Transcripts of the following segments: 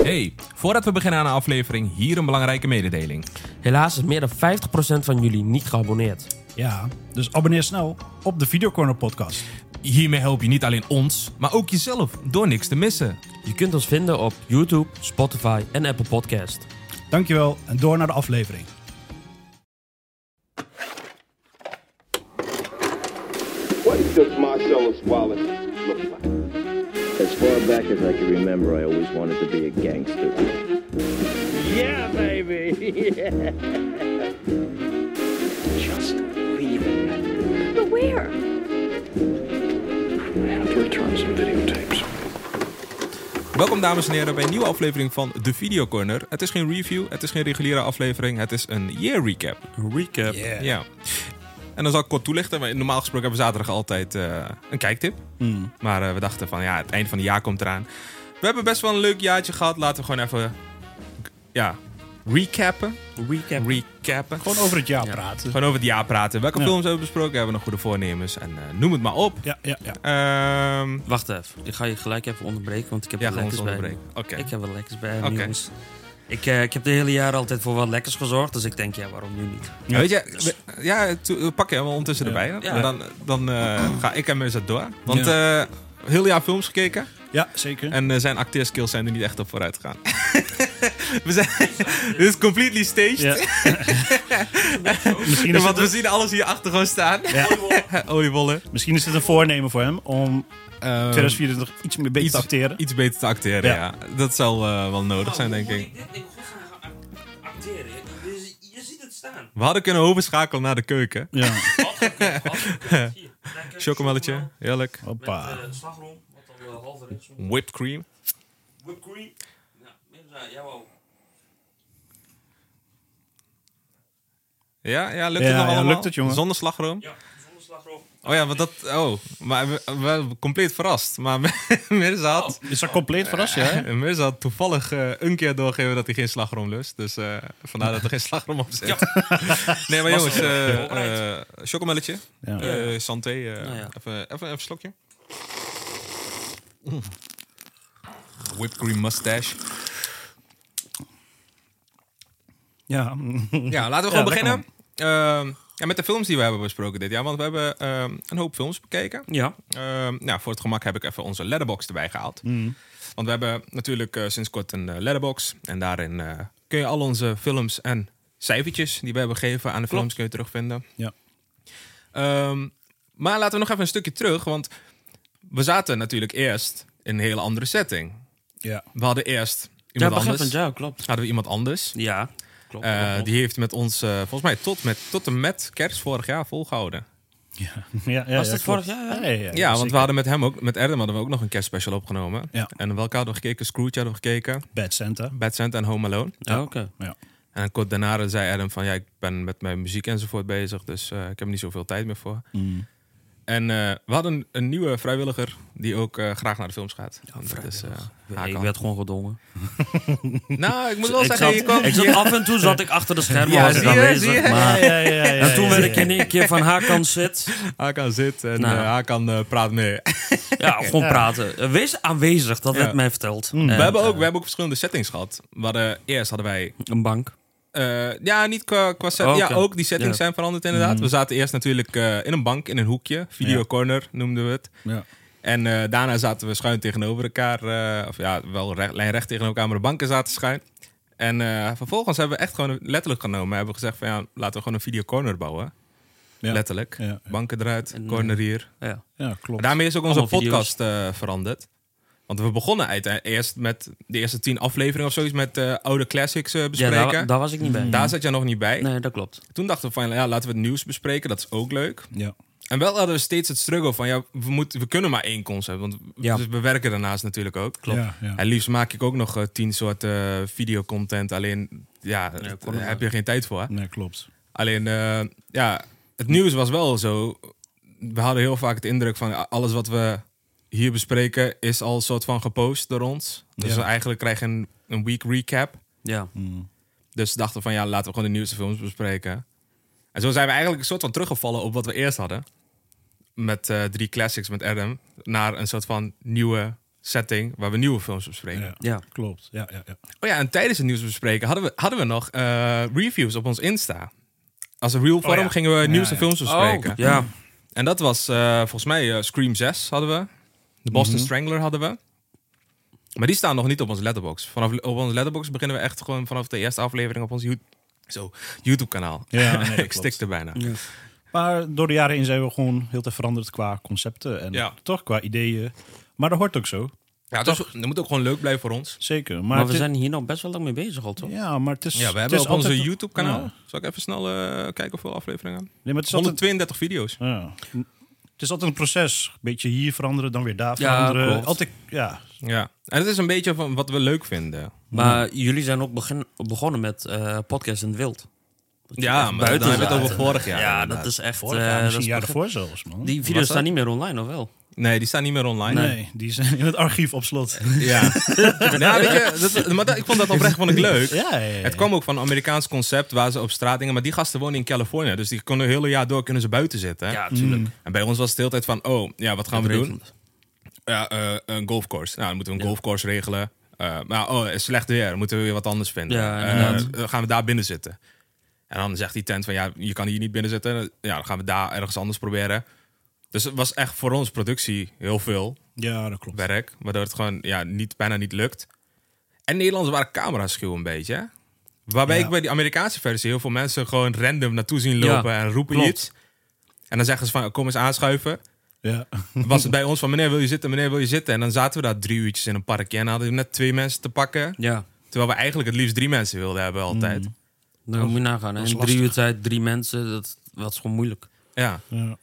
Hey, voordat we beginnen aan de aflevering, hier een belangrijke mededeling. Helaas is meer dan 50% van jullie niet geabonneerd. Ja, dus abonneer snel op de Videocorner podcast. Hiermee help je niet alleen ons, maar ook jezelf door niks te missen. Je kunt ons vinden op YouTube, Spotify en Apple Podcast. Dankjewel en door naar de aflevering. What does Marcellus Wallace look like? As far back as I can remember, I always wanted to be a gangster. Yeah, baby. Just leave it. But where? I have to return some videotapes. Welkom dames en heren bij een nieuwe aflevering van de Video Corner. Het is geen review, het is geen reguliere aflevering, het is een year recap. recap. Ja. En dan zal ik kort toelichten. Maar normaal gesproken hebben we zaterdag altijd eh, een kijktip. Maar eh, we dachten van ja, het eind van het jaar komt eraan. We hebben best wel een leuk jaartje gehad. Laten we gewoon even ja, recappen. Recap. Recappen. Gewoon, Gewoon over het jaar praten. Dus over het jaar praten. Welke Ja. films hebben we besproken? Hebben we nog goede voornemens? En eh, noem het maar op. Ja, ja, ja. Ehm, Wacht even, ik ga je gelijk even onderbreken, want ik heb Ja, wat ga ons lekkers bij me. onderbreken. Oké. Ik heb wat lekkers bij me, Oké. jongens. Ik, eh, ik heb de hele jaar altijd voor wat lekkers gezorgd, dus ik denk, ja, waarom nu niet? ja, Weet je, we- ja, to- we pakken hem ondertussen erbij. Ja. En dan, dan eh, ga ik hem eens door. Want eh, heel jaar films gekeken. Ja, zeker. En eh, zijn acteerskills zijn er niet echt op vooruit gegaan. we zijn... Dit is completely staged. Ja. misschien, is Want het we een, zien alles hier achter gewoon staan. Ja. Oliebollen. misschien is het een voornemen voor hem om 2024 iets meer beter te acteren. Ehm, Iets beter te acteren, ja. Ja. Dat zal eh, wel nodig Oh, zijn, denk ik. acteren? Je, ziet het staan. We hadden kunnen overschakelen naar de keuken. Ja, Chocomelletje, heerlijk. hoppa. eh, slagroom, wat dan eh, half rechts. Whipped cream. Whipped cream. Ja, jij wou. Ja, ja lukt het Ja, nog ja, allemaal? lukt het, jongen. Zonder slagroom? Ja, zonder slagroom. Oh ja, want dat... Oh, maar we, we waren compleet verrast. Maar Mirza had... Is dat compleet verrast, ja? Mirza had toevallig eh, een keer doorgegeven dat hij geen slagroom lust. Dus eh, vandaar dat er geen slagroom op zit. nee, maar jongens, eh eh chocomelletje, Ja. eh, santé, eh, Nou ja. even, even, even een slokje. Mm. Whipped cream mustache. Ja. Ja, laten we gewoon lekker beginnen. Ehm, ja, met de films die we hebben besproken dit jaar. Want we hebben ehm, een hoop films bekeken. Ja. Ehm, nou, voor het gemak heb ik even onze letterbox erbij gehaald. Mm. Want we hebben natuurlijk eh, sinds kort een eh, letterbox. En daarin eh, kun je al onze films en cijfertjes die we hebben gegeven aan de films kun je terugvinden. Ja. Ehm, maar laten we nog even een stukje terug. Want we zaten natuurlijk eerst in een hele andere setting. Ja. We hadden eerst Ja, iemand begint anders. van jou, klopt. Hadden we iemand anders. Ja, klopt. Eh, klopt, klopt. die heeft met ons, eh, volgens mij, tot, met, tot en met kerst vorig jaar volgehouden. Ja, Was ja, ja, dat klopt. vorig jaar? Ja, ja, ja, Ja, want we hadden met hem ook, met Erdem hadden we ook nog een kerstspecial opgenomen. Ja. En welke hadden we gekeken? Scrooge hadden we gekeken. Bad Santa. Bad Santa en Home Alone. Ja, oké. Ja. En kort daarna zei Adam van ja, ik ben met mijn muziek enzovoort bezig, dus eh, ik heb er niet zoveel tijd meer voor. Mm. En eh, we hadden een, een nieuwe vrijwilliger die ook eh, graag naar de films gaat. Want dat is, eh, haar Ik kant. werd gewoon gedwongen. Nou, ik moet wel ik zeggen, zat, je kwam ik zat hier- af en toe zat ik achter de schermen Ja, was ik zie je, zie je? aanwezig. Maar Ja, ja, ja, ja, en toen ja, werd ja, ik ja. in één keer van Hakan zit. Hakan zit en Nou. eh, Hakan eh, praat mee. Ja, gewoon praten. Eh, Wees aanwezig, dat werd mij verteld. En, we, hebben ook, eh, we hebben ook verschillende settings gehad. We hadden, eerst hadden wij een bank. Eh, ja, niet qua, qua set- Oh, oké. Ja, ook die settings Ja. Mhm. zijn veranderd inderdaad. We zaten eerst natuurlijk eh, in een bank, in een hoekje. Video Ja. corner noemden we het. Ja. En eh, daarna zaten we schuin tegenover elkaar. eh, of ja, wel recht, lijnrecht tegenover elkaar, maar de banken zaten schuin. En eh, vervolgens hebben we echt gewoon letterlijk genomen. We hebben gezegd van ja, laten we gewoon een video corner bouwen. Ja. Letterlijk. Ja, ja. Banken eruit, corner hier. Ja. Ja, klopt. Daarmee is ook onze Allemaal video's. podcast eh, veranderd. Want we begonnen uite- eerst met de eerste tien afleveringen of zoiets met eh, oude classics eh, Ja, bespreken. daar, daar, daar was ik niet bij. zat jij nog niet bij. Nee, dat klopt. Toen dachten we van, ja, laten we het nieuws bespreken. Dat is ook leuk. Ja. En wel hadden we steeds het struggle van, ja, we, moeten, we kunnen maar één concept. Want Ja. we, we werken daarnaast natuurlijk ook. Klopt. Ja, ja. En liefst maak ik ook nog eh, tien soorten eh, videocontent. Alleen, ja, daar kon het heb je geen tijd voor. hè? Nee, klopt. Alleen, eh, ja, het nieuws was wel zo. We hadden heel vaak het indruk van, ja, alles wat we hier bespreken is al een soort van gepost door ons. Dus Ja. we eigenlijk krijgen een, een week recap. Ja. Dus dachten we van ja, laten we gewoon de nieuwste films bespreken. En zo zijn we eigenlijk een soort van teruggevallen op wat we eerst hadden. Met eh, drie classics met Adam. Naar een soort van nieuwe setting waar we nieuwe films bespreken. Ja, Ja. klopt. Ja, ja, ja. Oh ja, en tijdens het nieuws bespreken hadden we, hadden we nog eh, reviews op ons Insta. Als een real forum Oh ja. gingen we nieuws Ja, en ja. films bespreken. Oh, ja. En dat was eh, volgens mij eh, Scream 6 hadden we. De Boston Mhm. Strangler hadden we. Maar die staan nog niet op onze letterbox. Vanaf op onze letterbox beginnen we echt gewoon vanaf de eerste aflevering op ons You- zo, YouTube kanaal. Ja, nee, dat ik klopt. stikte bijna. Maar door de jaren heen zijn we gewoon heel te veranderd qua concepten en Ja. toch qua ideeën. Maar dat hoort ook zo, Ja, dus, dat moet ook gewoon leuk blijven voor ons. zeker. Maar, Maar, het Mm. we is- zijn hier nog best wel lang mee bezig al, toch? Ja, maar het is. Ja, we het hebben is op onze altijd- YouTube kanaal. Ja. Zal ik even snel eh, kijken hoeveel afleveringen aan? Nee, maar het is altijd. 132 video's. Ja. Het is altijd een proces. Een beetje hier veranderen, dan weer daar Ja, veranderen. klopt. Altijd, ja. Ja. En dat is een beetje van wat we leuk vinden. Maar jullie zijn ook begin, begonnen met eh, podcast in het wild. Ja, maar buiten dan hebben we het zaten. over vorig jaar. Ja, inderdaad. dat is echt... Vorig eh, jaar, dat misschien is een jaar begin- daarvoor zelfs, man. Die Was video's dat? staan niet meer online, of wel? Nee, die staan niet meer online. nee, die zijn in het archief op slot. Ja. nou, weet je, dat, maar dat- ik vond dat oprecht vond ik leuk. Ja, ja, ja. Het kwam ook van een Amerikaans concept waar ze op straat dingen. Maar die gasten wonen in Californië. Dus die kunnen het hele jaar door kunnen ze buiten zitten. hè. natuurlijk. En bij ons was het de hele tijd van: oh, ja, wat gaan we doen? Ja, eh, een golfcourse. Nou, dan moeten we een golfcourse regelen. Eh, maar oh, het is slecht weer. Dan moeten we weer wat anders vinden. Ja, Eh, inderdaad. dan gaan we daar binnen zitten. En dan zegt die tent van ja, je kan hier niet binnen zitten. Ja, dan gaan we daar ergens anders proberen. Dus het was echt voor ons productie heel veel Ja, dat klopt. werk. Waardoor het gewoon ja, niet, bijna niet lukt. En Nederlanders waren camera-schuw een beetje. hè? Waarbij Ja. ik bij die Amerikaanse versie heel veel mensen gewoon random naartoe zien lopen Ja, en roepen klopt. iets. En dan zeggen ze van kom eens aanschuiven. Ja. Was het bij ons van meneer wil je zitten, meneer wil je zitten. En dan zaten we daar drie uurtjes in een parkje en hadden we net twee mensen te pakken. Ja, Terwijl we eigenlijk het liefst drie mensen wilden hebben altijd. Mm. dan moet je nagaan. hè. In drie uur tijd, drie mensen, dat, dat is gewoon moeilijk. Ja. Ja.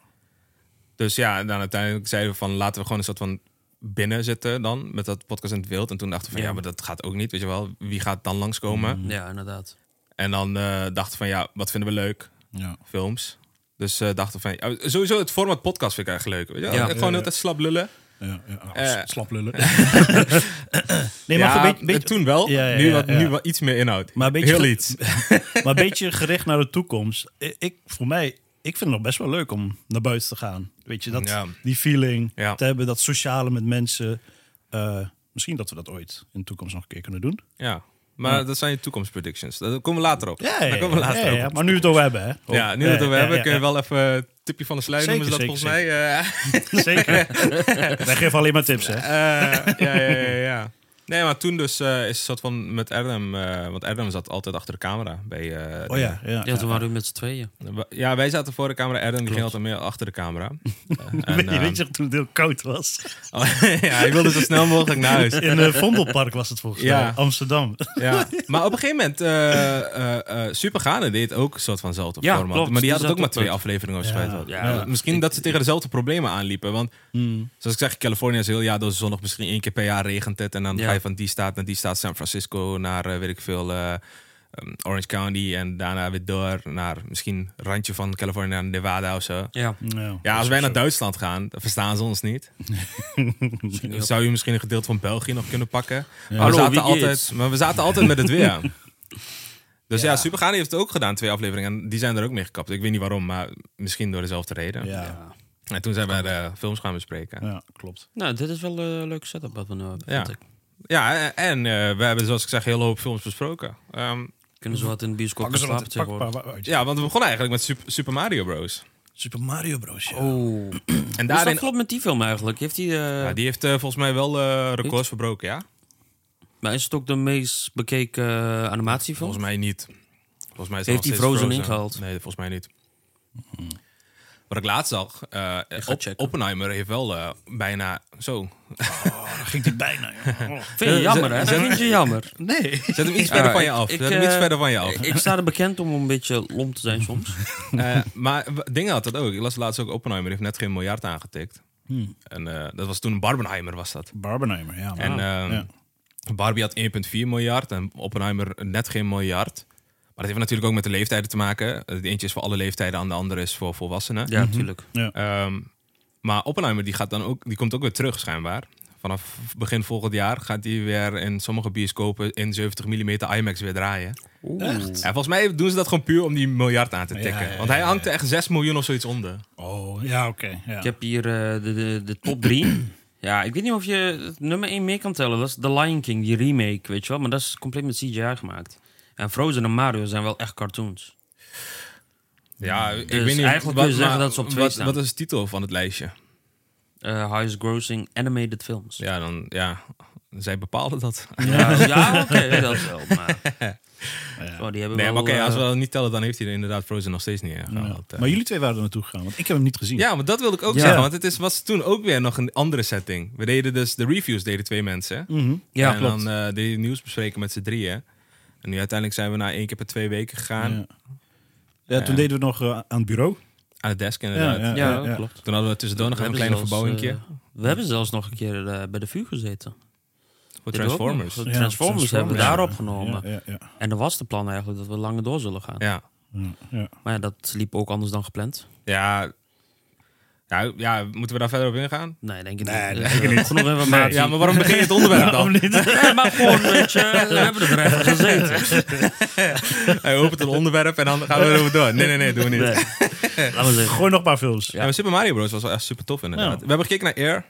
Dus ja, en dan uiteindelijk zeiden we van laten we gewoon een soort van binnen zitten dan met dat podcast in het wild. En toen dachten we van ja, Ja. maar dat gaat ook niet, weet je wel. Wie gaat dan langskomen? Mm. Ja, inderdaad. En dan eh, dachten van ja, wat vinden we leuk? Ja. Films. Dus eh, dachten van ja, sowieso het format podcast vind ik eigenlijk leuk. Weet je wel? Ja. Gewoon heel de hele tijd slap lullen. Ja, ja. Ah, Eh. s- slap lullen. nee, maar ja, een beetje, beetje- toen wel. Ja, ja, nu, ja, wat, ja. nu wel iets meer inhoud. Maar een beetje heel ge- iets. maar een beetje gericht naar de toekomst. I- Ik, voor mij, ik vind het nog best wel leuk om naar buiten te gaan. Weet je, dat, Ja. die feeling Ja. te hebben, dat sociale met mensen. Eh, misschien dat we dat ooit in de toekomst nog een keer kunnen doen. Ja. Maar dat zijn je toekomstpredictions. Daar komen we later op. Ja, Daar komen we later ja, op. ja, maar nu we het over hebben, hè? Oh. Ja, nu dat we Ja, hebben, ja, kun je ja. wel even een tipje van de sluier Zeker, noemen ze dat zeker, volgens mij. Eh, Zeker. Wij geven alleen maar tips, hè? Eh, ja, ja, ja, ja. Nee, maar toen dus eh, is het soort van met Erdem, eh, want Erdem zat altijd achter de camera. Bij, eh, Oh ja, ja. Ja, toen waren we met z'n tweeën. de- ja, wij zaten voor de camera, Erdem die ging altijd meer achter de camera. Eh, en, Weet, je- eh, weet je nog toen het heel koud was? ja, hij wilde zo snel mogelijk naar huis. In eh Vondelpark was het volgens mij, Ja. Amsterdam. Ja. Maar op een gegeven moment, eh eh eh Supergane deed ook een soort vanzelfde Ja, format. klopt. maar die had Die het zat ook maar op twee het- afleveringen of zo. weet je wel. Ja. Ja, Nou, Misschien dat ze tegen dezelfde problemen aanliepen. Want zoals ik zeg, Californië is heel jaar door zonnig. Misschien één keer per jaar regent het. En dan Ja. ga je van die staat naar die staat. San Francisco naar, eh, weet ik veel, eh, um, Orange County. En daarna weer door naar misschien randje van Californië naar Nevada of zo. Ja, Nou, Ja, als wij naar Duitsland gaan, dan verstaan ze ons niet. Dan Zou je misschien een gedeelte van België nog kunnen pakken? Maar, we Hallo, zaten wie altijd, geht's? maar we zaten altijd met het weer. Dus ja, Supergani heeft het ook gedaan, twee afleveringen. En die zijn er ook mee gekapt. Ik weet niet waarom, maar misschien door dezelfde reden. Ja. En toen zijn wij de films gaan bespreken. Ja, ja, klopt. nou, dit is wel eh, een leuke setup wat we nu hebben, Ja. vind ik. en, en, eh, we hebben, zoals ik zeg, een hele hoop films besproken. Ehm, Kunnen ze wat in de bioscoop Pak eens wat, slapen pak een tegenwoordig. paar wa- uit. ja, want we begonnen eigenlijk met Sup- Super Mario Bros. Super Mario Bros. ja. Oh. En Dus dat daarin... klopt met die film eigenlijk. Heeft die, eh, Ja, die heeft eh, volgens mij wel eh, records verbroken, ja? Maar is het ook de meest bekeken eh, animatiefilm? Volgens mij niet. Volgens mij is Heeft hij hij Frozen ingehaald? Hmm. Nee, volgens mij niet. Wat ik laatst zag, eh, ga Op- checken. Oppenheimer heeft wel eh, bijna zo. Daar ging die bijna. joh. Oh. Vind je jammer, hè? Vind je jammer? Nee. Zet hem iets Ja, verder van je ik- af. ik, Zet hem iets eh, verder van je af. Ik sta er bekend om een beetje lom te zijn soms. Eh, maar w- dingen had dat ook. Ik las laatst ook Oppenheimer heeft net geen miljard aangetikt. Hmm. En eh, dat was toen Barbenheimer was dat. Barbenheimer, ja. Ah, maar- En ehm, ja. Barbie had 1,4 miljard en Oppenheimer net geen miljard. Maar dat heeft natuurlijk ook met de leeftijden te maken. Het eentje is voor alle leeftijden, en de andere is voor volwassenen. Ja, natuurlijk. Ehm, maar Oppenheimer die gaat dan ook, die komt ook weer terug schijnbaar. Vanaf begin volgend jaar gaat die weer in sommige bioscopen in 70 mm IMAX weer draaien. En volgens mij doen ze dat gewoon puur om die miljard aan te tikken. ja, ja, Want hij hangt er echt 6 miljoen of zoiets onder. Oh, ja, oké. ja. Ik heb hier eh, de, de, de top drie. Ja, ik weet niet of je het nummer 1 meer kan tellen. Dat is The Lion King, die remake, weet je wel. Maar dat is compleet met CGI gemaakt. En Frozen en Mario zijn wel echt cartoons. Ja, ik Dus weet niet eigenlijk kun je zeggen dat ze op twee wat, staan. wat is de titel van het lijstje? Eh, highest grossing animated films. Ja, Ja, dan, ja, zij bepalen dat. ja, oké, dat is wel. Maar... Zo, die hebben Nee, wel, maar oké, eh, als we dat niet tellen, dan heeft hij er inderdaad Frozen nog steeds niet in gehaald. Eh, Maar jullie twee waren er naartoe gegaan, want ik heb hem niet gezien. Ja, maar dat wilde ik ook Ja. zeggen, want het is, was toen ook weer nog een andere setting. We deden dus, de reviews deden twee mensen. hè? Ja, en klopt. dan eh deden we nieuws bespreken met z'n drieën. En nu uiteindelijk zijn we na één keer per twee weken gegaan. Ja. Ja, toen Ja. deden we het nog eh, aan het bureau. Aan het desk Ja, inderdaad. ja, ja, ja, ja. klopt. Toen hadden we tussendoor nog We even een kleine hebben zelfs, verbouwingje eh, we hebben zelfs nog een keer eh, bij de vuur gezeten. voor Dit ook Transformers. eh, nog. Ja, Transformers hebben we ja. daar Oh, opgenomen. Ja, ja, ja. En dan was de plan eigenlijk dat we langer door zullen gaan. Ja. Ja, ja. Maar ja, dat liep ook anders dan gepland. Ja. Ja, ja, moeten we daar verder op ingaan? Nee, denk ik Nee, niet. denk Eh, ik niet. Genoeg informatie. Ja, maar eh, waarom begin je het onderwerp dan? Nee, maar gewoon, weet je, we hebben er even gezeten. Hij opent een onderwerp en dan gaan we erover door. Nee, nee, nee, doen we niet. Nee. Laten we zeggen. Gooi nog een paar films. Ja, maar Super Mario Bros. was wel echt super tof inderdaad. Ja. We hebben gekeken naar Air.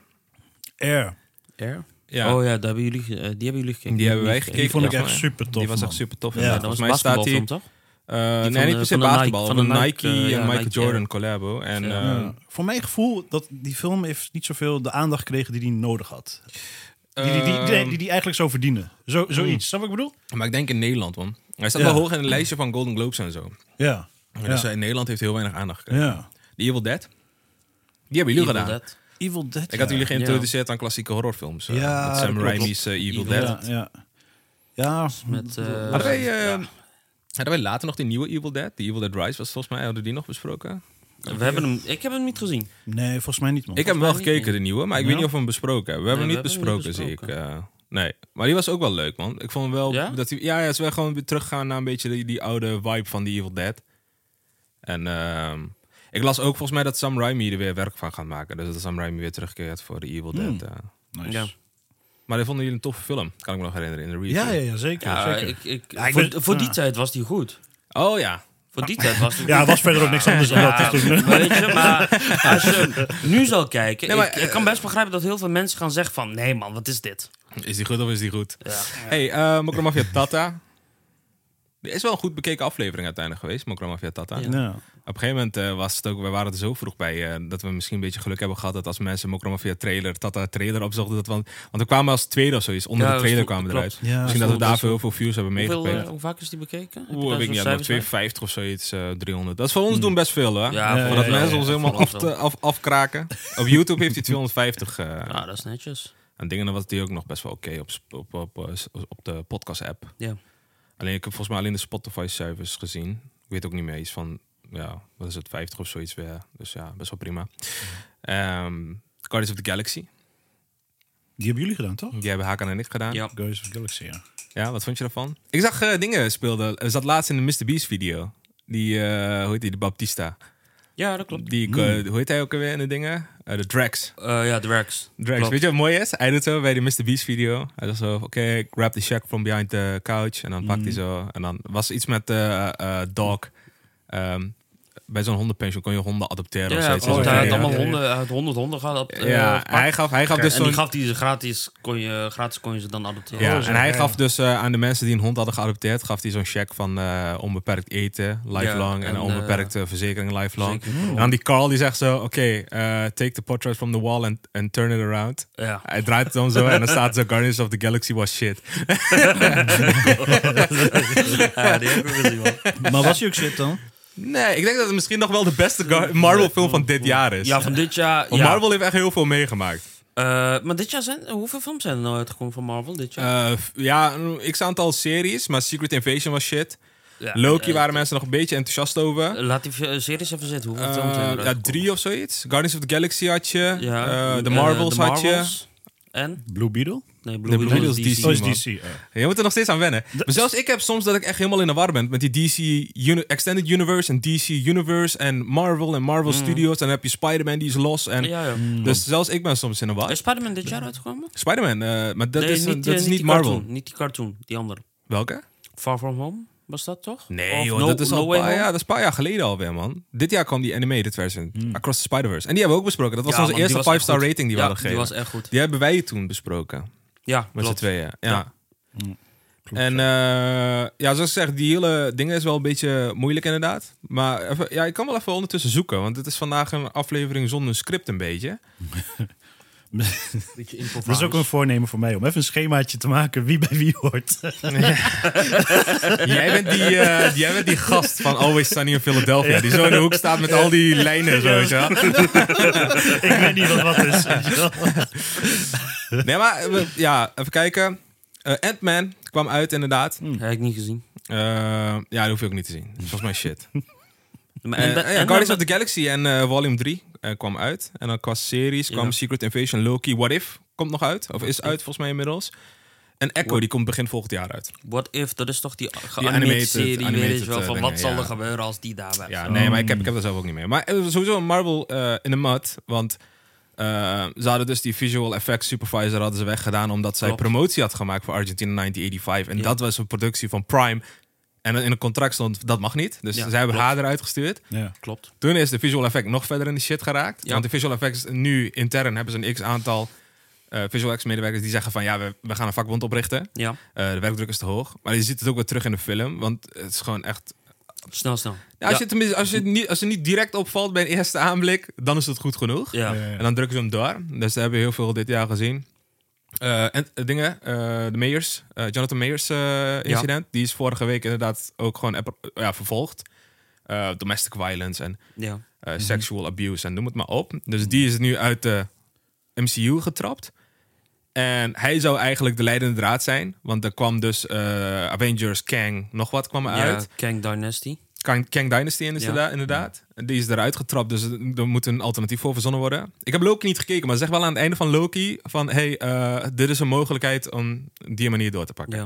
Air. Air? Ja. Oh ja, daar hebben jullie, ge- eh, die hebben jullie gekeken. Die hebben wij Niet gekeken. Die vond ik Ja, echt maar- super tof. die was echt man. super tof. Ja, inderdaad. Ja, dat was Volgens een mij staat basketbalfilm, die... toch? eh, van nee, de- niet per se van de basketbal. Nike- Van de van de Nike en Nike, ja, Michael Nike, Jordan collabo. En, eh, Ja. Voor mijn gevoel dat die film heeft niet zoveel de aandacht gekregen die die nodig had. Die die, die, die, die, die eigenlijk zou verdienen. Zo, Mm. zoiets. Snap wat ik bedoel? ehm, Maar ik denk in Nederland, man. Hij staat Ja. wel hoog in het lijstje van Golden Globes en zo. Ja. Ja. Dus eh, in Nederland heeft heel weinig aandacht gekregen. ja. The Evil Dead. Die hebben jullie gedaan. Evil Dead. Evil Dead. Ik had ja. jullie geïntroduceerd aan klassieke horrorfilms. eh, Ja, met dat Sam klopt. Raimi's eh, Evil Evil Dead. Dead. Ja. Ja. Met, eh, Hadden wij, eh, hadden wij later nog die nieuwe Evil Dead? Die Evil Dead Rise was volgens mij, hadden we die nog besproken? we hebben hem, ik heb hem niet gezien. Nee, volgens mij niet, man. Ik heb hem wel Volgens mij gekeken, de nieuwe, maar ik weet niet of we hem besproken hebben. We hebben hem we niet hebben hem besproken, niet zie ik. eh, nee, maar die was ook wel leuk, man. Ik vond wel Ja? dat die... Ja, ja, ze willen gewoon weer teruggaan naar een beetje die, die oude vibe van die Evil Dead. En ehm, ik las ook volgens mij dat Sam Raimi er weer werk van gaat maken. Dus dat Sam Raimi weer terugkeert voor de Evil Dead. Hmm. eh. Nice. Ja. Maar die vonden jullie een toffe film, kan ik me nog herinneren, in de review. Ja, ja, ja, zeker. Ja, zeker. Dus, eh, ik, ik, Ja, ik voor, ben- voor die ja. tijd was die goed. Oh ja. Voor die tijd was die Ja, er goed. was verder ook niks anders dan dat. Ja, Dus toen- weet je, maar als je hem nu zal kijken... Nee, maar, ik, ik eh, kan best begrijpen dat heel veel mensen gaan zeggen van... Nee man, wat is dit? Is die goed of is die goed? Ja. Hey, eh Mokromafia Tata. Die is wel een goed bekeken aflevering uiteindelijk geweest, Mokromafia Tata. Ja. Op een gegeven moment eh, was het ook, we waren er zo vroeg bij eh, dat we misschien een beetje geluk hebben gehad dat als mensen Mokromafia trailer, Tata trailer opzochten. Dat we, want we kwamen als tweede of zoiets, onder Ja, de dat trailer klopt, kwamen klopt. eruit. Ja, dat misschien dat we klopt, dat daarvoor heel veel views hebben Hoeveel, eh, meegepikt. hoe vaak is die bekeken? Heb je Oeh, daar weet ik zo'n niet, nog cijfers bij? 250 of zoiets, eh 300. Dat is voor ons doen best veel hoor. Ja, Voordat ja, ja, ja, mensen ja, ons ja, helemaal voor ons af wel. te- af, afkraken. Op YouTube heeft hij 250 eh, Nou, dat is netjes. en dingen was die ook nog best wel oké op, sp- op, op, eh, s- op de podcast app. Ja. Alleen ik heb volgens mij alleen de Spotify cijfers gezien. Ik weet ook niet meer iets van, ja, wat is het, 50 of zoiets weer. Dus ja, best wel prima. Ehm Guardians of the Galaxy, Die hebben jullie gedaan, toch? die hebben Hakan en ik gedaan. Ja, Ja. Guardians of the Galaxy, ja. wat vond je daarvan? Ik zag eh, dingen speelden. Er zat laatst in de Mr. Beast video. Die, eh, hoe heet die, de Baptista. ja, dat klopt. Hmm. Die, eh, hoe heet hij ook alweer in de dingen? Eh, de Drax. Eh, ja, de Rex. Drax, Klopt. weet je wat mooi is? Hij doet zo bij de Mr. Beast video. Hij doet zo, oké, grab the shack from behind the couch. En dan pakt Mm. hij zo. En dan was iets met eh eh, dog. Ehm, bij zo'n hondenpension kon je honden adopteren of Ja, zoiets. klopt. Zo'n hij had ding, allemaal ja. honden, hij had honderd honden gehad. eh, Ja, gepakt. hij gaf, hij gaf dus en die zo'n... gaf die ze gratis, kon je, gratis kon je ze dan adopteren. Ja, Oh, zo, en hij ja. gaf dus eh, aan de mensen die een hond hadden geadopteerd, gaf hij zo'n check van eh, onbeperkt eten, lifelong, Ja, en, en, eh, onbeperkte verzekering, lifelong. verzekering voor En dan die Carl die zegt zo, oké, eh, take the portrait from the wall and, and turn it around. Ja. Hij draait het om zo en dan staat zo, Guardians of the Galaxy was shit. Ja, die heb ik ook gezien, man. Maar was hij ook shit dan? Nee, ik denk dat het misschien nog wel de beste Gar- Marvel-film van dit jaar is. Ja, van dit jaar. Want Ja. Marvel heeft echt heel veel meegemaakt. Eh, maar dit jaar zijn, hoeveel films zijn er nou uitgekomen van Marvel dit jaar? Eh, f- ja, een x-aantal series, maar Secret Invasion was shit. Ja, Loki eh, waren mensen nog een beetje enthousiast over. Laat die eh, series even zitten. Hoeveel films zijn Eh, er ja, uitgekomen? drie of zoiets. Guardians of the Galaxy had je. Ja, eh, eh, de Marvels de had je. Marvels. En? Blue Beetle? Nee, De Blue, Blue Beetle Beetle's is DC. Oh, is man. DC. eh. Je moet er nog steeds aan wennen. Maar zelfs ik heb soms dat ik echt helemaal in de war ben met die DC Uni- Extended Universe en DC Universe en Marvel en Marvel Studios. En dan heb je Spider-Man die is los. En Mm. Ja, ja. Dus zelfs ik ben soms in de war. Is Spider-Man dit jaar uitgekomen? Spider-Man, eh, maar dat Nee, is, niet, dat eh, is niet niet die Marvel. Cartoon, niet die cartoon, die andere. Welke? Far From Home was dat toch? Nee, Of joh, No- dat, is al No een Way paar, Home? ja, dat is een paar jaar geleden alweer, man. Dit jaar kwam die animated version, Across the Spider-Verse. En die hebben we ook besproken. Dat was Hmm. Ja, onze man, die eerste was echt 5-star goed. rating die we Ja, hadden gegeven. Die was echt goed. Die hebben wij toen besproken, Ja, met z'n klopt. tweeën. Ja. En eh, ja, zoals gezegd, die hele dingen is wel een beetje moeilijk inderdaad. Maar even, ja, ik kan wel even ondertussen zoeken, want het is vandaag een aflevering zonder script een beetje. Beetje Dat is ook een voornemen voor mij om even een schemaatje te maken wie bij wie hoort. jij, bent die, eh, jij bent die gast van Always Sunny in Philadelphia, die zo in de hoek staat met al die lijnen. Zo, weet je wel. ik weet niet wat wat is. weet je wel. Nee, maar eh, we- ja, even kijken. Eh, Ant-Man kwam uit inderdaad. Heb ik niet gezien. Eh, ja, dat hoef je ook niet te zien. Dat is volgens mij shit. Maar- Eh, en dat- ja, en dat- Guardians of the Galaxy en eh, Volume 3 eh, kwam uit. En dan qua series kwam Ja. Secret Invasion, Loki, What If komt nog uit. Of is uit volgens mij inmiddels. En Echo, die komt begin volgend jaar uit. What If, dat is toch die animated- geanimeerde serie, weet animated, je wel, eh, van dingen, wat zal ja. er gebeuren als die daarbij Ja, is. nee, maar ik heb, ik heb Ehm. dat zelf ook niet meer. Maar eh, sowieso een Marvel eh, in de mud. Want eh, ze hadden dus die visual effects supervisor hadden ze weggedaan... omdat zij Klopt. promotie had gemaakt voor Argentina 1985. En Ja. dat was een productie van Prime. En in een contract stond, dat mag niet. Dus Ja, zij hebben klopt. haar eruit gestuurd. Ja. Klopt. Toen is de visual effect nog verder in de shit geraakt. Ja. Want de visual effects nu intern hebben ze een x-aantal... eh, visual effects medewerkers die zeggen van... ja, we, we gaan een vakbond oprichten. Ja, Eh, de werkdruk is te hoog. Maar je ziet het ook weer terug in de film. Want het is gewoon echt snel, snel. ja, als, Je het tenminste, als, je het niet, als je niet direct opvalt bij een eerste aanblik, dan is het goed genoeg. Ja. Ja. En dan drukken ze hem door. Dus daar hebben we heel veel dit jaar gezien. Eh, en eh, dingen, eh, de Meyers, eh, Jonathan Meyers eh, incident, die is vorige week inderdaad ook gewoon app- ja, vervolgd. Eh, domestic violence en ja. eh, sexual abuse en noem het maar op. Dus die is nu uit de MCU getrapt. En hij zou eigenlijk de leidende draad zijn. Want er kwam dus eh, Avengers, Kang, nog wat kwam er ja. uit. Kang Dynasty. Kang, Kang Dynasty inderdaad. inderdaad. Die is eruit getrapt, dus er moet een alternatief voor verzonnen worden. Ik heb Loki niet gekeken, maar zeg wel aan het einde van Loki... van, hey, eh, dit is een mogelijkheid om die manier door te pakken. Ja.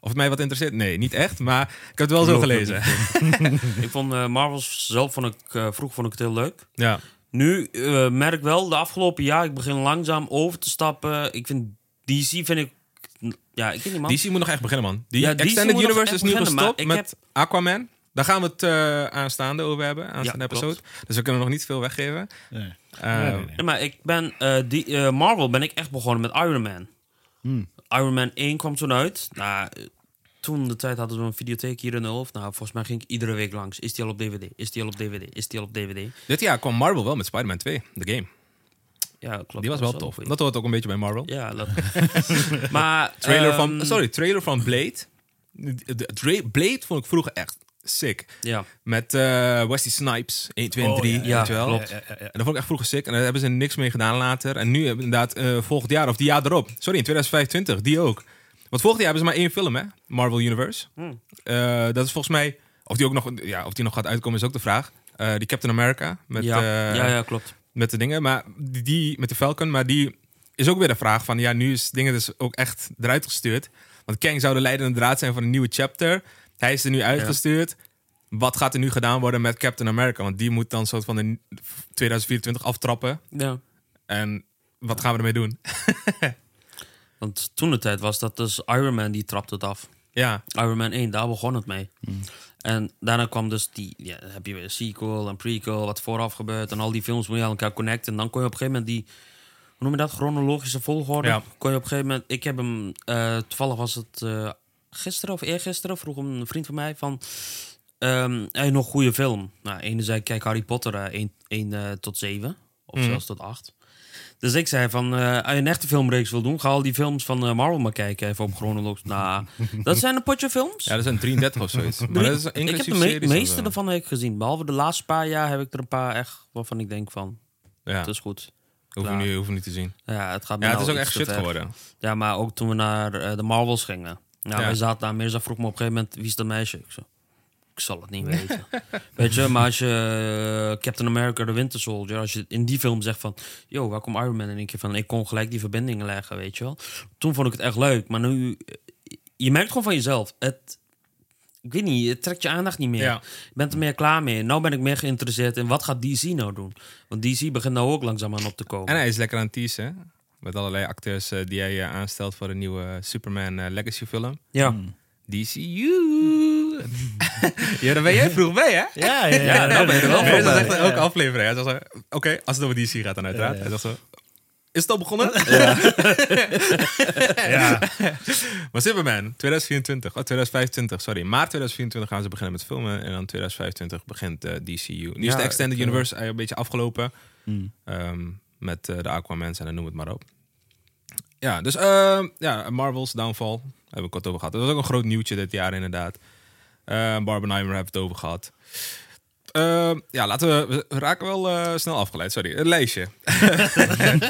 Of het mij wat interesseert? Nee, niet echt, maar ik heb het wel zo Loki gelezen. Ik vond eh Marvel zelf vond ik, eh, vroeg vond ik het heel leuk. Ja. Nu eh, merk wel, de afgelopen jaar, ik begin langzaam over te stappen. Ik vind DC vind ik. Ja, ik weet niet man. DC moet nog echt beginnen, man. Die Ja, DC moet Extended nog Universe is echt nu beginnen, maar gestopt ik met heb- Aquaman. Daar gaan we het eh, aanstaande over hebben, aanstaande Ja, klopt. episode. Dus we kunnen nog niet veel weggeven. Nee. Eh, Nee, nee, nee. Nee, maar ik ben eh, die, eh, Marvel ben ik echt begonnen met Iron Man. Iron Man 1 kwam toen uit. Nou, eh, toen de tijd hadden we een videotheek hier in de hoofd. Nou, volgens mij ging ik iedere week langs. Is die al op DVD? Is die al op DVD? Is die al op DVD? Dit jaar kwam Marvel wel met Spider-Man 2, de game. Ja, klopt. Die was wel tof. een Dat hoort ook een beetje bij Marvel. goeie. Ja, dat. maar Trailer ehm, van, sorry, trailer van Blade. De- de- Dra- Blade vond ik vroeger echt sick. Ja, Met eh Wesley Snipes, 1, 2 en Oh, 3, ja, weet ja, je wel. klopt. Ja, ja, ja. En dat vond ik echt vroeger sick. En daar hebben ze niks mee gedaan later. En nu hebben inderdaad eh, volgend jaar, of die jaar erop. Sorry, in 2025, die ook. Want volgend jaar hebben ze maar één film, hè? Marvel Universe. Hmm. Eh, dat is volgens mij... Of die, ook nog, ja, of die nog gaat uitkomen is ook de vraag. Eh, die Captain America. Met, ja. eh, ja, ja, klopt. met de dingen. Maar die, die- met de Falcon, maar die is ook weer de vraag van... Ja, nu is dingen dus ook echt eruit gestuurd. Want Kang zou de leidende draad zijn van een nieuwe chapter. Hij is er nu uitgestuurd. Wat gaat er nu gedaan worden met Captain America? Want die moet dan soort van in 2024 aftrappen. Ja. En wat gaan we ermee doen? Want toen de tijd was dat dus Iron Man die trapt het af. ja, Iron Man 1, daar begon het mee. En daarna kwam dus die, ja, dan heb je weer een sequel en prequel, wat vooraf gebeurt. En al die films moet je aan elkaar connecten. En dan kon je op een gegeven moment die, hoe noem je dat, chronologische volgorde. Ja. Kon je op een gegeven moment, ik heb hem, eh, toevallig was het eh, gisteren of eergisteren, vroeg een vriend van mij van, ehm hey, nog goede film. Nou, ene zei, kijk Harry Potter eh, 1, 1 eh, tot 7, of Mhm. zelfs tot 8. Dus ik zei van, eh, als je een echte filmreeks wil doen, ga al die films van eh, Marvel maar kijken, even op chronologisch. Nou, dat zijn een potje films. ja, dat zijn 33 of zoiets. Maar dat is een ik heb de inclusief me- series meeste of zo. ervan heb ik gezien. Behalve de laatste paar jaar heb ik er een paar echt waarvan ik denk van, Ja, het is goed. hoeven we nu hoeven we niet te zien. Ja, het gaat me Ja, het nou is ook iets echt te shit ver. geworden. Ja, maar ook toen we naar eh, de Marvels gingen. Nou, Ja. wij zaten daar meer. Ze vroeg me op een gegeven moment, wie is dat meisje? Ik zo, ik zal het niet weten. Weet je, maar als je eh, Captain America, The Winter Soldier, als je in die film zegt van, yo, waar komt Iron Man? En ik van, ik kon gelijk die verbindingen leggen, weet je wel. Toen vond ik het echt leuk, maar nu, eh, je merkt gewoon van jezelf, het, ik weet niet, het trekt je aandacht niet meer. Ja. Je bent er meer klaar mee. Nou ben ik meer geïnteresseerd in wat gaat DC nou doen? Want DC begint nou ook langzaamaan op te komen. En hij is lekker aan het teasen. hè? Met allerlei acteurs eh, Hmm. die hij eh, aanstelt voor de nieuwe Superman eh, Legacy film. ja. DCU. doen. ja, daar ben jij vroeg bij, hè? Ja, ja, ja. daar ben je er wel Ja, voor. Dat ja, is echt ja. elke aflevering. Hij zegt zo, oké, als het over DC gaat dan uiteraard. Hij zegt zo, is het al begonnen? Ja. Maar Superman, 2024, oh 2025, sorry. Maart 2024 gaan ze beginnen met filmen. En dan 2025 begint eh, DCU. Nu is Ja, de Extended ik, eh, Mm. Universe eigenlijk een beetje afgelopen. Ehm, met eh, de Aquaman en noem het maar op. Ja, dus eh, ja, Marvel's Downfall hebben we het kort over gehad. Dat was ook een groot nieuwtje dit jaar inderdaad. Eh Barbenheimer hebben we het over gehad. Eh, ja, laten we... We raken wel eh, snel afgeleid, sorry. Het lijstje.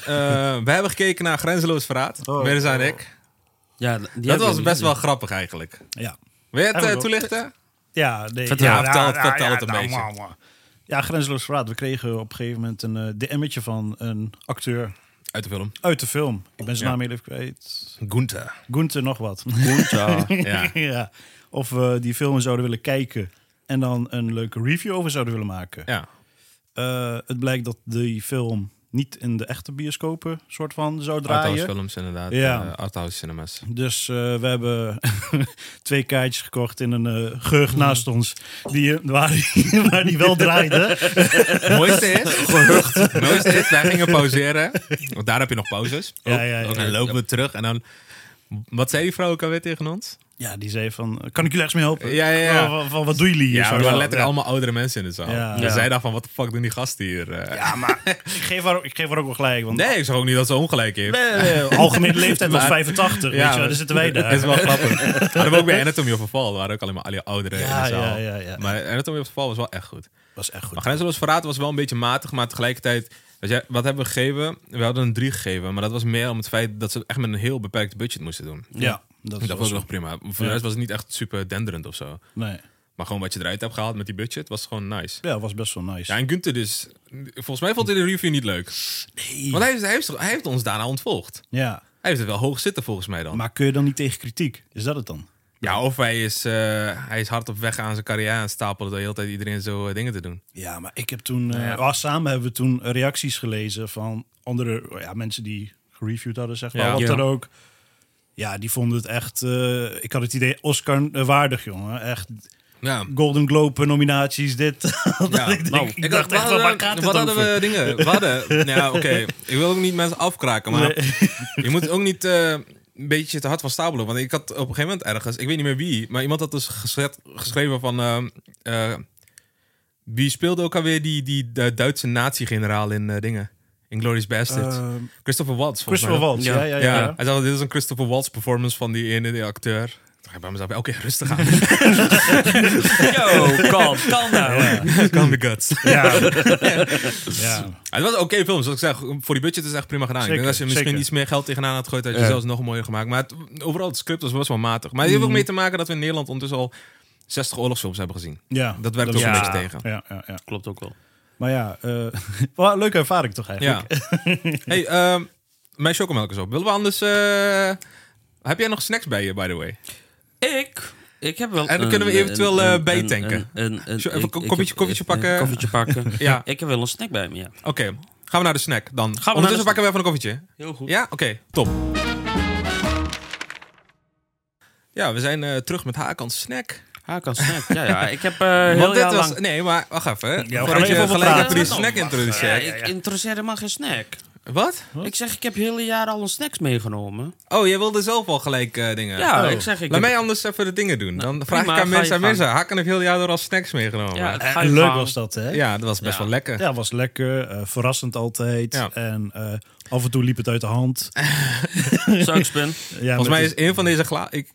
Eh, we hebben gekeken naar Grenzeloos Verraad. Oh. Meres en ik. Ja, die heb Dat ik was niet best gezien. wel grappig eigenlijk. ja. Wil je het eh, Eigenlijk wel. toelichten? Ja, nee. Vertel, ja, vertel ja, het- vertel ja, het een nou, beetje. mwah, mwah. Ja, grenzeloos verraad. We kregen op een gegeven moment een eh, DM'tje van een acteur Uit de film. uit de film. Ik ben zijn Ja. naam heel even kwijt. Gunther. Gunther nog wat. Ja. ja. Of we die film zouden willen kijken en dan een leuke review over zouden willen maken. ja. Eh, het blijkt dat die film niet in de echte bioscopen soort van zou Arthouse draaien. films inderdaad. Ja. Eh, arthouse cinemas. Dus eh, we hebben twee kaartjes gekocht in een eh, geurg naast ons. Die, eh, waar, die, waar die wel draaide. Mooiste is, gerucht. Mooiste is, wij gingen pauzeren. Want daar heb je nog pauzes. Ja, ja, ja. Ook- En lopen we terug en dan... Wat zei die vrouw ook alweer tegen ons? Ja, die zei van, kan ik jullie ergens mee helpen? Ja, ja, ja. Van, van- van, wat doen jullie hier? Ja, Zo, we waren ja. letterlijk allemaal oudere mensen in de zaal. Ja. Dus Ja. zij dacht van, wat de fuck doen die gasten hier? eh? Ja, maar ik geef, haar, ik geef haar ook wel gelijk. Want Nee, ik zag ook niet dat ze ongelijk heeft. nee, nee, nee, algemene leeftijd was Maar- 85, weet je wel. maar- Daar zitten wij Dat is daar. wel grappig. maar we hebben ook bij Anatomy of a Fall. waren ook allemaal alle ouderen in Ja, de zaal. ja, ja, ja. Maar Anatomy of a Fall was wel echt goed. was echt Maar goed. Grenzeloos Verraad was wel een beetje matig, maar tegelijkertijd... weet je, wat hebben we gegeven? We hadden een 3 gegeven, maar dat was meer om het feit dat ze echt met een heel beperkt budget moesten doen. Ja, dat, Dat was nog prima. Voor de Ja. rest was het niet echt super denderend of zo. Nee. Maar gewoon wat je eruit hebt gehaald met die budget was gewoon nice. Ja, was best wel nice. Ja, en Gunther dus... Volgens mij vond hij de review niet leuk. Want hij heeft, hij heeft, hij heeft ons daarna ontvolgd. Ja. Hij heeft het wel hoog zitten volgens mij dan. Maar kun je dan niet tegen kritiek? Is dat het dan? Ja, of hij is, eh, hij is hard op weg aan zijn carrière aan het stapelen... door de hele tijd iedereen zo eh, dingen te doen. Ja, maar ik heb toen... eh, ah, samen hebben we toen reacties gelezen van andere ja, mensen die gereviewd hadden, zeg maar. Ja. Wat Ja. dan ook. Ja, die vonden het echt... eh, ik had het idee Oscar eh, waardig, jongen. Echt Ja. Golden Globe nominaties, dit. Dat Ja, ik, denk, nou, ik ik dacht had- echt, we van, waar hadden- gaat dit Wat dan hadden we dingen? We hadden... Ja, oké. Ik wil ook niet mensen afkraken, maar je moet ook niet eh, een beetje te hard van stapelen. Want ik had op een gegeven moment ergens, ik weet niet meer wie, maar iemand had dus geschet- geschreven van... eh, eh, wie speelde ook alweer die, die, eh, Duitse nazi-generaal in eh, dingen? In Glorious Bastards. Ehm, Eh, Christopher Waltz, volgens Christopher mij. Waltz, ja, ja, ja. Ja, ja. hij zei, dit is een Christopher Waltz performance van die ene die acteur. Toen dacht ik bij mezelf, oké, rustig aan. Yo, kalm, kalm nou. Calm the guts. Ja. ja. Ja, het was een oké film, zoals ik zeg. Voor die budget is het echt prima gedaan. ik Zeker, denk dat je misschien zeker. iets meer geld tegenaan had gegooid, had je zelfs nog mooier gemaakt. Maar het- overal, het script was best wel matig. Maar het heeft ook mee te maken dat we in Nederland ondertussen al 60 oorlogsfilms hebben gezien. ja. Dat werkt ook is een waar. beetje tegen. Ja, ja, ja. Klopt ook wel. Maar ja, eh, wel een leuke ervaring toch Ja. eigenlijk? hey, ehm, mijn chocomelk is op. Willen we anders... eh, heb jij nog snacks bij je, by the way? Ik? Ik heb wel... En dan een- kunnen we een- eventueel, een- eh, een- bijtanken. een- een- een- Zo, even ik- een ik koffietje- heb- koffietje pakken. Een koffietje pakken. Ja. Ik heb wel een snack bij me, ja. Oké, gaan we naar de snack dan. naar de Ondertussen snack. pakken we even een koffietje. Heel goed. Ja, oké, top. Ja, we zijn eh, terug met Hakan Snack. Hakan Ah, snack. Ja, ja. Ik heb eh heel Want dit jaar was... lang... Nee, maar wacht even. gaan Voordat even je over gelijk praten. Oh, even die snack introduceert. Ik interesseer helemaal geen snack. Wat? Ik zeg, ik heb heel jaar al een snacks meegenomen. Oh, jij wilde zelf al gelijk eh, dingen. Ja, Oh. ik zeg, ik Laat heb- Nou, mij anders even de dingen doen. Dan vraag prima, ik aan ga je mensen aan gang. mensen. Hakan heeft heel jaar door al snacks meegenomen. Ja, Ja, het En gaat je Eh, leuk gang. was dat, hè? dat was best Ja. wel lekker. Ja, was lekker, eh, verrassend altijd. Ja. En eh, af en toe liep het uit de hand. Suikspin. Ja, Volgens mij met- is een van deze gla... Ik,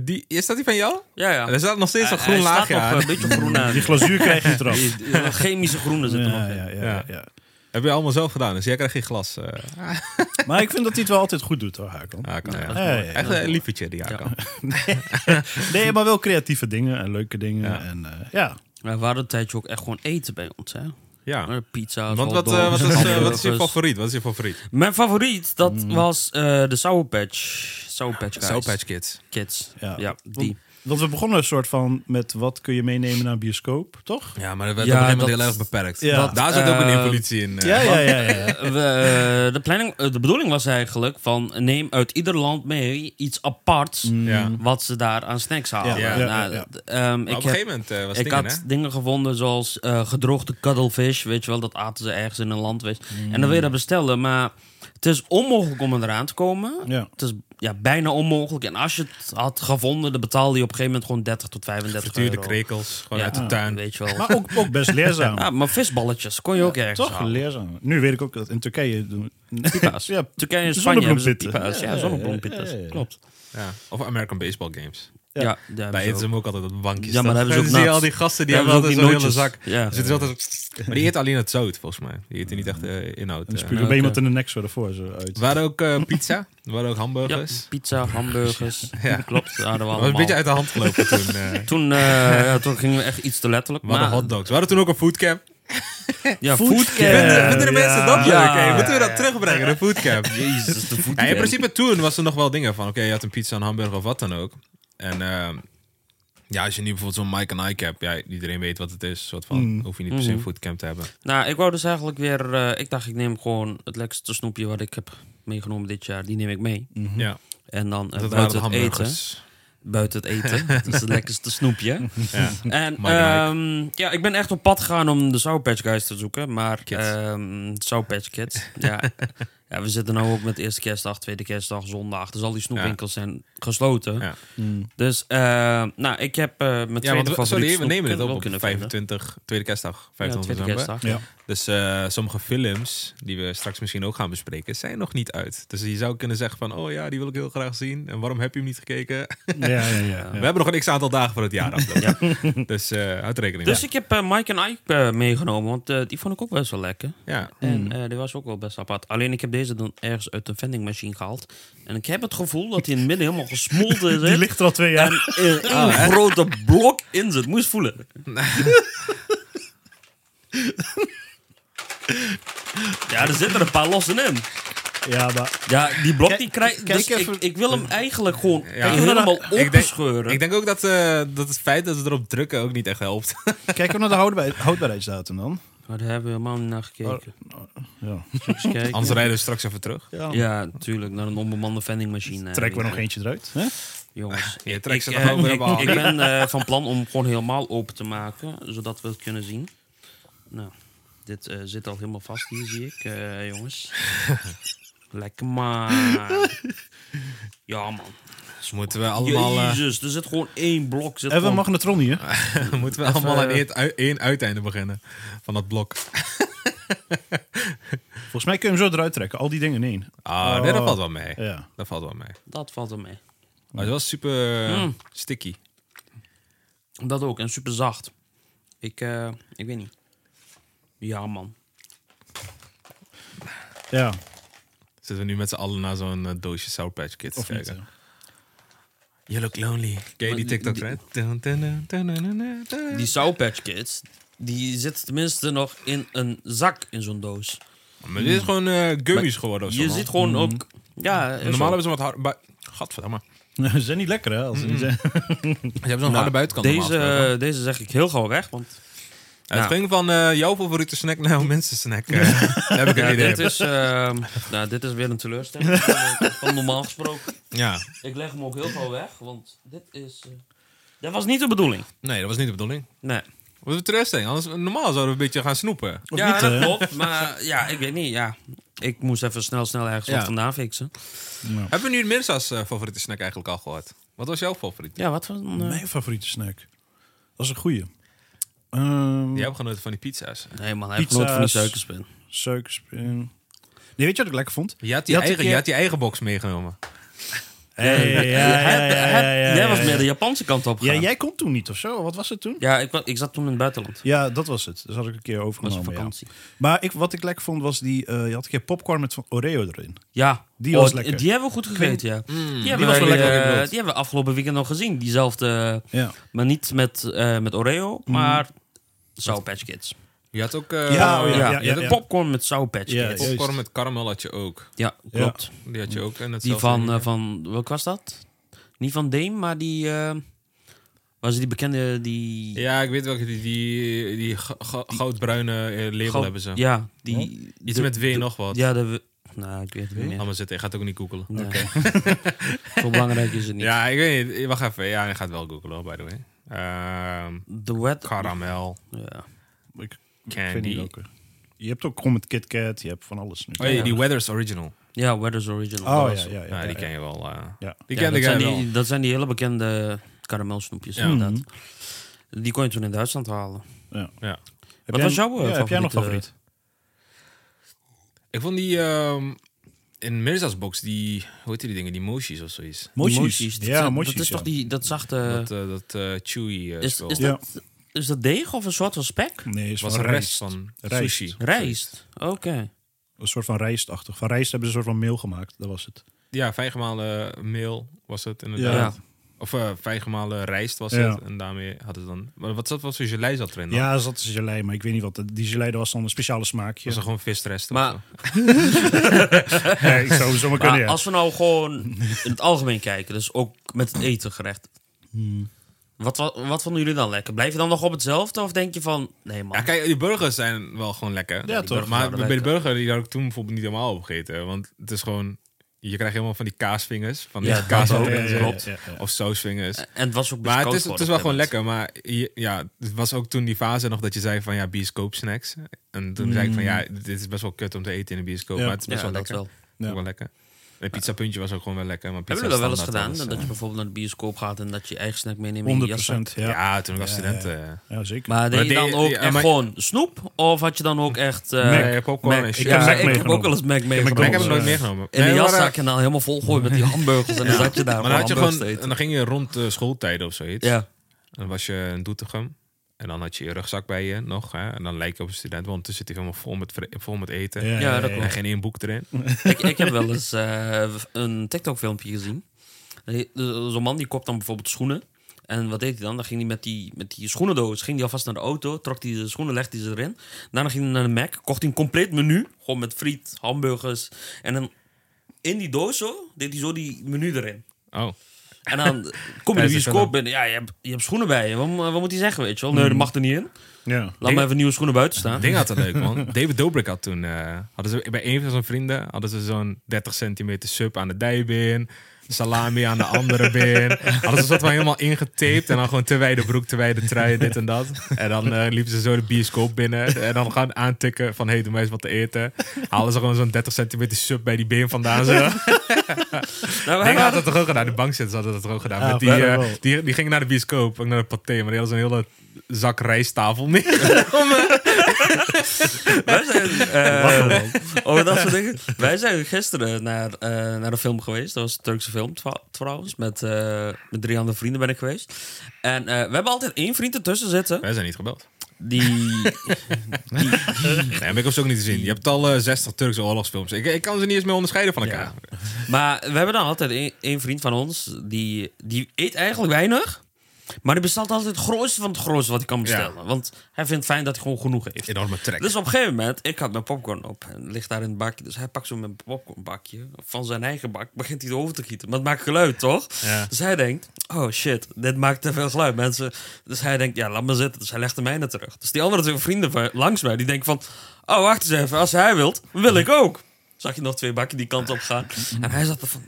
die, is dat die van jou? Ja, ja. Er staat nog steeds Hij- een groen hij staat laagje nog aan. een beetje groen aan. die glazuur krijg je eraf. Die- die chemische groene zit er nog Ja, in. ja, ja, ja, ja. Heb je allemaal zelf gedaan, dus jij krijgt geen glas. eh Maar ik vind dat hij het wel altijd goed doet, hoor, Hakan. Hakan, ja. Ja, ja, ja. Echt een liefertje, die Hakan. Nee, maar wel creatieve dingen en leuke dingen. Ja. En, eh, ja. Maar we hadden een tijdje ook echt gewoon eten bij ons, hè? Ja. Eh, Pizza, Want wat, eh, hotdogs, wat, is, eh, wat is je hamburgers. favoriet? Wat is je favoriet? Mijn favoriet, dat was eh, de Sour Patch. Sour Patch guys. Soul Mm. Patch Kids. Kids. Ja. Ja, die. Want we begonnen een soort van met wat kun je meenemen naar een bioscoop, toch? Ja, maar dat werd Ja, op een gegeven moment dat- heel erg beperkt. Ja. Daar zit ook een eh, impolitie in. eh. Ja, ja, ja. ja, ja. Eh, we, eh, de, planning, eh, de bedoeling was eigenlijk van neem uit ieder land mee iets aparts Mm. Ja. wat ze daar aan snacks halen. Ja, ja, Nou, ja. d- ehm, ik Maar op een heb- gegeven moment eh, was ik het had dingen, hè? dingen gevonden zoals eh, gedroogde cuttlefish, weet je wel, dat aten ze ergens in een land. Weet je. En dan wil je dat Mm. bestellen, maar het is onmogelijk om eraan te komen. Ja. Het is ja, bijna onmogelijk. En als je het had gevonden, dan betaalde je op een gegeven moment gewoon 30 tot 35 Frituurde euro. krekels, gewoon Ja, uit de tuin. Weet je wel. Maar ook, ook best leerzaam. Ah, maar visballetjes kon je ook ergens Toch halen. leerzaam. Nu weet ik ook dat in Turkije doen. Pipa's. Ja, Turkije en Spanje hebben ze zonnebloempitten. pipa's. Ja, Ja, zonnebloempitas. ja, ja, ja. Klopt. Ja. Of American Baseball Games. Ja, daar hebben Daar ze eten ze ook. hem ook altijd op bankjes. Ja, maar toch? daar hebben ze ook Dan zie je nuts. al die gasten, die Daar hebben altijd hebben zo'n ze hele ook zak. die nootjes. Ja. Er zitten altijd zo- Maar die eten alleen het zout, volgens mij. Die eten niet echt eh, inhoud. En eh. spuug Ja, er bij oké. iemand in de nek zo ervoor zo uit. Er waren ook eh, pizza, er waren ook Ja, hamburgers. pizza, hamburgers. Ja. Klopt, Dat was daar hadden we een allemaal. beetje uit de hand gelopen toen. eh. we Toen, eh, ja, toen gingen we echt iets te letterlijk. hadden maar, hotdogs. We hadden toen ook een foodcamp. ja, Eh, Vinden foodcamp. vinden de ja. mensen dat leuk? Ja. hè? Moeten we dat terugbrengen, een foodcamp? Jezus, de foodcamp. Ja, in principe toen was er nog wel dingen van. Oké, je had een pizza, een hamburger of wat dan ook. En ehm, ja, als je nu bijvoorbeeld zo'n Mike en Ike hebt, ja, iedereen weet wat het is. Soort van, Mm. hoef je niet per se een Mm-hmm. foodcamp te hebben. Nou, ik wou dus eigenlijk weer... eh, ik dacht, ik neem gewoon het lekkerste snoepje wat ik heb meegenomen dit jaar. Die neem ik mee. Mm-hmm. Ja, En dan eh, dat waren de buiten het eten. hamburgers. Buiten het eten. dat is het lekkerste snoepje. Ja. En Mike en Ike. ehm, ja, ik ben echt op pad gegaan om de Sour Patch Guys te zoeken. Maar Kids. ehm Sour Patch Kids, ja. ja. We zitten nou ook met eerste kerstdag, tweede kerstdag, zondag. Dus al die snoepwinkels zijn gesloten. Ja. Dus ehm, nou, ik heb eh mijn Ja, tweede want we- favoriete sorry, we snoep nemen dit wel op op kunnen 25, tweede kerstdag, vinden. 25 Ja, tweede december. kerstdag. Ja. Dus eh, sommige films, die we straks misschien ook gaan bespreken, zijn nog niet uit. Dus je zou kunnen zeggen van, oh ja, die wil ik heel graag zien. En waarom heb je hem niet gekeken? Ja, ja, ja. ja. We hebben nog een x-aantal dagen voor het jaar aflopen. Dus eh houd er rekening Dus mee. ik heb eh, Mike en Ike eh, meegenomen, want eh, die vond ik ook best wel lekker. Ja. En eh, die was ook wel best apart. Alleen ik heb deze dan ergens uit de vendingmachine gehaald. En ik heb het gevoel dat hij in het midden helemaal gesmolten Die is. ligt er al twee jaar. en er een grote blok in zit. Moet je eens voelen. ja, er zitten er een paar lossen in. Ja, maar Ja, die blok die Kijk- krijg kijk dus ik. even- Ik wil hem eigenlijk gewoon Ja. helemaal Ik denk, opscheuren. ik denk ook dat, eh, dat het feit dat we erop drukken ook niet echt helpt. kijk ook naar de houdbaar- houdbaarheidsdatum dan. Maar daar hebben we helemaal niet naar gekeken. Ja. Eens kijken. Anders rijden we straks even terug. Ja, natuurlijk. Naar een onbemande vendingmachine. Trekken we Ja, nog eentje eruit. Hè? Jongens. Je trekt ze ik, nog eh, over ik, helemaal. ik ben eh, van plan om gewoon helemaal open te maken, zodat we het kunnen zien. Nou, dit eh, zit al helemaal vast hier, zie ik, eh, jongens. Lekker maar. Ja, man. Dus moeten we allemaal, eh, Jezus, er zit gewoon één blok. Zit Hebben we gewoon... een magnetron Ah. hier? moeten we allemaal aan eh, één, ui- één uiteinde beginnen van dat blok. Volgens mij kun je hem zo eruit trekken. Al die dingen in één. Ah, nee, Oh, dat valt wel mee. Ja. Dat valt wel mee. Dat valt er mee. Maar het was super eh, Hmm. sticky. Dat ook, en super zacht. Ik, eh, ik weet niet. Ja, man. Ja. Zitten we nu met z'n allen naar zo'n eh, doosje Sour Patch Kids Of te niet? kijken. ja. You look lonely. Ken je die Maar TikTok, die- hè? Dun, dun, dun, dun, dun, dun, dun, dun. Die Sour Patch Kids, die zit tenminste nog in een zak in zo'n doos. Maar dit is gewoon eh, gummies geworden of zo. Je man. ziet gewoon ook... Ja, is Normaal zo. hebben ze wat hard... bui- Gadverdamme. Nou, Ze zijn niet lekker, hè? Als ze niet zijn. Ze hebben zo'n harde buitenkant normaal gesproken. Nou, Deze, deze zeg ik heel gauw weg, want Het nou. ging van eh, jouw favoriete snack naar jouw minste snack. eh. Daar heb ik een ja, idee. dit, is, ehm, nou, dit is weer een teleurstelling van- van normaal gesproken. Ja. Ik leg hem ook heel gauw weg, want dit is... eh, dat was niet de bedoeling. Nee, dat was niet de bedoeling. Nee. Dat was een teleurstelling. Anders, normaal zouden we een beetje gaan snoepen. Of ja, niet, eh. dat hè? klopt, maar ja, ik weet niet, ja. Ik moest even snel, snel ergens Ja. wat vandaan fixen. Hebben we nu minstens als eh, favoriete snack eigenlijk al gehad? Wat was jouw favoriet? Ja, wat van... eh, Mijn favoriete snack. Dat is een goeie. Ehm Jij hebt genoten van die pizza's. Nee man, hij heeft nooit van die Pizza's. suikerspin. Suikerspin. Nee, weet je wat ik lekker vond? Je had die, Je had eigen, een je keer- had die eigen box meegenomen. Hey, ja, ja, ja, Hij- ja, hij- ja, jij ja, was ja. meer de Japanse kant op Ja, gegaan. jij kon toen niet of zo. Wat was het toen? Ja, ik, wa- ik zat toen in het buitenland. Ja, dat was het. Dus had ik een keer was op overgenomen. ja. vakantie. Maar ik, wat ik lekker vond was die. eh, je had een keer popcorn met van Oreo erin. Ja, Die was d- lekker. Mm, Die hebben we goed gegeten, ja. die, hebben was wel wij, lekker eh, in brood. die hebben we afgelopen weekend nog gezien. Diezelfde, eh, Ja. maar niet met, eh, met Oreo, Mm. maar Sour Patch Kids. Je had ook... eh, Ja, oh ja, Ja, ja, je had ja. popcorn met Sour Patch Ja, Kids. ja. Popcorn Juist. met karamel had je ook. Ja, klopt. Die had je ook. En Die van, eh, van, welk was dat? Niet van Dame, maar die... eh, Was die bekende, die... Ja, ik weet welke. Die, die, die go- go- goudbruine eh, label Goh, hebben ze. Ja, die... Iets de- met W de- nog wat. Ja, de... Nou, ik weet het niet meer. Laat maar zitten. Ik ga het ook niet googelen. Oh, Nee. Zo belangrijk is het niet. Ja, ik weet niet. Wacht even. Ja, hij gaat wel googelen, hoor, by the way. Ehm De wet... Oh, caramel. Ja. Ik, ik Candy. weet niet welke. Je hebt ook Comet Kit Kat, je hebt van alles. nu. Oh, ja, die Weathers Original. ja, Weather's Original. Oh, Dat ja, was- ja, ja, Ja, ja, die ja. ken je wel. eh. Ja. Die Ja, kende dat, jij zijn wel. die, dat zijn die hele bekende karamelsnoepjes, Ja. inderdaad. Die kon je toen in Duitsland halen. Mhm. Ja. Ja. Heb Wat jij- was jouw, eh, ja, Heb jij nog favoriete- favoriet? Ik vond die ehm, in Mirza's box, die, hoe heet die dingen? Die mochi's of zoiets. Die Mochi's. Dat, Ja, dat mochi's. is ja. toch die, dat zachte... dat eh, dat eh, chewy eh, is, spul. is, Ja. dat, is dat deeg of een soort van spek? Nee, is was van een rest rijst. van Rijst. sushi. Rijst. Oké. Een soort van rijstachtig. Van rijst hebben ze een soort van meel gemaakt. Dat was het. Ja, fijngemalen meel was het inderdaad. Of eh fijngemalen rijst was Ja. het. En daarmee hadden ze dan... Maar wat zat wat voor gelei zat erin dan? Ja, er zat een gelei, maar ik weet niet wat. Die gelei dat was dan een speciale smaakje. Was er gewoon visresten? Maar- of zo? Ja, ik zou het zomaar kunnen, Maar ja. als we nou gewoon in het algemeen kijken, dus ook met het eten gerecht. Hmm. Wat, wat, wat vonden jullie dan lekker? Blijf je dan nog op hetzelfde of denk je van, nee man. Ja, kijk, die burgers zijn wel gewoon lekker. Ja, Die toch? burgers Maar waren bij de lekker. burger, die had ik toen bijvoorbeeld niet helemaal opgegeten. Want het is gewoon... Je krijgt helemaal van die kaasvingers. Van die Ja, kaas dat ook, ook, en zo. ja, klopt. ja, ja. Of sausvingers. En het was ook best Maar het koud is, voor het is wel op gewoon een gegeven lekker. Maar je- ja, het was ook toen die fase nog dat je zei van ja, bioscoopsnacks. En toen zei ik van ja, dit is best wel kut om te eten in een bioscoop. Ja. Maar het is best wel moment. Mm. Ja, lekker. dat wel. Ook Ja. wel lekker. Een pizzapuntje was ook gewoon wel lekker. Maar pizza Hebben jullie dat wel eens gedaan? standaard dat was, je bijvoorbeeld naar de bioscoop gaat en dat je je eigen snack meeneemt in je 100 jas? zak? eh, ja. ja. ja, toen ik was student. eh, zeker. Maar deed je deed- dan ook ja, echt maar- gewoon snoep? Of had je dan ook echt... eh, Mac, popcorn en Mac? shit. Ja, Ik heb Mac ik heb ook meegenomen. wel eens Mac Maar ik heb meegenomen. hem nooit meegenomen. En de Nee, maar, eh, jaszak en dan helemaal volgooien met die hamburgers. En dan zat je daar Maar dan, had je hamburgers gewoon, te eten. en dan ging je rond de schooltijden of zoiets. Ja. Dan was je in Doetinchem. En dan had je je rugzak bij je nog. Hè? En dan lijkt je op een student. Want toen zit hij helemaal vol met, vre- vol met eten. Ja, ja, Mm. dat En klopt. geen één boek erin. ik, ik heb wel eens eh, een TikTok-filmpje gezien. Eh, Zo'n man die koopt dan bijvoorbeeld schoenen. En wat deed hij dan? Dan ging hij met die, met die schoenendoos ging hij alvast naar de auto, trok hij de schoenen, legde hij ze erin. Daarna ging hij naar de Mac, kocht hij een compleet menu. Gewoon met friet, hamburgers. En dan in die doos zo, deed hij zo die menu erin. Oh. En dan kom je Ja, de ze kunnen- bioscoop binnen. Ja, je hebt, je hebt schoenen bij je. Wat, mo- wat moet hij zeggen, weet je wel? Nee, dat mag er niet in. Ja. Laat maar even nieuwe schoenen buiten Dat staan. Ding had het leuk, man. David Dobrik had toen... eh, hadden ze, bij een van zijn vrienden hadden ze zo'n 30 centimeter sub aan de dijbeen. Salami aan de andere been. Hadden ze dat wel helemaal ingetaped. En dan gewoon te wijde broek, te wijde trui, dit en dat. En dan eh, liepen ze zo de bioscoop binnen. En dan gaan aantikken van... Hé, hey, doe mij eens wat te eten. Halen ze gewoon zo'n 30 centimeter sub bij die been vandaan. Zo. Nou, wij Dingen waren- hadden dat toch ook gedaan. De bankzitters hadden dat toch ook gedaan. Ja, Met die, verder eh, wel. die, die gingen naar de bioscoop, ook naar de paté. Maar die hadden zo'n hele zak rijsttafel neer. Wij zijn, eh, over dat soort dingen. Wij zijn gisteren naar, eh, naar een film geweest. Dat was een Turkse film twa- trouwens. Met, eh, met drie andere vrienden ben ik geweest. En eh, we hebben altijd één vriend ertussen zitten. Wij zijn niet gebeld. Die, Nee, maar ik heb ze ook niet te zien. Je hebt al eh, 60 Turkse oorlogsfilms. Ik, ik kan ze niet eens meer onderscheiden van elkaar. Maar we hebben dan altijd één- één vriend van ons. Die, die eet eigenlijk weinig. Maar die bestelt altijd het grootste van het grootste wat hij kan bestellen. Want hij vindt fijn dat hij gewoon genoeg heeft. Enorme trek. Dus op een gegeven moment, ik had mijn popcorn op en ligt daar in het bakje. Dus hij pakt zo mijn popcornbakje van zijn eigen bak, begint hij erover te gieten. Maar het maakt geluid, toch? Ja. Dus hij denkt, oh shit, dit maakt te veel geluid, mensen. Dus hij denkt, ja, laat maar zitten. Dus hij legt de mijne terug. Dus die andere twee vrienden van, langs mij, die denken van, oh, wacht eens even, als hij wilt, wil ik ook. Zag je nog twee bakken die kant op gaan. En hij zat er van,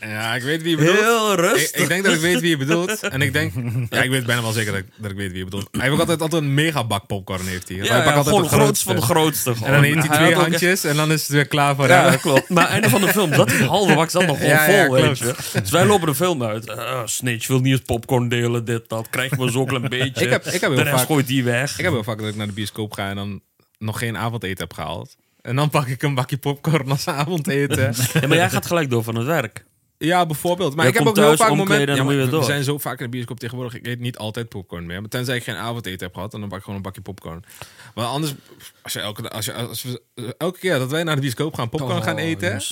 ja, ik weet wie je bedoelt. heel Ik, rustig. ik denk dat ik weet wie je bedoelt. En ik denk... Ja, ik weet bijna wel zeker dat ik, dat ik weet wie je bedoelt. Hij heeft ook altijd, altijd een megabak popcorn, heeft hij. ja, hij pakt ja, altijd gewoon de groots van de grootste. grootste. En dan gewoon. neemt hij had twee ook echt- handjes en dan is het weer klaar voor Ja, hem. dat klopt. Maar einde van de film zat die halve bak zat nog gewoon Ja, ja, vol, weet je. klopt. Dus wij lopen de film uit. Eh, Snitch wil niet eens popcorn delen, dit, dat. Krijg maar zo'n klein beetje. Ik heb- ik heb heel de rest vaak- gooit die weg. Ik heb heel vaak dat ik naar de bioscoop ga en dan nog geen avondeten heb gehaald. En dan pak ik een bakje popcorn als avondeten. Ja, maar jij gaat gelijk door van het werk. ja, bijvoorbeeld. Maar Je ik heb ook komt heel thuis vaak omkleden en momenten... dan Ja, moet je maar weer we door. zijn zo vaak in de bioscoop tegenwoordig. Ik eet niet altijd popcorn meer. Maar tenzij ik geen avondeten heb gehad, en dan pak ik gewoon een bakje popcorn. Maar anders, als, je elke, als, je, als we elke keer dat wij naar de bioscoop gaan popcorn Oh, gaan eten...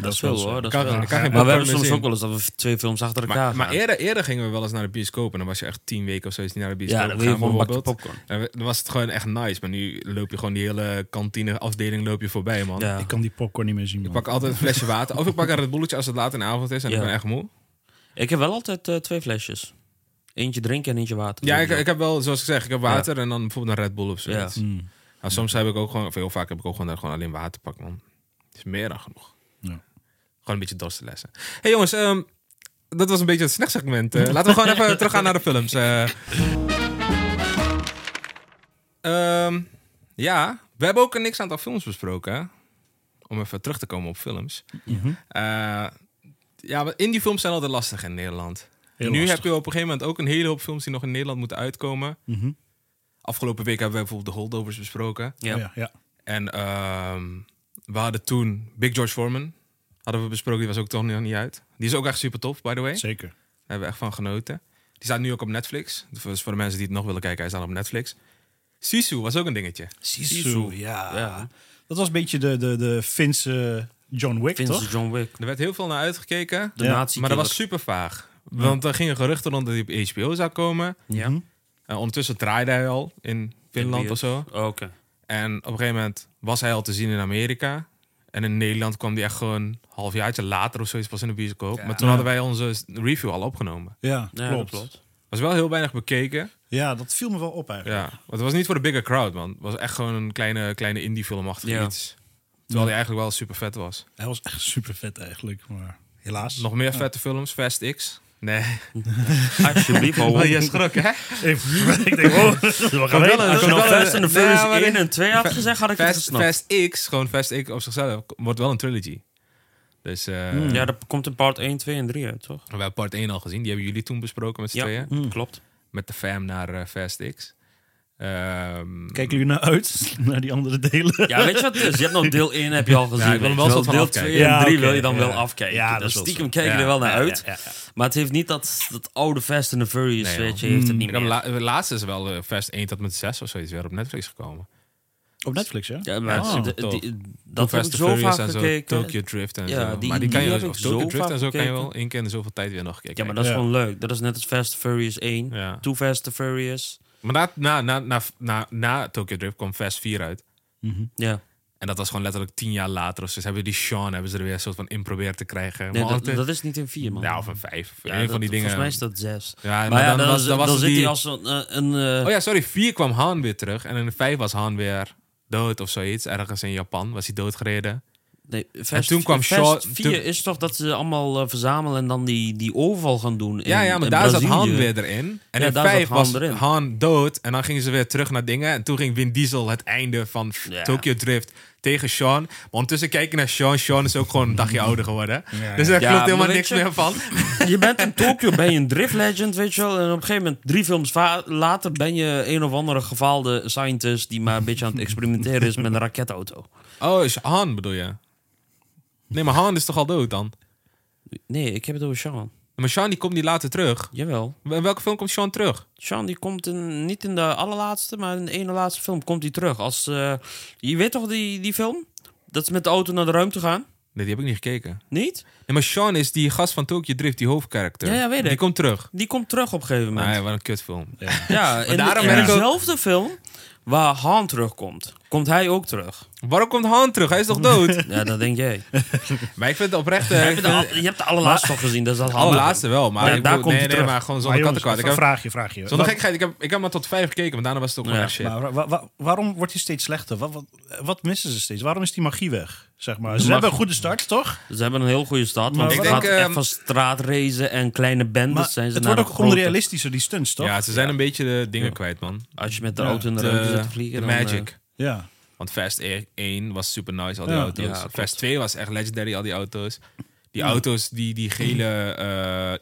Dat is veel hoor. Dat is Kan- kan geen veel. maar popcorn we hebben meer soms zien. ook wel eens dat we twee films achter elkaar Maar, gaan. maar eerder, eerder gingen we wel eens naar de bioscoop. En dan was je echt tien weken of zoiets niet naar de bioscoop Ja, dan wil je gegaan, gewoon een bakje bijvoorbeeld. En we- dan was het gewoon echt nice. Maar nu loop je gewoon die hele kantineafdeling loop je voorbij, man. ja. Ik kan die popcorn niet meer zien, Ik man. pak altijd een flesje water. Of ik pak een Red Bulletje als het laat in de avond is en Ja. ik ben echt moe. Ik heb wel altijd eh, twee flesjes. Eentje drinken en eentje water. Ja, ik, ik heb wel, zoals gezegd, ik heb water en dan bijvoorbeeld een Red Bull of zoiets. Ja. Nou, soms heb ik ook gewoon, of heel vaak heb ik ook gewoon, daar gewoon alleen water pak, man. Het is meer dan genoeg. Ja. Gewoon een beetje dorst lessen. hey, jongens, ehm, dat was een beetje het snachtsegment. Eh, laten we gewoon even teruggaan naar de films. eh. Ehm, ja, we hebben ook een x-aantal films besproken. hè? Om even terug te komen op films. Mhm. Eh, ja, maar indie films zijn altijd lastig in Nederland. Heel nu lastig. heb je op een gegeven moment ook een hele hoop films die nog in Nederland moeten uitkomen. Mhm. Afgelopen week hebben we bijvoorbeeld de Holdovers besproken. Ja. Ja, ja. En ehm, we hadden toen Big George Foreman. Hadden we besproken, die was ook toch nog niet uit. Die is ook echt super tof, by the way. Daar zeker. hebben we echt van genoten. Die staat nu ook op Netflix. Dus voor de mensen die het nog willen kijken, hij staat op Netflix. Sisu was ook een dingetje. Sisu, ja. Ja. Dat was een beetje de, de, de Finse John Wick, Vincent toch? John Wick. Er werd heel veel naar uitgekeken, De Ja. nazi maar dat was super vaag. Want er gingen geruchten rond dat hij op HBO zou komen. Ja. En Eh, ondertussen draaide hij al in Finland of zo. Oh, Oké. En op een gegeven moment was hij al te zien in Amerika. En in Nederland kwam die echt gewoon een halfjaartje later of zoiets pas in de bioscoop. Maar toen hadden wij onze s- review al opgenomen. Ja, Ja, klopt. dat klopt. Was wel heel weinig bekeken. Ja, dat viel me wel op eigenlijk. Ja. Want het was niet voor de bigger crowd, man. Het was echt gewoon een kleine, kleine indie filmachtig Ja. iets. Terwijl hij eigenlijk wel super vet was. Hij was echt super vet eigenlijk, maar helaas. Nog meer vette films, Fast X. Nee. Alsjeblieft, hou op. Oh, je schrok, hè? ik denk, oh, we gaan wel heen. een- Als je nou wel Fast een- and the Furious Nee, maar 1 dit- en 2 had gezegd, had ik het Fast, gesnapt. Fast X, gewoon Fast X op zichzelf, wordt wel een trilogy. Dus eh, Ja, dat komt in part 1, 2 en 3 uit, toch? we hebben part 1 al gezien. Die hebben jullie toen besproken met z'n Ja, tweeën. klopt. met de fam naar eh, Fast X. Ehm, Kijken jullie naar uit, naar die andere delen? Ja, weet je wat het is? Je hebt nog deel 1 heb je al gezien. ik wil hem wel weet je soort van Deel afkijken. 2 en Ja, 3 oké, wil je dan ja. wel afkijken. Ja, dat dus is wel stiekem zo. kijken Ja, er wel naar ja, uit. ja, ja. Maar het heeft niet dat, dat oude Fast and the Furious, Nee, weet je, heeft het niet ik heb meer. la- eh, laatst is wel eh, Fast 1 tot met 6 of zoiets weer op Netflix gekomen. Op Netflix, ja? ja, maar Ja, de- tof. die- dat heb Fast ik and zo Furious vaak en zo, gekeken. Tokyo Drift en Ja, zo. die- maar die die kan je heb of ik Tokyo zo Drift vaak en zo kan je gekeken. wel één keer in de zoveel tijd weer nog kijken. Ja, maar dat is Ja. gewoon leuk. Dat is net als Fast and Furious 1, Ja. Too Fast and Furious. Maar na, na, na, na, na, na Tokyo Drift kwam Fast 4 uit. Ja, En dat was gewoon letterlijk tien jaar later. Dus hebben die Sean hebben ze er weer een soort van in proberen te krijgen. nee, maar dat, altijd- dat is niet in 4, man. ja, of een vijf. Of Ja, een dat- van die dingen. Volgens mij is dat 6. Ja, maar, maar ja, dan dan, was- dan was dan zit die- hij als een... eh, een eh, Oh ja, sorry. Vier kwam Han weer terug. En in de vijf was Han weer dood of zoiets. Ergens in Japan was hij doodgereden. Nee, Fast- toen kwam Fast Shaw- 4 toen- is toch dat ze allemaal eh, verzamelen en dan die, die overval gaan doen. in- Ja, ja, maar in daar zat Brazilië. Han weer erin. En Ja, in daar zat vijf Han was erin. Han dood. En dan gingen ze weer terug naar dingen. En toen ging Vin Diesel het einde van Ja. Tokyo Drift tegen Sean. Maar ondertussen kijken naar Sean. Sean is ook gewoon een dagje ouder geworden. Dus daar Ja, klopt maar helemaal weet niks je- meer van. Je bent in Tokio, ben je een drift legend, weet je wel. En op een gegeven moment, drie films va- later, ben je een of andere gefaalde scientist... die maar een beetje aan het experimenteren is met een raketauto. Oh, is Han bedoel je? Nee, maar Han is toch al dood dan? Nee, ik heb het over Sean. Maar Sean die komt niet later terug. Jawel. In welke film komt Sean terug? Sean die komt in, niet in de allerlaatste, maar in de ene laatste film komt hij terug. Als, eh, je weet toch die, die film? Dat ze met de auto naar de ruimte gaan? Nee, die heb ik niet gekeken. Niet? Nee, maar Sean is die gast van Tokyo Drift, die hoofdkarakter. Ja, ja, weet Die ik. komt terug. Die komt terug op een gegeven moment. Nee, wat een kutfilm. Ja, in, Ah, daarom in ben ik ook- dezelfde film waar Han terugkomt, komt hij ook terug. Waarom komt Han terug? Hij is toch dood? Ja, dat denk jij. maar ik vind het oprecht... eh, ik Heb je, vind de, al- je hebt de allerlaatste toch gezien, dat is dat De Han. allerlaatste wel, Ah, maar Ja, ik daar bedoel- komt nee, hij nee, terug. maar gewoon Maar zonder jongens, kattenkwaad. Ik heb, een vraag je, vraag je. zonder gekheid, ik heb, ik heb maar tot vijf gekeken, maar daarna was het ook gewoon Ja, echt shit. Maar wa- wa- waarom wordt hij steeds slechter? Wat, wat, wat missen ze steeds? Waarom is die magie weg? Zeg maar. Ze magie- hebben een goede start, toch? Ze hebben een heel goede start, Maar want ik het denk, gaat echt ehm, van straatracen en kleine bendes Maar zijn ze het naar wordt ook de grote- onrealistischer, die stunts, toch? Ja, ze zijn een beetje de dingen kwijt, man. Als je met de Ja, auto in de De, ruimte zit te vliegen. de dan, eh, magic. Ja. Want Fast 1 was super nice, al die Ja. auto's. Ja, klopt. Fast 2 was echt legendary, al die auto's. Die auto's, die, die gele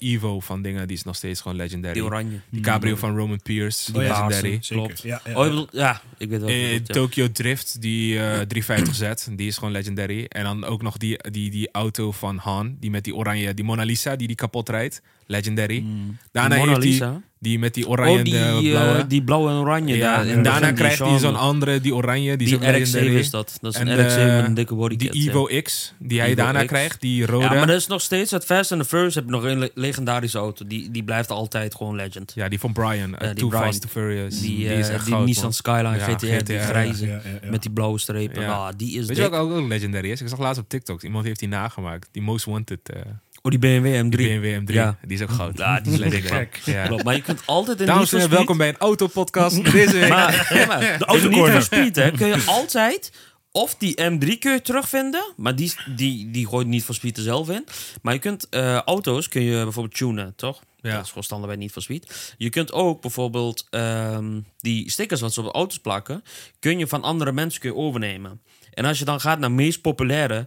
eh Evo van dingen, die is nog steeds gewoon legendary. die oranje. Die cabrio van Roman Pierce, Hmm. Oh ja, legendary. zeker. Klopt. Ja, ja. Oh, je bedoelt, ja, ik weet wel. wat je Eh, bedoelt, ja. Tokyo Drift, die eh, 350Z, die is gewoon legendary. En dan ook nog die, die, die auto van Han, die met die oranje, die Mona Lisa, die die kapot rijdt. Legendary. Hmm. Daarna Mona heeft die, Lisa? die met die oranje oh, die, en eh, de blauwe. die blauwe en oranje ja, daar. in en het daarna begin, die krijgt hij Sean. zo'n andere, die oranje, die, Die is ook legendary. RX-7 is dat. Dat is een En, RX-7 met eh, een dikke bodycat. Die ja. Evo X, die hij Evo daarna X. krijgt, die rode. Ja, Ja, maar dat is nog steeds het Fast and the Furious. Heb je nog een le- legendarische auto. Die, die blijft altijd gewoon legend. Eh, die van Brian, uit die Too Brian. Fast, Too Furious. Die, eh, is echt die goud, Nissan man. Skyline Ja, GTR, die GTR, grijze, ja, ja, ja. met die blauwe strepen. Ja. Ah, die is Weet dik. je wat ook, ook legendary is? Ik zag laatst op TikTok, iemand heeft die nagemaakt. Die Most Wanted eh, Oh, die BMW M3. BMW M3. Ja. Ah, Die is ook groot. Ja, die is lekker. Ja. Klopt, maar je kunt altijd in Dames en Need heren, eh, welkom for Speed- bij een autopodcast. Deze week. Maar, ja, maar de auto autocorner. niet voor Speed, hè, kun je altijd... Of die M3 kun je terugvinden, maar die, die, die gooit niet voor Speed er zelf in. Maar je kunt eh, auto's kun je bijvoorbeeld tunen, toch? Ja. Dat is gewoon standaard bij niet voor Speed. Je kunt ook bijvoorbeeld ehm, die stickers wat ze op de auto's plakken, kun je van andere mensen kun je overnemen. En als je dan gaat naar meest populaire,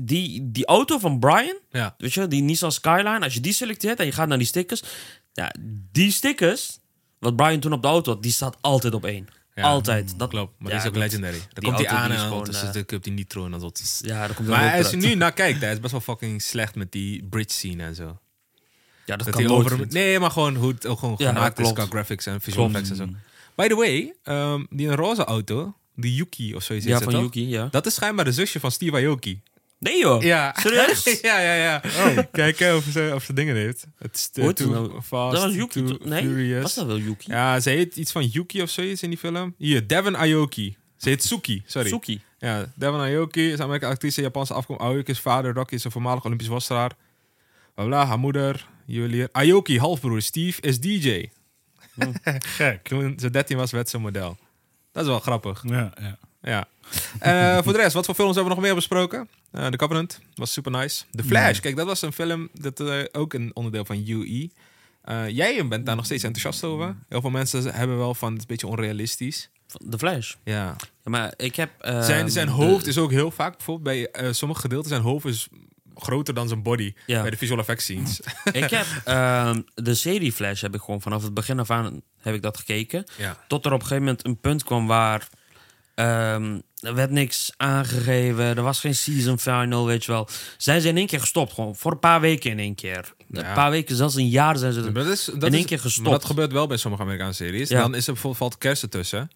die, die auto van Brian, Ja. Weet je, die Nissan Skyline, als je die selecteert en je gaat naar die stickers. Ja, die stickers, wat Brian toen op de auto had, die staat altijd op één. Ja, mm, altijd. Dat Klopt, maar ja, dat is ook dat- legendary. Dan die komt hij auto aan die is en gewoon, dan eh, zit ik op die nitro en dan tot... Ja, daar komt Maar maar als je nu naar kijkt, hij is best wel fucking slecht met die bridge scene en zo. Ja, dat, Dat kan hij nooit. over hem- vriend. Nee, maar gewoon hoe het ook gewoon Ja, gemaakt is klopt. qua graphics en visual Klopt. effects en zo. By the way, ehm, die een roze auto, die Yuki of zoiets. Ja, is het van toch? Yuki, ja. Dat is schijnbaar de zusje van Steve Aoki. Nee joh. Ja. Serieus? ja, ja, ja. Oh. Kijk eh, of ze, of ze dingen heeft. Het is te- Hoe heet too ze nou? fast, dat was Yuki. too toch? Nee, furious. was dat wel Yuki? Ja, ze heet iets van Yuki of zoiets in die film. Hier, Devon Aoki. Ze heet Suki, sorry. Suki. Ja, Devon Aoki is Amerikaanse actrice, Japanse afkomst. Aoki's vader, Rocky, is een voormalig Olympisch worstelaar. Bla, bla, haar moeder, juwelier. Aoki, halfbroer Steve, is DJ. Gek. Toen ze 13 was, werd ze model. Dat is wel grappig. Ja, ja. Ja. Eh, voor de rest, wat voor films hebben we nog meer besproken? Eh The Covenant was super nice. The Flash, kijk, dat was een film dat eh, ook een onderdeel van UE. Eh jij bent daar nog steeds enthousiast over. Heel veel mensen hebben wel van het is een beetje onrealistisch. Van De Flash. Ja. Ja, maar ik heb... ehm, Zijn, zijn de- hoofd is ook heel vaak, bijvoorbeeld bij eh, sommige gedeelten, zijn hoofd is groter dan zijn body. Ja. Bij de visual effects scenes. Ik heb ehm, de serie Flash heb ik gewoon vanaf het begin af aan heb ik dat gekeken. ja. Tot er op een gegeven moment een punt kwam waar. ehm, er werd niks aangegeven. Er was geen season final, weet je wel. Zijn ze in één keer gestopt, gewoon voor een paar weken in één keer. Ja. Een paar weken, zelfs een jaar zijn ze Maar er. Dus Dat is, dat In één is- keer gestopt. Maar dat gebeurt wel bij sommige Amerikaanse series. Ja. Dan is er bijvoorbeeld valt kerst ertussen.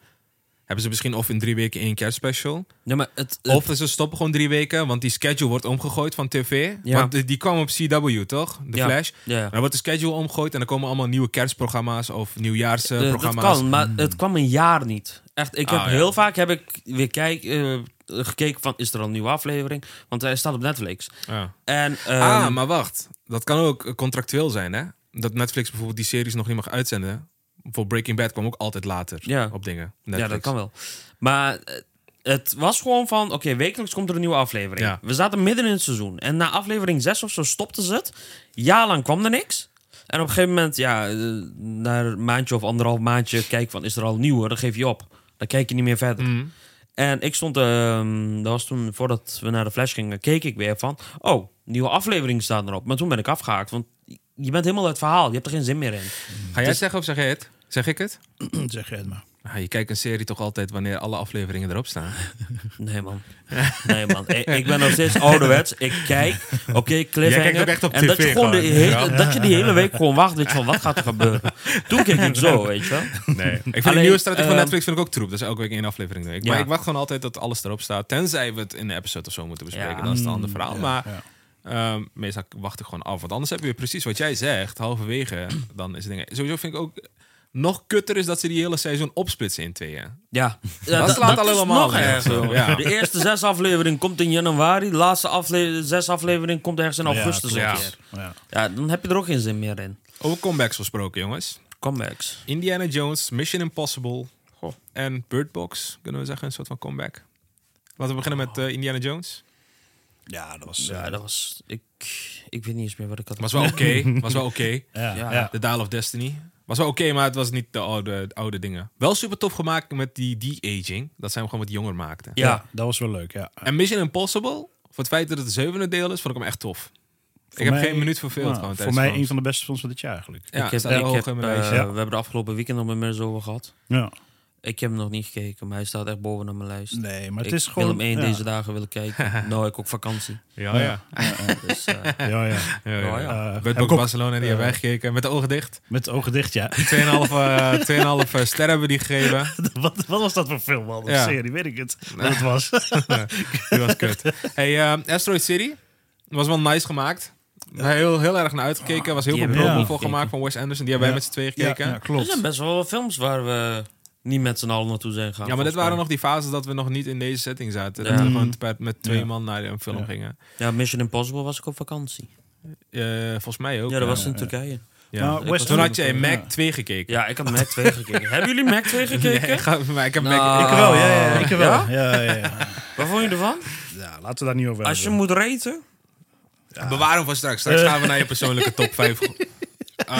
Hebben ze misschien of in drie weken één kerstspecial. Ja, maar het, het- Of ze stoppen gewoon drie weken, want die schedule wordt omgegooid van tv. Ja. Want die, die kwam op CW, toch? De Ja. Flash. Ja. Dan wordt de schedule omgegooid en dan komen allemaal nieuwe kerstprogramma's of eh, dat nieuwjaarsprogramma's. kan, maar het kwam een jaar niet. Echt, ik heb Ah, ja. heel vaak heb ik weer kijk, eh, gekeken van is er al een nieuwe aflevering? Want hij staat op Netflix. Ja. En, ehm, ah, maar wacht. Dat kan ook eh, contractueel zijn, hè? Dat Netflix bijvoorbeeld die series nog niet mag uitzenden. Voor Breaking Bad kwam ook altijd later Ja. op dingen. Ja, dat kan wel. Maar eh, het was gewoon van, oké, wekelijks komt er een nieuwe aflevering. Ja. We zaten midden in het seizoen. En na aflevering 6 of zo stopten ze het. Jaarlang kwam er niks. En op een gegeven moment, ja, eh, na een maandje of anderhalf maandje, kijk van, is er al een nieuwe? Dan geef je op. Dan kijk je niet meer verder. En ik stond, ehm, dat was toen, voordat we naar de Flash gingen, keek ik weer van, oh, nieuwe aflevering staat erop. Maar toen ben ik afgehaakt, want je bent helemaal uit het verhaal. Je hebt er geen zin meer in. Ga Dus- jij het zeggen of zeg jij het? Zeg ik het? Zeg jij het maar. Ah, je kijkt een serie toch altijd wanneer alle afleveringen erop staan. Nee, man. Nee, man. Ik, ik ben nog steeds ouderwets. Ik kijk. Oké, cliffhanger. kijkt ook echt op en dat je, tv gewoon de gewoon, he- ja. dat je die hele week gewoon wacht. Weet je van, wat gaat er gebeuren? Toen keek ik zo, weet je wel. Nee. Ik vind de Alleen, nieuwe strategie van ehm, Netflix vind ik ook troep. Dat is elke week één aflevering. Doe ik. Maar Ja. ik wacht gewoon altijd dat alles erop staat. Tenzij we het in een episode of zo moeten bespreken. Ja. Dat is het ander verhaal. maar ja. ehm, meestal wacht ik gewoon af. Want anders heb je weer precies wat jij zegt. Halverwege, dan is het ding... Sowieso vind ik ook... Nog kutter is dat ze die hele seizoen opsplitsen in tweeën. Ja. ja dat da- slaat dat al is helemaal nog nergens erger. op. Ja. De eerste zes aflevering komt in januari. De laatste afle zes aflevering komt ergens in augustus klopt. ja, Ja. een keer. Ja. Ja, dan heb je er ook geen zin meer in. Over comebacks gesproken, jongens. Comebacks. Indiana Jones, Mission Impossible Goh. en Bird Box. Kunnen we zeggen, een soort van comeback. Laten we beginnen met eh, Indiana Jones. ja, dat was... eh, Ja, dat was... Ik, ik weet niet eens meer wat ik had. Was wel oké. was wel oké. ja, ja. ja. The Dial of Destiny. Was wel oké, maar het was niet de oude, de oude dingen. Wel super tof gemaakt met die de-aging. Dat zij hem gewoon wat jonger maakten. Ja. dat was wel leuk, ja. En Mission Impossible, voor het feit dat het de zevende deel is, vond ik hem echt tof. ik heb mij- geen minuut verveeld Nou, gewoon voor tijdens mij films. een van de beste films van dit jaar eigenlijk. Ja, ik heb, staat heel ik hoog heb, in mijn eh, lijstje. We hebben de afgelopen weekend nog met mensen over gehad. Ja. Ik heb hem nog niet gekeken, maar hij staat echt bovenaan mijn lijst. Nee, maar het ik is gewoon... wil hem één ja. deze dagen willen kijken. nou, ik ook vakantie. Ja, ja. Dus, eh, Ja, ja, ja. ja, Ja, ja. ja. Eh, Bad heb Box ik ook- Barcelona, die hebben wij gekeken. Met de ogen dicht. 2,5 Met de ogen dicht, ja. eh, 2,5 eh, sterren hebben die gegeven. wat, wat was dat voor film, man? Of Ja. serie, weet ik het. Wat het was. Die was kut. Hey, eh, Asteroid City. Was wel nice gemaakt. Heel, heel erg naar uitgekeken. Was heel Ah, Die veel hebben we promo ook voor gekeken. gemaakt van Wes Anderson. Die hebben wij Ja. met z'n tweeën ja, gekeken. ja, er zijn klopt. best wel wat films waar we niet met z'n allen naartoe zijn gegaan. Ja, maar dit waren volgens nog die fases dat we nog niet in deze setting zaten. Ja. Dat we gewoon te paard met twee Ja. man naar een film gingen. mij. Ja, Mission Impossible was ik op vakantie. Eh, volgens mij ook. Ja, dat was in een. Turkije. Ja. Nou, West Toen Ham- had je in Ja. Mac 2 gekeken. Ja, ik had Mac 2 gekeken. Hebben jullie Mac 2 gekeken? Nee, ik, ga- maar ik heb Nou. Mac... Ik wel, ja, Oh. ja, ja, ik wel. Ja? Ja? Ja, ja, ja. Waar vond je ervan? laten we daar niet over Als je hebben. moet raten... Bewaar hem van straks. Straks Eh. gaan we naar je persoonlijke top 5. Ja,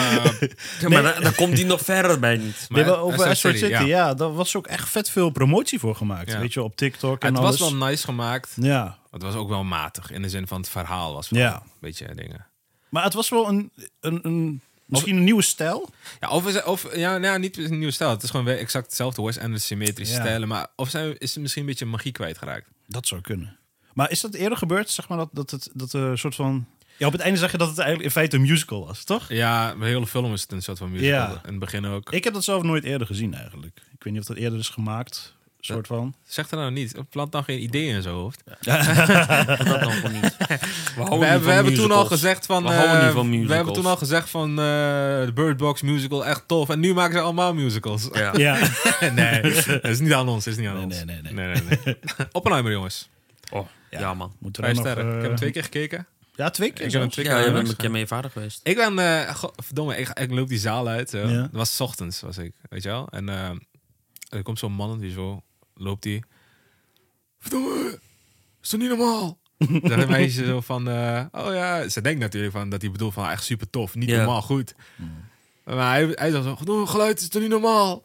maar dan, dan komt die nog verder bij niet. Nee, maar Eh, over Asteroid City, ja. daar was ook echt vet veel promotie voor gemaakt. Ja. Weet je, op TikTok en Het was alles. wel nice gemaakt. Ja, Het was ook wel matig. In de zin van het verhaal was wel Ja. een beetje eh, dingen. maar het was wel een, een, een misschien een nieuwe stijl. Ja, of, is, het- of ja, nou, ja, niet een nieuwe stijl. Het is gewoon weer exact hetzelfde Wes Anderson symmetrische Ja. stijlen. Maar of zijn, is er misschien een beetje magie kwijtgeraakt? Dat zou kunnen. Maar is dat eerder gebeurd, zeg maar, dat, dat het dat, eh soort van... Ja, op het einde zeg je dat het eigenlijk in feite een musical was, toch? Ja, bij de hele film is het een soort van musical. Ja. In het begin ook. Ik heb dat zelf nooit eerder gezien eigenlijk. Ik weet niet of dat eerder is gemaakt, soort van. Zeg er nou niet. Plant nou geen ideeën in zijn hoofd. Dat dan gewoon niet. We, houden We, niet hebben- van we hebben toen al musicals. gezegd van... We houden eh, niet van we hebben musicals. toen al gezegd van... eh, de Bird Box musical, echt tof. En nu maken ze allemaal musicals. Ja. Ja. nee, dat is niet aan ons. Dat is niet aan Nee, ons. nee, nee, nee. nee, nee. Oppenheimer, jongens. Oh, ja. man. Moet er Vijf nog, sterren. eh, Ik heb hem twee keer gekeken. Ja, twee keer Ik heb hem zelfs. twee keer Ja, je aan bent de een keer max mee vader geweest. Ik ben, eh, go- verdomme, ik, ga- ik loop die zaal uit. zo. Ja. Het was 's ochtends, was ik, weet je wel. En eh, er komt zo'n man en die zo loopt die. Verdomme, is dat niet normaal? Dan een meisje zo van, eh, oh ja. Ze denkt natuurlijk van dat hij bedoelt van echt super tof, niet Ja. Mm. normaal goed. Maar hij, hij zegt zo, verdomme, geluid is toch niet normaal?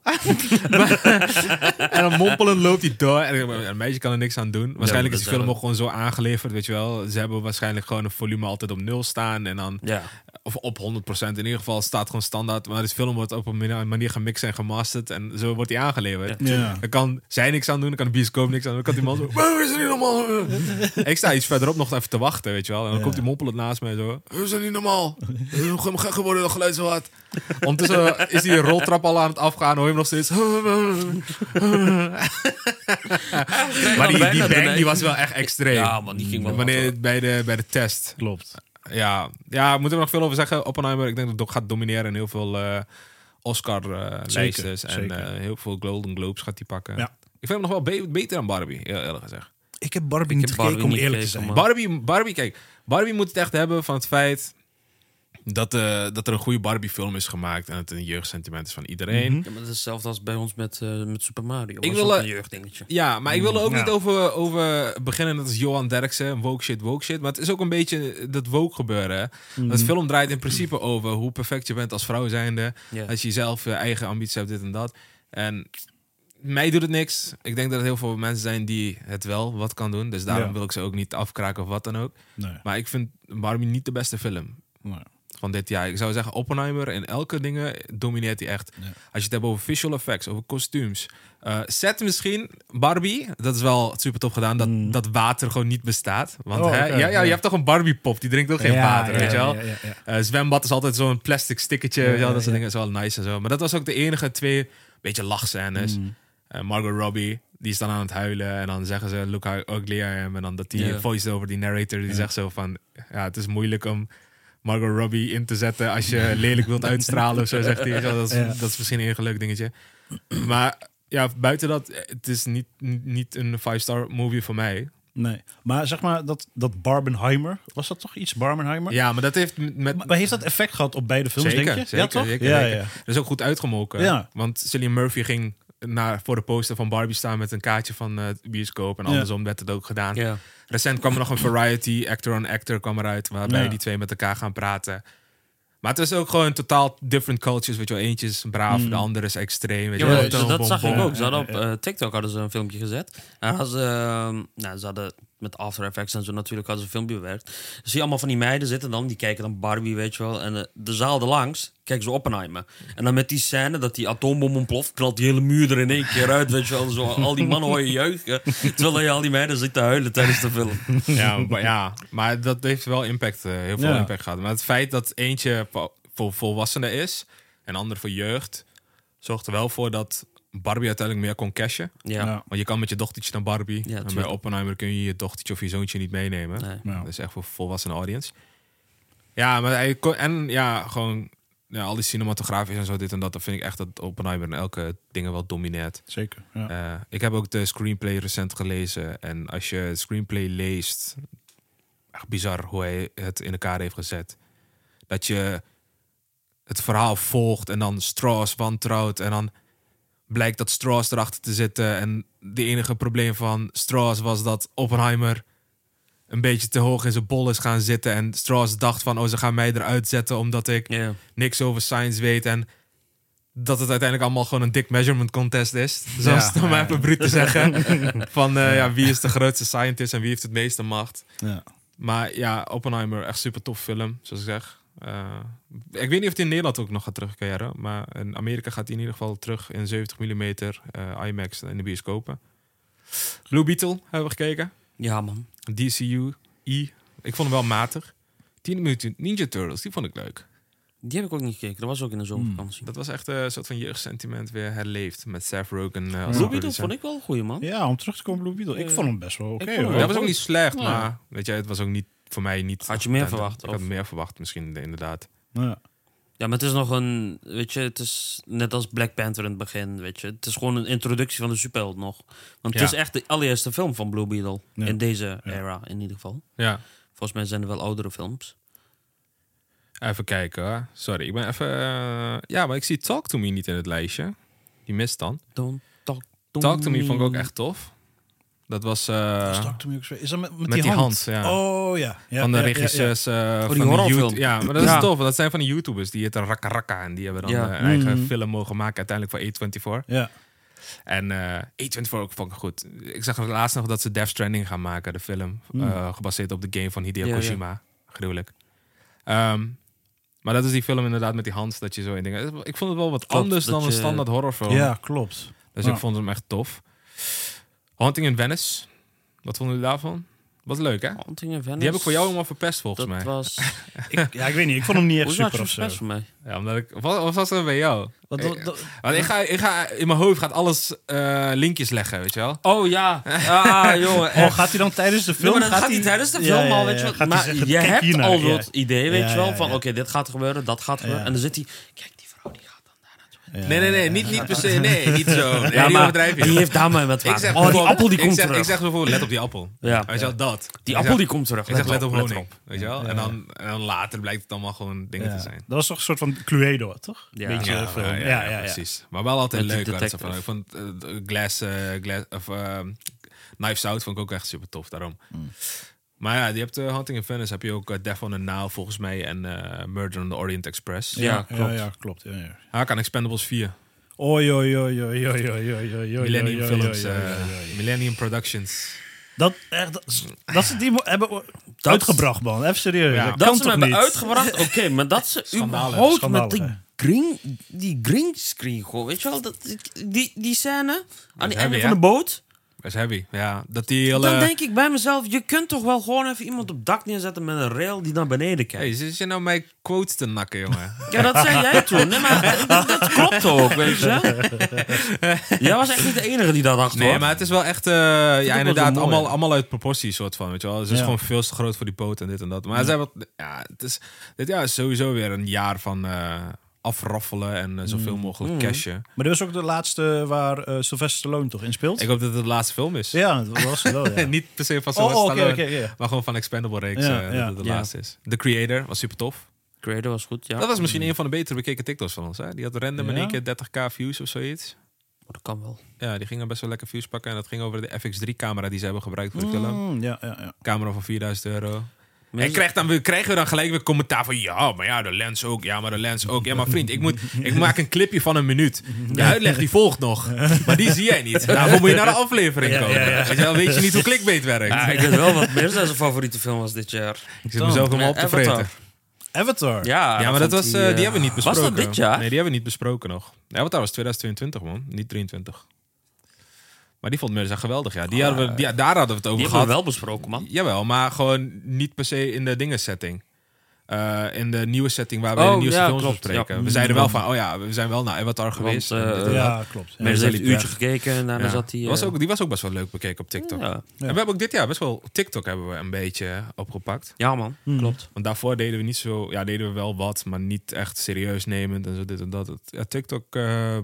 Maar- en dan mompelend loopt hij door. En ik- een meisje kan er niks aan doen. Waarschijnlijk dat is die is film wel- ook gewoon zo aangeleverd, weet je wel. Ze hebben waarschijnlijk gewoon een volume altijd op nul staan. En dan Ja. of op 100% in ieder geval staat gewoon standaard. Maar de film wordt op een mina- manier gemixt en gemasterd. En zo wordt hij aangeleverd. Ja. Dan kan zij niks aan doen, dan kan de bioscoop niks aan doen. Dan kan die man zo... "Waar is het niet normaal? ik sta iets verderop nog even te wachten, weet je wel. En dan komt die mompelend naast mij zo... "Eh, Is dat niet normaal? Eh, Hoe gaan we gek geworden? Dat geluid zo hard. Ondertussen eh, is die roltrap al aan het afgaan. Hoor je hem nog steeds... maar die, die bang die was wel echt extreem. Ja, man, die ging wel hard, Wanneer, bij, de, bij de test. Klopt. Ja, ja, we moeten er nog veel over zeggen. Oppenheimer, ik denk dat het ook gaat domineren in heel veel Oscar-lijsten. Zeker, en zeker. eh, heel veel Golden Globes gaat hij pakken. Ja. Ik vind hem nog wel be- beter dan Barbie, heel eerlijk gezegd. Ik heb Barbie niet heb Barbie gekeken, om niet eerlijk te gekeken, zijn. man. Barbie, Barbie, kijk, Barbie moet het echt hebben van het feit dat, eh, dat er een goede Barbie-film is gemaakt en het een jeugdsentiment is van iedereen. Mhm. Ja, maar dat is hetzelfde als bij ons met, eh, met Super Mario. Dat Ik is wil, ook eh, een jeugddingetje. Ja, maar ik wil er ook Ja. niet over, over beginnen. Dat is Johan Derksen, woke shit, woke shit. Maar het is ook een beetje dat woke gebeuren. hè. Mhm. Dat film draait in principe over hoe perfect je bent als vrouw zijnde. Ja. Als je zelf je eigen ambities hebt, dit en dat. En mij doet het niks. Ik denk dat er heel veel mensen zijn die het wel wat kan doen. Dus daarom Ja. wil ik ze ook niet afkraken of wat dan ook. Nee. Maar ik vind Barbie niet de beste film Nee. van dit jaar. Ik zou zeggen, Oppenheimer in elke dingen domineert hij echt. Als je het hebt over visual effects, over kostuums. eh, set misschien, Barbie, dat is wel super tof gedaan, dat, dat water gewoon niet bestaat. Want Mm. Oh, hè, oké, ja, ja, ja. je hebt toch een Barbie-pop, die drinkt ook geen Ja, water, ja, weet je wel? ja, ja, ja. Eh, zwembad is altijd zo'n plastic stickertje, weet je wel, dat soort ja. dingen is wel nice en zo. Maar dat was ook de enige twee, beetje lachscènes. Mm. Eh, Margot Robbie, die is dan aan het huilen en dan zeggen ze, look how ugly I am. En dan dat die Ja. voice-over, die narrator, die zegt zo van, ja, het is moeilijk om Margot Robbie in te zetten als je lelijk wilt uitstralen of zo, zegt hij. Zo, Dat is, Ja. dat is misschien een leuk dingetje. Maar ja, buiten dat, eh, het is niet, niet een five-star movie voor mij. Nee. Maar zeg maar, dat, dat Barbenheimer, was dat toch iets Barbenheimer? Ja, maar dat heeft met... met- Maar heeft dat effect gehad op beide films, zeker, denk je? zeker, ja, toch? zeker, ja, zeker. ja. Dat is ook goed uitgemolken. Ja. Want Cillian Murphy ging naar, voor de poster van Barbie staan met een kaartje van eh, het bioscoop. En Ja. andersom werd het ook gedaan. Ja. Recent kwam er nog een variety, actor on actor kwam eruit, waarbij Ja. die twee met elkaar gaan praten. Maar het is ook gewoon totaal different cultures, weet je wel. Eentje is braaf, Mm. de andere is extreem. Weet je Ja, wel. maar Toon, dat, dat bom, zag bom. ik ook. Ze hadden op eh, TikTok hadden ze een filmpje gezet. En hadden ze, ehm, nou, ze hadden met After Effects en zo natuurlijk hadden ze een filmpje bewerkt. Dan zie je allemaal van die meiden zitten dan. Die kijken dan Barbie, weet je wel. En eh, de zaal erlangs kijken ze Oppenheimer. En dan met die scène dat die atoombom ontploft... knalt die hele muur er in één keer uit, weet je wel. Zo, al die mannen hoor je juichen. Terwijl je al die meiden zit te huilen tijdens de film. Ja, maar, ja, maar dat heeft wel impact, eh, heel veel Ja. impact gehad. Maar het feit dat eentje po- voor volwassenen is en ander voor jeugd, zorgt er wel voor dat Barbie uiteindelijk meer kon cashen. Ja. Ja. Want je kan met je dochtertje naar Barbie. en bij tuurlijk. Oppenheimer kun je je dochtertje of je zoontje niet meenemen. Nee. Ja. Dat is echt voor volwassen audience. Ja, maar hij kon- en ja, gewoon ja, al die cinematografisch en zo dit en dat. Dan vind ik echt dat Oppenheimer in elke dingen wel domineert. Zeker. Ja. Eh, ik heb ook de screenplay recent gelezen. En als je het screenplay leest, echt bizar hoe hij het in elkaar heeft gezet. Dat je het verhaal volgt en dan Strauss wantrouwt en dan blijkt dat Strauss erachter te zitten. En de enige probleem van Strauss was dat Oppenheimer een beetje te hoog in zijn bol is gaan zitten. En Strauss dacht van, oh, ze gaan mij eruit zetten omdat ik Ja. niks over science weet. En dat het uiteindelijk allemaal gewoon een dik measurement contest is. Zoals het om maar even bruut te zeggen. van eh, ja, wie is de grootste scientist en wie heeft het meeste macht. Ja. Maar ja, Oppenheimer, echt super tof film, zoals ik zeg. Eh, ik weet niet of die in Nederland ook nog gaat terugkeren. Maar in Amerika gaat hij in ieder geval terug in 70 mm eh, IMAX in de bioscopen. Blue Beetle hebben we gekeken. Ja, man. DCU, I. Ik vond hem wel matig. Teen Mutant Ninja Turtles, die vond ik leuk. Die heb ik ook niet gekeken. Dat was ook in de zomervakantie. Dat was echt eh, een soort van jeugdsentiment weer herleefd. Met Seth Rogen. eh, als Blue Beetle producer. vond ik wel een goeie, man. ja, om terug te komen op Blue Beetle. Ik vond hem best wel oké. ik vond hem hoor. Dat was ook niet slecht, maar weet je, het was ook niet voor mij niet. Had je meer Ja, verwacht, Ik had of? meer verwacht, misschien inderdaad. Ja. Ja, maar het is nog een, weet je, het is net als Black Panther in het begin, weet je. Het is gewoon een introductie van de superheld nog. Want het Ja. is echt de allereerste film van Blue Beetle, in deze era in ieder geval. Ja. Volgens mij zijn er wel oudere films. Even kijken hoor. Sorry, ik ben even. eh, ja, maar ik zie Talk to Me niet in het lijstje. Die mist dan. Don't talk to Talk to Me vond ik ook echt tof. Dat was. eh, Stalk to me ook zo- Is dat met, met, met die hand, ja. Oh ja. ja van de ja, ja, regisseurs. eh, van die horrorfilm. YouTube- Ja, maar dat is Ja. tof. want Dat zijn van die YouTubers. Die het Rakka Rakka. En die hebben dan Ja. eh, een eigen film mogen maken. Uiteindelijk voor A24. Ja. ja. En eh A24 ook vond ik goed. Ik zag laatst nog dat ze Death Stranding gaan maken, de film. eh, gebaseerd op de game van Hideo Hmm. Ja, ja. Kojima. Gruwelijk. Ehm, maar dat is die film inderdaad met die hand dat je zo in dingen... Ik vond het wel wat Klopt, anders dat dan een je- standaard horrorfilm. Ja, klopt. Dus Ja. ik vond hem echt tof. Haunting in Venice. Wat vonden jullie daarvan? Was leuk, hè? Haunting in Venice. Die heb ik voor jou helemaal verpest, volgens Dat mij. was... Ik, ja, ik weet niet. Ik vond hem niet echt Hoe is dat je super of zo. best voor mij? Ja, omdat ik... Of was was dat bij jou? Wat- wat- dat- Want ik ga, ik ga, in mijn hoofd gaat alles eh, linkjes leggen, weet je wel? Oh ja. Ah, jongen. Oh, gaat hij dan tijdens de Nee, film? maar dan gaat, hij tijdens de film Ja, ja, al, ja, weet je ja. wel. Gaat hij maar zeggen, je "Kijk hebt hiernaar." al Ja. dat idee, weet Ja, je wel, ja, van ja. oké, dit gaat gebeuren, dat gaat gebeuren. En dan zit hij, kijk, die vrouw die gaat dan daarna zo. Nee, nee, nee, niet, niet per se. Nee, niet zo. Nee, die overdrijf je. die heeft daar maar wat Ik van. zeg Oh, die bijvoorbeeld- appel die ik komt zeg, terug. Ik zeg bijvoorbeeld, let op die appel. Ja. Weet je wel, dat. Ik die appel zeg- die komt terug. Ik zeg, let op let honing. Weet je wel? En, dan, en dan later blijkt het allemaal gewoon dingen Ja. te Dat zijn. was toch een soort van Cluedo, toch? Ja. Beetje Ja, film. ja, ja, ja, precies. Maar wel altijd Met die leuk. waar het zo van- Ik detective. vond eh, Glass, eh, glass of, eh, Knives Out vond ik ook echt super tof, daarom. Hmm. Maar ja, je hebt eh, Hunting in Venice, heb je ook eh, Death on a Nile volgens mij en eh, Murder on the Orient Express. Ja, Ja, klopt. ja, ja, klopt. Ja, ja. Haak aan Expendables 4. Oei, oei, oei, oei, oei, oei, oei, oei, oei, Millennium oei, Films, oei, oei, eh, oei, oei. Millennium Productions. Dat, echt, dat, is- dat ze die mo- hebben o- uitgebracht, man. Even serieus. Ja. Dat, Dat kan ze toch hem niet? hebben uitgebracht, oké, maar dat ze Schandalig, überhaupt met schandalig, die green, die green screen gewoon, weet je wel, dat, die, die scène aan het hebben, einde ja. eh, van de boot. Dat is heavy, ja. Dat die hele... Dan denk ik bij mezelf, je kunt toch wel gewoon even iemand op dak neerzetten met een rail die naar beneden kijkt. Hey, zit je nou mijn quotes te nakken, jongen? Ja, dat zei jij toen. Nee, maar dat, dat klopt ook, weet je. Jij was echt niet de enige die dat dacht, nee, hoor. maar het is wel echt... eh, ja, zo inderdaad, mooi. allemaal, allemaal uit proportie, soort van, weet je wel. Het is Ja. gewoon veel te groot voor die poot en dit en dat. Maar ze hebben... Ja, het is, dit jaar is sowieso weer een jaar van eh, afraffelen en eh, zoveel Mm. mogelijk cashen. Maar dit was ook de laatste waar eh, Sylvester Stallone toch in speelt? Ik hoop dat het de laatste film is. Ja, dat was het wel, ja. Niet per se van Oh, Sylvester oké, Stallone, oké, ja. maar gewoon van Expendable reeks Ja, eh, ja. dat het de Ja. laatste is. The Creator was super tof. Creator was goed, ja. Dat Dat, was misschien een van de betere bekeken TikToks van ons. Hè? Die had random in Ja? één keer 30k views of zoiets. Oh, kan wel. Ja, die gingen best wel lekker views pakken. En dat ging over de FX3-camera die ze hebben gebruikt voor de film. Mm, ja, ja, ja. Camera van 4000 euro. En Mensen- krijgt dan, we- krijgen we dan gelijk weer commentaar van... Ja, maar ja, de lens ook. Ja, maar de lens ook. Ja, maar vriend, ik, moet, ik maak een clipje van een minuut. De uitleg die volgt nog. Maar die zie jij niet. Daarvoor moet je naar de aflevering komen. Weet, je wel, weet je niet hoe clickbait werkt. Ja, ik weet wel wat Mirza zijn favoriete film was dit jaar. ik zit mezelf helemaal op te Avatar. vreten. Avatar. Ja, Ja, maar dat vond was, eh, hij, die eh, hebben we niet besproken. Was dat dit jaar? Nee, die hebben we niet besproken nog. Ja, want dat was 2022, man. Niet 23. Maar die vond Mirza geweldig, ja. Die hadden we, die, daar hadden we het over Ah, die hebben gehad. we wel besproken, man. Jawel, maar gewoon niet per se in de dingen setting. Eh, in de nieuwe setting waar we Oh, de nieuwste ja, films klopt, bespreken. ja. mm, We zeiden wel van, oh ja, we zijn wel naar Avatar geweest. eh, en dit en ja, dat. Ja, klopt. Ja. Mirza heeft een liep uurtje gekeken en daarna Ja. zat hij... Dat eh, was ook, die was ook best wel leuk bekeken op TikTok. Ja. En we hebben ook dit jaar best wel TikTok hebben we een beetje opgepakt. Ja, man. Klopt. Want daarvoor deden we niet zo, ja, deden we wel wat, maar niet echt serieus nemend en zo dit en dat. Het- Ja, TikTok eh,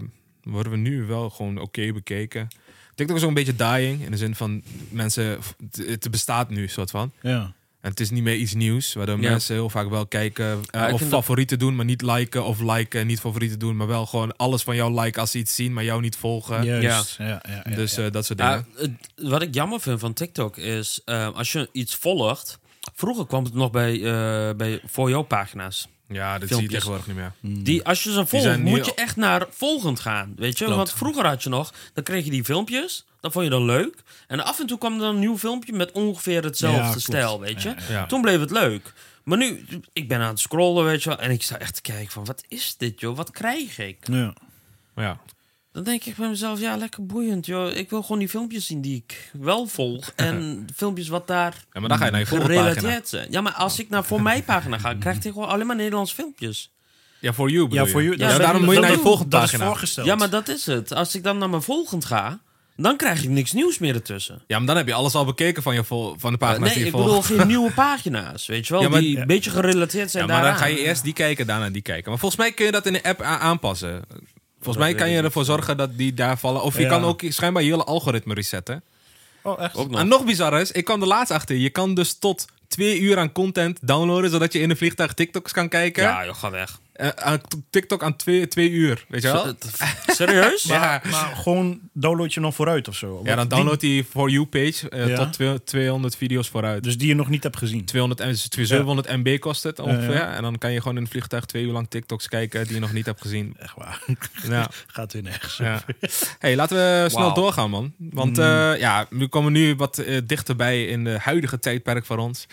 worden we nu wel gewoon oké bekeken. TikTok is ook een beetje dying in de zin van mensen, het, het bestaat nu soort van. Ja. En het is niet meer iets nieuws, waardoor Ja. mensen heel vaak wel kijken eh, ik of vind dat- favorieten doen, maar niet liken. Of liken en niet favorieten doen, maar wel gewoon alles van jou liken als ze iets zien, maar jou niet volgen. Juist. Ja. Ja, ja, ja. Dus eh, dat soort dingen. Ja, het- wat ik jammer vind van TikTok is, eh, als je iets volgt... Vroeger kwam het nog bij, eh, bij voor jou pagina's. ja, dat zie je filmpjes. tegenwoordig niet meer. Die, als je ze volgt, zijn nu moet al- je echt naar volgend gaan. Weet je? Want vroeger had je nog, dan kreeg je die filmpjes. Dan vond je dat leuk. En af en toe kwam er een nieuw filmpje met ongeveer hetzelfde Ja, klopt. stijl. Weet je? ja. Toen bleef het leuk. Maar nu, ik ben aan het scrollen, weet je wel. En ik sta echt te kijken van, wat is dit, joh? Wat krijg ik? Ja. Ja. Dan denk ik bij mezelf, ja, lekker boeiend, joh. Ik wil gewoon die filmpjes zien die ik wel volg. En filmpjes wat daar Ja, maar dan ga je naar je voorpagina. gerelateerd zijn. Ja, maar als ik naar Voor Mij pagina ga, krijg ik gewoon alleen maar Nederlandse filmpjes. Ja, voor you bedoel Ja, voor je. jullie. Ja, dat- daarom moet je dat- naar je dat- volgende Dat is pagina. voorgesteld. Ja, maar dat is het. Als ik dan naar mijn volgend ga, dan krijg ik niks nieuws meer ertussen. Ja, maar dan heb je alles al bekeken van, je vol- van de pagina's Eh, nee, Ah, die je ik volgt. bedoel geen nieuwe pagina's, weet je wel, Ja, maar- die een beetje gerelateerd zijn Ja, maar dan daaraan. ga je eerst die kijken, daarna die kijken. Maar volgens mij kun je dat in de app a- aanpassen. Volgens mij kan je ervoor zorgen dat die daar vallen. Of je Ja. kan ook schijnbaar je hele algoritme resetten. Oh, echt? Ook nog. En nog bizarrer is, ik kwam er laatst achter. Je kan dus tot twee uur aan content downloaden, zodat je in een vliegtuig TikToks kan kijken. Ja, joh, ga weg. Eh, aan t- TikTok aan twee, twee uur, weet je wel? eh, Serieus? ja. Maar gewoon download je dan vooruit of zo. ja, dan download die For You page eh, Ja. tot twee- 200 video's vooruit. Dus die je nog niet hebt gezien. 200 en, 700 MB kost het ongeveer. Ja, En dan kan je gewoon in een vliegtuig twee uur lang TikToks kijken die je nog niet hebt gezien. Echt waar. Ja. Gaat weer nergens. Ja. Hey, laten we snel Wauw. doorgaan, man. Mm. Want eh, ja, we komen nu wat eh, dichterbij in de huidige tijdperk van ons.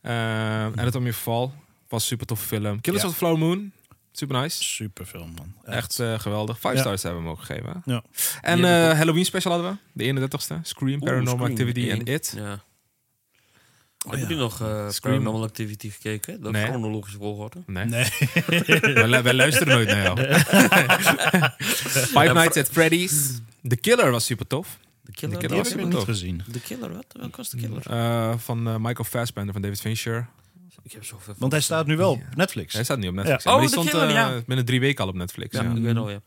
Eh, en het om je verval was super tof film. Killers Ja. of the Flower Moon, super nice. Super film, man. Echt eh, geweldig. Five Ja. stars hebben we hem ook gegeven. hè? Ja. En Die hebben eh, Halloween special hadden we. De 31ste. Scream, Paranormal Activity en It. Oh Ja. Heb je nog eh Scream. Paranormal Activity gekeken? Dat Nee. chronologische volgorde. Nee. wij, lu- wij luisteren nooit naar jou. Five Nights at Freddy's. The Killer was super tof. De killer, De Die heb was ik nog super niet tof. gezien. de killer wat? Welk was de killer? Eh, van eh, Michael Fassbender van David Fincher. Ik heb zoveel. Want hij staat nu wel op Netflix. Hij staat nu op Netflix. Ja. Maar Oh, die The stond Killer, eh, ja. binnen drie weken al op Netflix. ja, Ja. ik weet al, ja.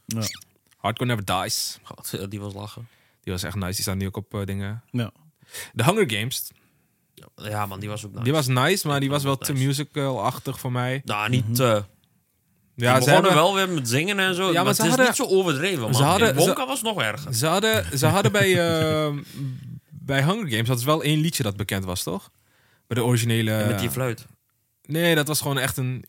Hardcore Never Dies. God, ja, die was lachen. Die was echt nice. Die staat nu ook op eh, dingen. Ja. The Hunger Games. Ja, man, die was ook nice. Die was nice, maar die was wel Nice. te musical-achtig voor mij. Nou, Mhm. niet... eh Ja, we ze begonnen hadden, wel weer met zingen en zo. maar maar ze het is hadden- niet zo overdreven, man. ze hadden- In Wonka ze- was nog erger. ze hadden, ze hadden bij, eh, bij Hunger Games hadden ze wel één liedje dat bekend was, toch? Bij de originele... met die fluit. nee, dat was gewoon echt een...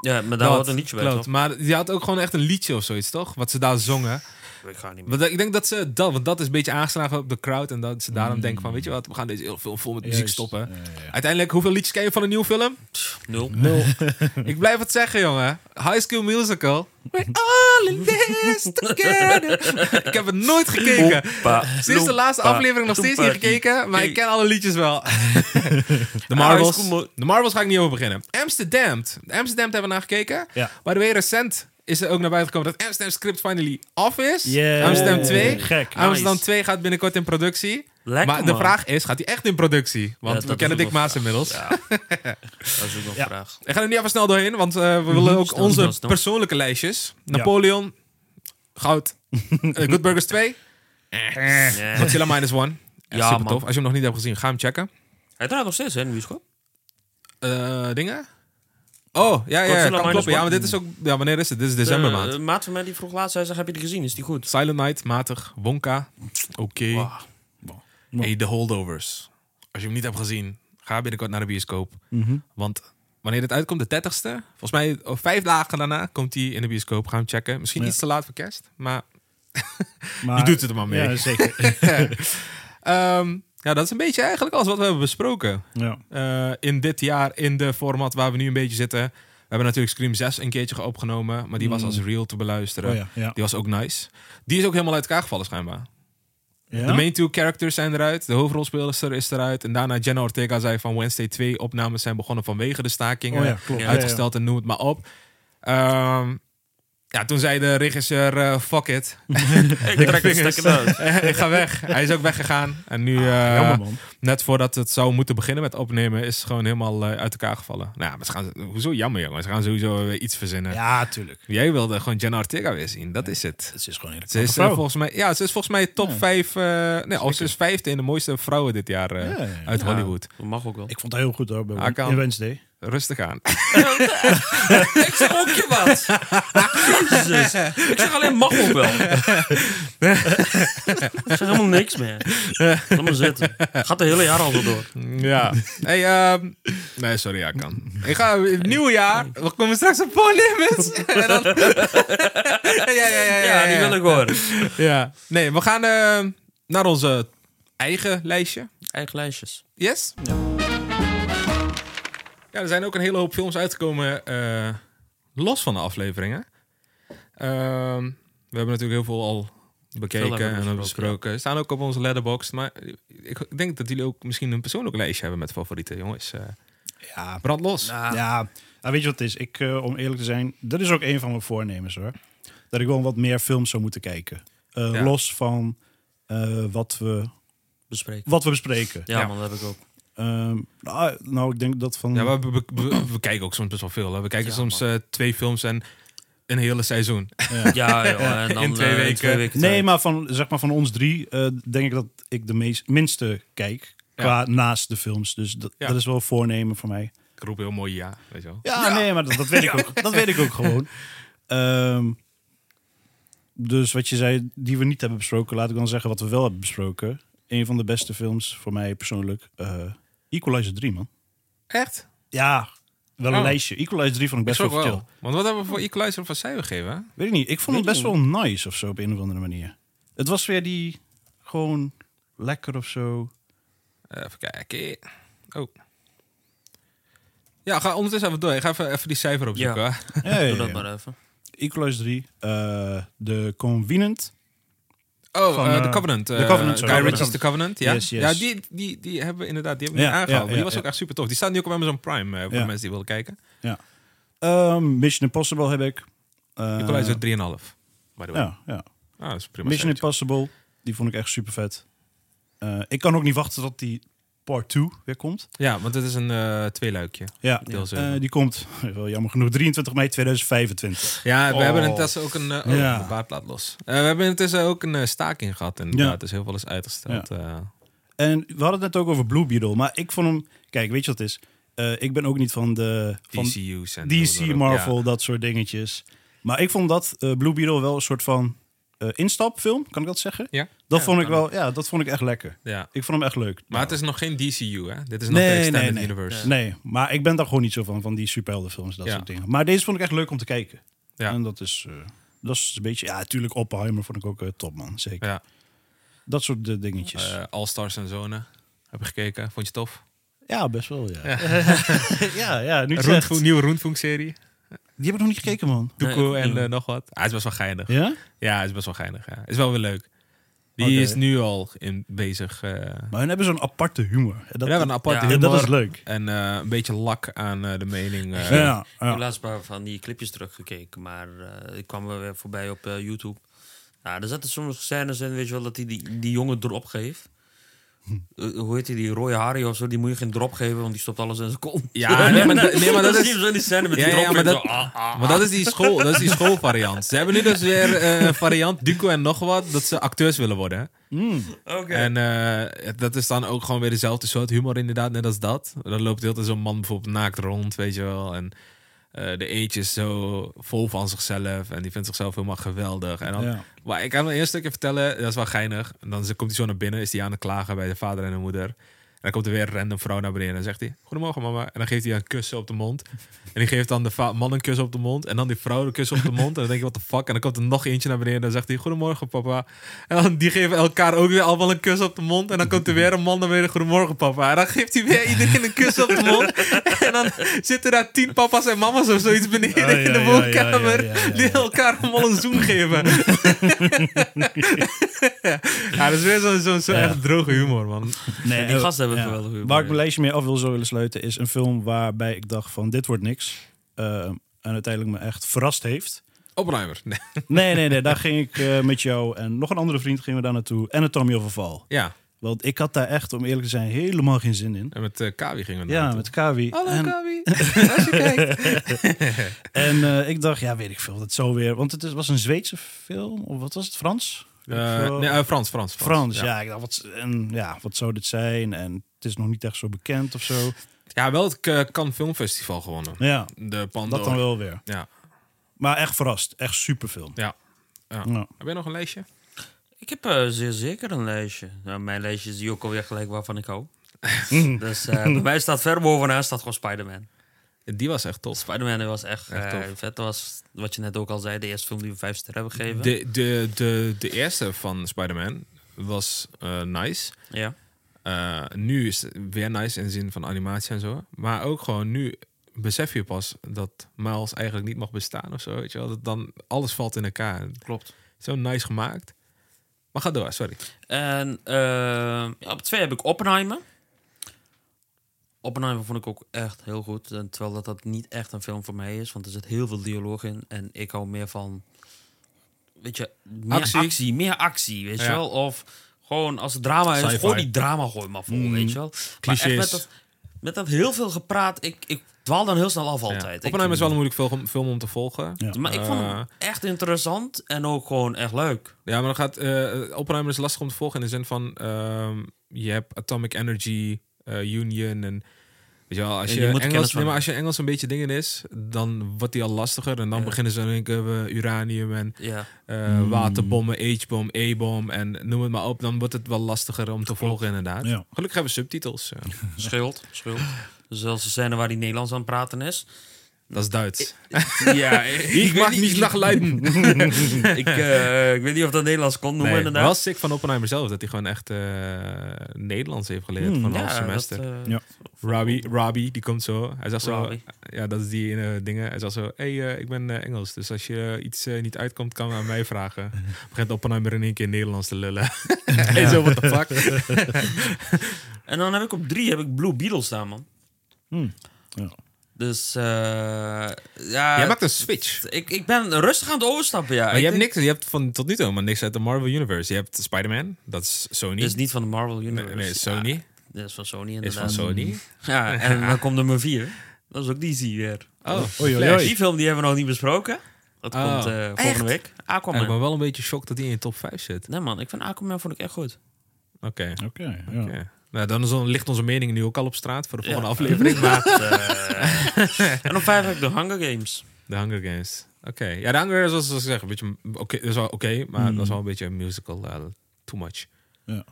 Ja, maar daar Dat had een liedje bij, klopt. toch? Maar die had ook gewoon echt een liedje of zoiets, toch? Wat ze daar zongen. Ik ga niet meer. Want ik denk dat ze dat, want dat is een beetje aangeslagen op de crowd. En dat ze Mm. daarom denken van, weet je wat, we gaan deze heel veel vol met muziek Juist. stoppen. Ja, ja, ja. Uiteindelijk, hoeveel liedjes ken je van een nieuwe film? Nul. ik blijf het zeggen, jongen. High School Musical. We're all in this together. ik heb het nooit gekeken. Sinds de laatste aflevering nog steeds niet gekeken, maar ik ken alle liedjes wel. De Marvels. High School- De Marvels ga ik niet over beginnen. Amsterdam. Amsterdam hebben we naar gekeken. Ja. Maar weer recent is er ook naar buiten gekomen dat Amsterdam Script finally af is. Yeah. Amsterdam Oh, 2. gek. Amsterdam Nice. 2 gaat binnenkort in productie. Lekker, maar de man. vraag is, gaat hij echt in productie? Want Ja, we dat kennen is Dick nog- Maas inmiddels. Ja. dat is ook nog een vraag. Ik ga er niet even snel doorheen, want eh, Mm-hmm. we willen ook Snel, onze snel, snel. persoonlijke lijstjes. Napoleon, goud. Eh, Good Burgers 2, Nee. Godzilla Minus One. Echt Eh. Ja, super man. tof. Als je hem nog niet hebt gezien, ga hem checken. Hij draait nog steeds, hè, in de bioscoop. Eh, dingen? Oh, ja, ja, ja Godzilla kan Minus kloppen. Ja, One. maar dit is ook... Ja, wanneer is het? Dit is december De, maand. eh, maat van mij die vroeg laatst, hij zegt, heb je die gezien? Is die goed? Silent Night, matig. Wonka, oké. Wow. Hey, The Holdovers. Als je hem niet hebt gezien, ga binnenkort naar de bioscoop. Mhm. Want wanneer dit uitkomt, de 30ste, volgens mij oh, vijf dagen daarna, komt hij in de bioscoop. Ga hem checken. Misschien Ja. iets te laat voor kerst, maar Maar, Je doet het er maar mee. Ja, zeker. Ehm, ja, dat is een beetje eigenlijk alles wat we hebben besproken. ja. Eh, in dit jaar, in de format waar we nu een beetje zitten. We hebben natuurlijk Scream 6 een keertje opgenomen, maar die was als reel te beluisteren. Mm. Oh ja, ja. Die was ook nice. Die is ook helemaal uit elkaar gevallen schijnbaar. Ja? De main two characters zijn eruit, de hoofdrolspeler is eruit. En daarna Jenna Ortega zei van Wednesday 2 opnames zijn begonnen vanwege de stakingen. Oh ja, klopt. Ja, Uitgesteld en noem het maar op. Ehm, Ja, toen zei de regisseur, eh, fuck it. Ik trek de het vingers. stekker uit. ik ga weg. Hij is ook weggegaan. En nu, eh, Ah, Jammer man. net voordat het zou moeten beginnen met opnemen, is het gewoon helemaal eh, uit elkaar gevallen. Nou, ja, maar ze gaan, hoezo jammer jongen? Ze gaan sowieso weer iets verzinnen. Ja, tuurlijk. Jij wilde gewoon Jenna Ortega weer zien, dat is het. Het is gewoon een Ze hele is, eh, vrouw. volgens mij, ja, ze is volgens mij top 5. nee, oh, ze is vijfde in de mooiste vrouwen dit jaar eh, Ja, ja, ja. uit Hollywood. Dat mag ook wel. Ik vond het heel goed hoor, bij Ah, kan. in Wednesday. Rustig aan. Ik zeg ook je wat. Jezus. Ik zeg alleen mag ook wel. Ik zeg helemaal niks meer. Laat maar zitten. Gaat de hele jaar al zo door. ja. Hey, ehm, nee, sorry, ja, kan. Ik ga in het nieuwe jaar. We komen straks op Porn Limits. En dan- ja, ja, ja, ja, Ja, ja, die ja. wil ik horen. Ja. Nee, we gaan eh, naar onze eigen lijstje. Eigen lijstjes. Yes? Ja. er zijn ook een hele hoop films uitgekomen eh, los van de afleveringen. Ehm, we hebben natuurlijk heel veel al bekeken Veel hebben we en besproken, besproken. Staan ook op onze letterbox. Maar ik denk dat jullie ook misschien een persoonlijk lijstje hebben met favorieten, jongens. Eh, Ja, brand los. Ja, nou, weet je wat het is? Ik, eh, om eerlijk te zijn, dat is ook een van mijn voornemens hoor. Dat ik gewoon wat meer films zou moeten kijken. Eh, Ja. Los van eh, wat, we, Bespreken. wat we bespreken. Ja, Ja. man, dat heb ik ook. Ehm, nou, nou, ik denk dat van... Ja, maar we, we- we- we kijken ook soms best wel veel. Hè. We kijken Ja, soms eh, twee films en een hele seizoen. Ja, joh. En dan, In twee eh, weken. twee weken nee, tijd. maar van, zeg maar van ons drie eh, denk ik dat ik de meest, minste kijk. Qua naast de films. Dus dat, Ja. dat is wel een voornemen voor mij. Ik roep heel mooi ja, weet je wel. Ja, nee, maar dat, dat, weet ik ook, dat weet ik ook gewoon. Ehm, dus wat je zei, die we niet hebben besproken, laat ik dan zeggen wat we wel hebben besproken. Een van de beste films voor mij persoonlijk, eh, Equalizer 3, man. Echt? Ja, wel een Oh. lijstje. Equalizer 3 vond ik Best best wel chill. wel. Want wat hebben we voor Equalizer of cijfer gegeven? hè? Weet ik niet, ik vond Weet het best ik wel nice of zo op een of andere manier. Het was weer die gewoon lekker of zo. Eh, Even kijken. Oh. Ja, ga ondertussen even door. Ik ga even, even die cijfer opzoeken. Ja. hoor. Ja, ja, Doe dat ja. maar even. Equalizer 3, eh, de Convenient. Oh, Van, eh, The eh, Covenant. eh, The Covenant, sorry. Guy The Ritchie's The Covenant. Ja, Yes, yes. ja die, die, die hebben we inderdaad die hebben we Ja, niet aangehaald. ja, maar die ja, was ook ja. echt super tof. Die staat nu ook op Amazon Prime eh, voor de Ja. Eh, mensen die willen kijken. Ja. Ehm, Mission Impossible heb ik. Eh, Equalizer 3,5. By the way. ja, ja. Ah, dat is prima. Mission cijfertje. Impossible, die vond ik echt super vet. Eh, ik kan ook niet wachten tot die part 2 weer komt. Ja, want het is een twee tweeluikje. Ja, Deel Eh, zeven. die komt, wel jammer genoeg, 23 mei 2025. Ja, we Oh. hebben intussen ook een... eh, oh, Ja. de baard laat los. Eh, we hebben intussen ook een eh, staking gehad inderdaad. Ja. Dus heel veel is uitgesteld. eh. En we hadden het net ook over Blue Beetle, maar ik vond hem... Kijk, weet je wat het is? Eh, ik ben ook niet van de van DCU's en DC, ja. Marvel, dat soort dingetjes. Maar ik vond dat eh, Blue Beetle wel een soort van eh, instapfilm, kan ik dat zeggen? Ja. Dat Ja, vond ik kan wel, ja, dat vond ik echt lekker. Ja. Ik vond hem echt leuk. Maar het is nog geen DCU, hè? Dit is nog de Nee, Extended nee, nee. Universe. Nee, maar ik ben daar gewoon niet zo van, van die superheldenfilms, dat Ja. soort dingen. Maar deze vond ik echt leuk om te kijken. Ja. En dat is, eh, dat is een beetje, ja, natuurlijk Oppenheimer vond ik ook eh, top, man. Zeker. Ja. Dat soort eh, dingetjes. Eh, All Stars en Zone. Heb je gekeken? Vond je tof? ja, best wel, ja. Ja, ja, nu het zegt. Roentvoet, nieuwe Roentfunk-serie. Die heb ik nog niet gekeken, man. Doekoe Nee, ik en niet. eh, nog wat. Ah, het is best wel geinig. Ja, Ja? het is best wel geinig. Ja. Is wel weer leuk. Die Oké. is nu al in bezig. eh Maar hun hebben zo'n aparte humor. En we Dat, hebben een aparte ja, ja, humor. dat is leuk. En eh, een beetje lak aan eh, de mening. eh. Ja, ja. Ik heb laatst een paar van die clipjes teruggekeken, maar eh, ik kwam er weer voorbij op eh, YouTube. Nou, er zaten sommige scènes in, weet je wel, dat hij die, die jongen drop geeft. Eh, hoe heet hij, die rode Harry of zo, die moet je geen drop geven, want die stopt alles in zijn kont. Ja, nee, maar dat- nee, maar dat is- die- zo die scène met Ja, die ja, drop. maar en dat, zo, ah, ah. maar dat is die school, dat is die schoolvariant. Ze hebben nu dus weer eh, een variant, Duco en nog wat, dat ze acteurs willen worden. hè. Oké. En eh, dat is dan ook gewoon weer dezelfde soort humor, inderdaad, net als dat. Dan loopt heel zo'n man bijvoorbeeld naakt rond, weet je wel. En eh, de eentje is zo vol van zichzelf en die vindt zichzelf helemaal geweldig. En dan, Ja. Maar ik kan een eerst stukje vertellen, dat is wel geinig. En dan komt hij zo naar binnen, is hij aan het klagen bij de vader en de moeder. En dan komt er weer een random vrouw naar beneden en dan zegt hij... Goedemorgen mama. En dan geeft hij haar een kus op de mond. En die geeft dan de va- man een kus op de mond. En dan die vrouw een kus op de mond. En dan denk je, wat de fuck? En dan komt er nog eentje naar beneden en dan zegt hij... Goedemorgen papa. En dan die geven elkaar ook weer allemaal een kus op de mond. En dan komt er weer een man naar beneden. Goedemorgen papa. En dan geeft hij weer iedereen een kus op de mond. En dan zitten daar tien papa's en mama's of zoiets beneden Ah, ja, in de ja, woonkamer. ja, ja, ja, ja. Die elkaar allemaal een zoen geven. ja, dat is weer zo'n zo, zo echt droge humor, man. Nee, die eh, gasten hebben geweldig humor, Waar ik mijn ja. lijstje mee af wil zo willen sluiten is een film waarbij ik dacht van dit wordt niks. Eh, en uiteindelijk me echt verrast heeft. Oppenheimer. Nee. Nee, nee, nee. Daar ging ik eh, met jou en nog een andere vriend gingen we daar naartoe. En een Tommy Overval. Ja, Want ik had daar echt, om eerlijk te zijn, helemaal geen zin in. en met eh Kawi gingen we Ja, naartoe. met Kawi. Hallo en Kawi, als je kijkt. en eh, ik dacht, ja, weet ik veel. Dat zo weer. Want het is- was een Zweedse film. Of wat was het? Frans? Weet ik Eh, veel. nee, eh, Frans, Frans. Frans, ja. ik dacht, wat, en, ja, wat zou dit zijn? En het is nog niet echt zo bekend of zo. Ja, wel het eh, Cannes Filmfestival gewonnen. Ja, De Pandora. dat dan wel weer. Ja, Maar echt verrast. Echt superfilm. ja. ja. Ja. Heb jij nog een lijstje? Ik heb eh, zeer zeker een lijstje. Nou, mijn lijstje is die ook alweer gelijk waarvan ik hou. dus eh, bij mij staat ver bovenaan staat gewoon Spider-Man. Die was echt tof. Spider-Man was echt, Echt eh, tof. vet. Dat was wat je net ook al zei, de eerste film die we vijf sterren hebben gegeven. De, de, de, de eerste van Spider-Man was eh, nice. Ja. Eh, nu is het weer nice in de zin van animatie en zo. Maar ook gewoon nu besef je pas dat Miles eigenlijk niet mag bestaan of zo. Weet je wel? Dat dan alles valt in elkaar. Klopt. Zo nice gemaakt. Maar ga door, sorry. En eh, ja, op twee heb ik Oppenheimer. Oppenheimer vond ik ook echt heel goed. En terwijl dat, dat niet echt een film voor mij is, want er zit heel veel dialoog in. En ik hou meer van, weet je, meer Actie. actie, meer actie, weet je Ja. wel. Of gewoon als het drama is, Sci-fi. gewoon die drama gooi maar vol, weet je wel. Maar echt Clichés. met dat, met dat heel veel gepraat, ik, ik dwaal dan heel snel af altijd. Ja. Ik- Oppenheimer is Ah. wel een moeilijk film, film om te volgen. Ja, Ja. Maar ik vond hem echt interessant en ook gewoon echt leuk. maar dan gaat, eh Oppenheimer is lastig om te volgen in de zin van... ehm, je hebt Atomic Energy, eh, Union en... Weet je wel, als Ja, je, je moet kennis Engels, van- nee, maar als je Engels een beetje dingen is, dan wordt die al lastiger. En dan Ja. Hmm. beginnen ze dan denken we eh, uranium en Ja. eh, waterbommen, H-bom, E-bom en noem het maar op. Dan wordt het wel lastiger om te volgen, inderdaad. Ja. Gelukkig hebben we subtitels. eh. Schuld, schuld. Dus als de scène waar hij Nederlands aan het praten is. dat is Duits. Eh, Ja, Ik, mag niet naar Leiden. Ik, eh, ik weet niet of dat Nederlands kon noemen, Nee, inderdaad. wel sick van Oppenheimer zelf, dat hij gewoon echt eh, Nederlands heeft geleerd Hmm. van een half dat, semester. eh, Ja. Robbie, Robbie, die komt zo. Hij zegt zo, Robbie. ja, dat is die ene dingen. Hij zegt zo, hey, eh, ik ben eh, Engels, dus als je eh, iets eh, niet uitkomt, kan je aan mij vragen. Begint Oppenheimer in één keer Nederlands te lullen. en zo, what the fuck? En dan heb ik op drie heb ik Blue Beetle staan, man. Hmm. Ja. Dus eh, ja, Jij maakt een switch. ik, ik ben rustig aan het overstappen, ja. Maar je Ik hebt, denk- niks, je hebt van tot nu toe maar niks uit de Marvel Universe. Je hebt Spider-Man, dat is Sony. Dit is niet van de Marvel Universe. nee, nee, Sony. Ja, dit is van Sony, is inderdaad. van Sony. Ja, en dan komt nummer vier. Dat is ook DC weer. Oh, oei, oei. Flash. Die film die hebben we nog niet besproken. Dat Oh. komt eh, volgende Echt? week. Ja, ik Aquaman. ben wel een beetje shocked dat hij in je top 5 zit. Nee man, ik vind Aquaman vond ik echt goed. Oké. Oké, ja. Ja. Nou, dan is on- ligt onze mening nu ook al op straat voor de volgende aflevering. maar... eh, en op vijf heb ik de Hunger Games. De Hunger Games. Oké. Ja, de Hunger Games was, zoals ik zeg, een beetje... Oké, dat is wel oké, maar dat was wel een beetje een musical. eh, too much. Hmm. Ja.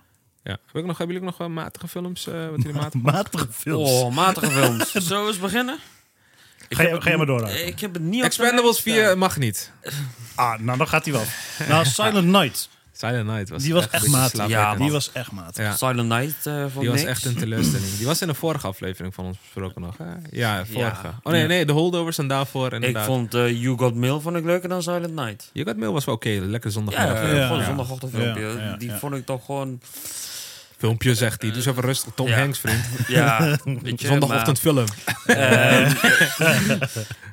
Ja. Heb ik nog, hebben jullie ook nog wel matige films? eh, wat jullie matig... Matige films. Oh, matige films. Zullen we eens beginnen? Ik Ga je- heb het ga je maar n- door, Arco. Ik heb het niet op de Expendables lijst eh. staan. 4 mag niet. Ah, nou, dan gaat hij wel. Nou, Silent Night. Silent Night was Die was echt een beetje matig. slaapwekkend. Ja, man. Die was echt maat. Ja. Silent Night eh vond Die ik was niks. echt een teleurstelling. Die was in de vorige aflevering van ons besproken nog. Hè? Ja, vorige. Ja. Oh nee, nee, de holdovers en daarvoor Ik inderdaad. vond eh, You Got Mail vond ik leuker dan Silent Night. Je Got Mail was wel oké, lekker Ja, zondagmiddag. ja, eh, ja. gewoon een zondagochtendfilmpje. Ja, ja, die ja. vond ik toch gewoon... Filmpje zegt hij. Dus even rustig. Tom ja. Hanks vriend. Ja, weet je, Zondagochtend film. maar, eh,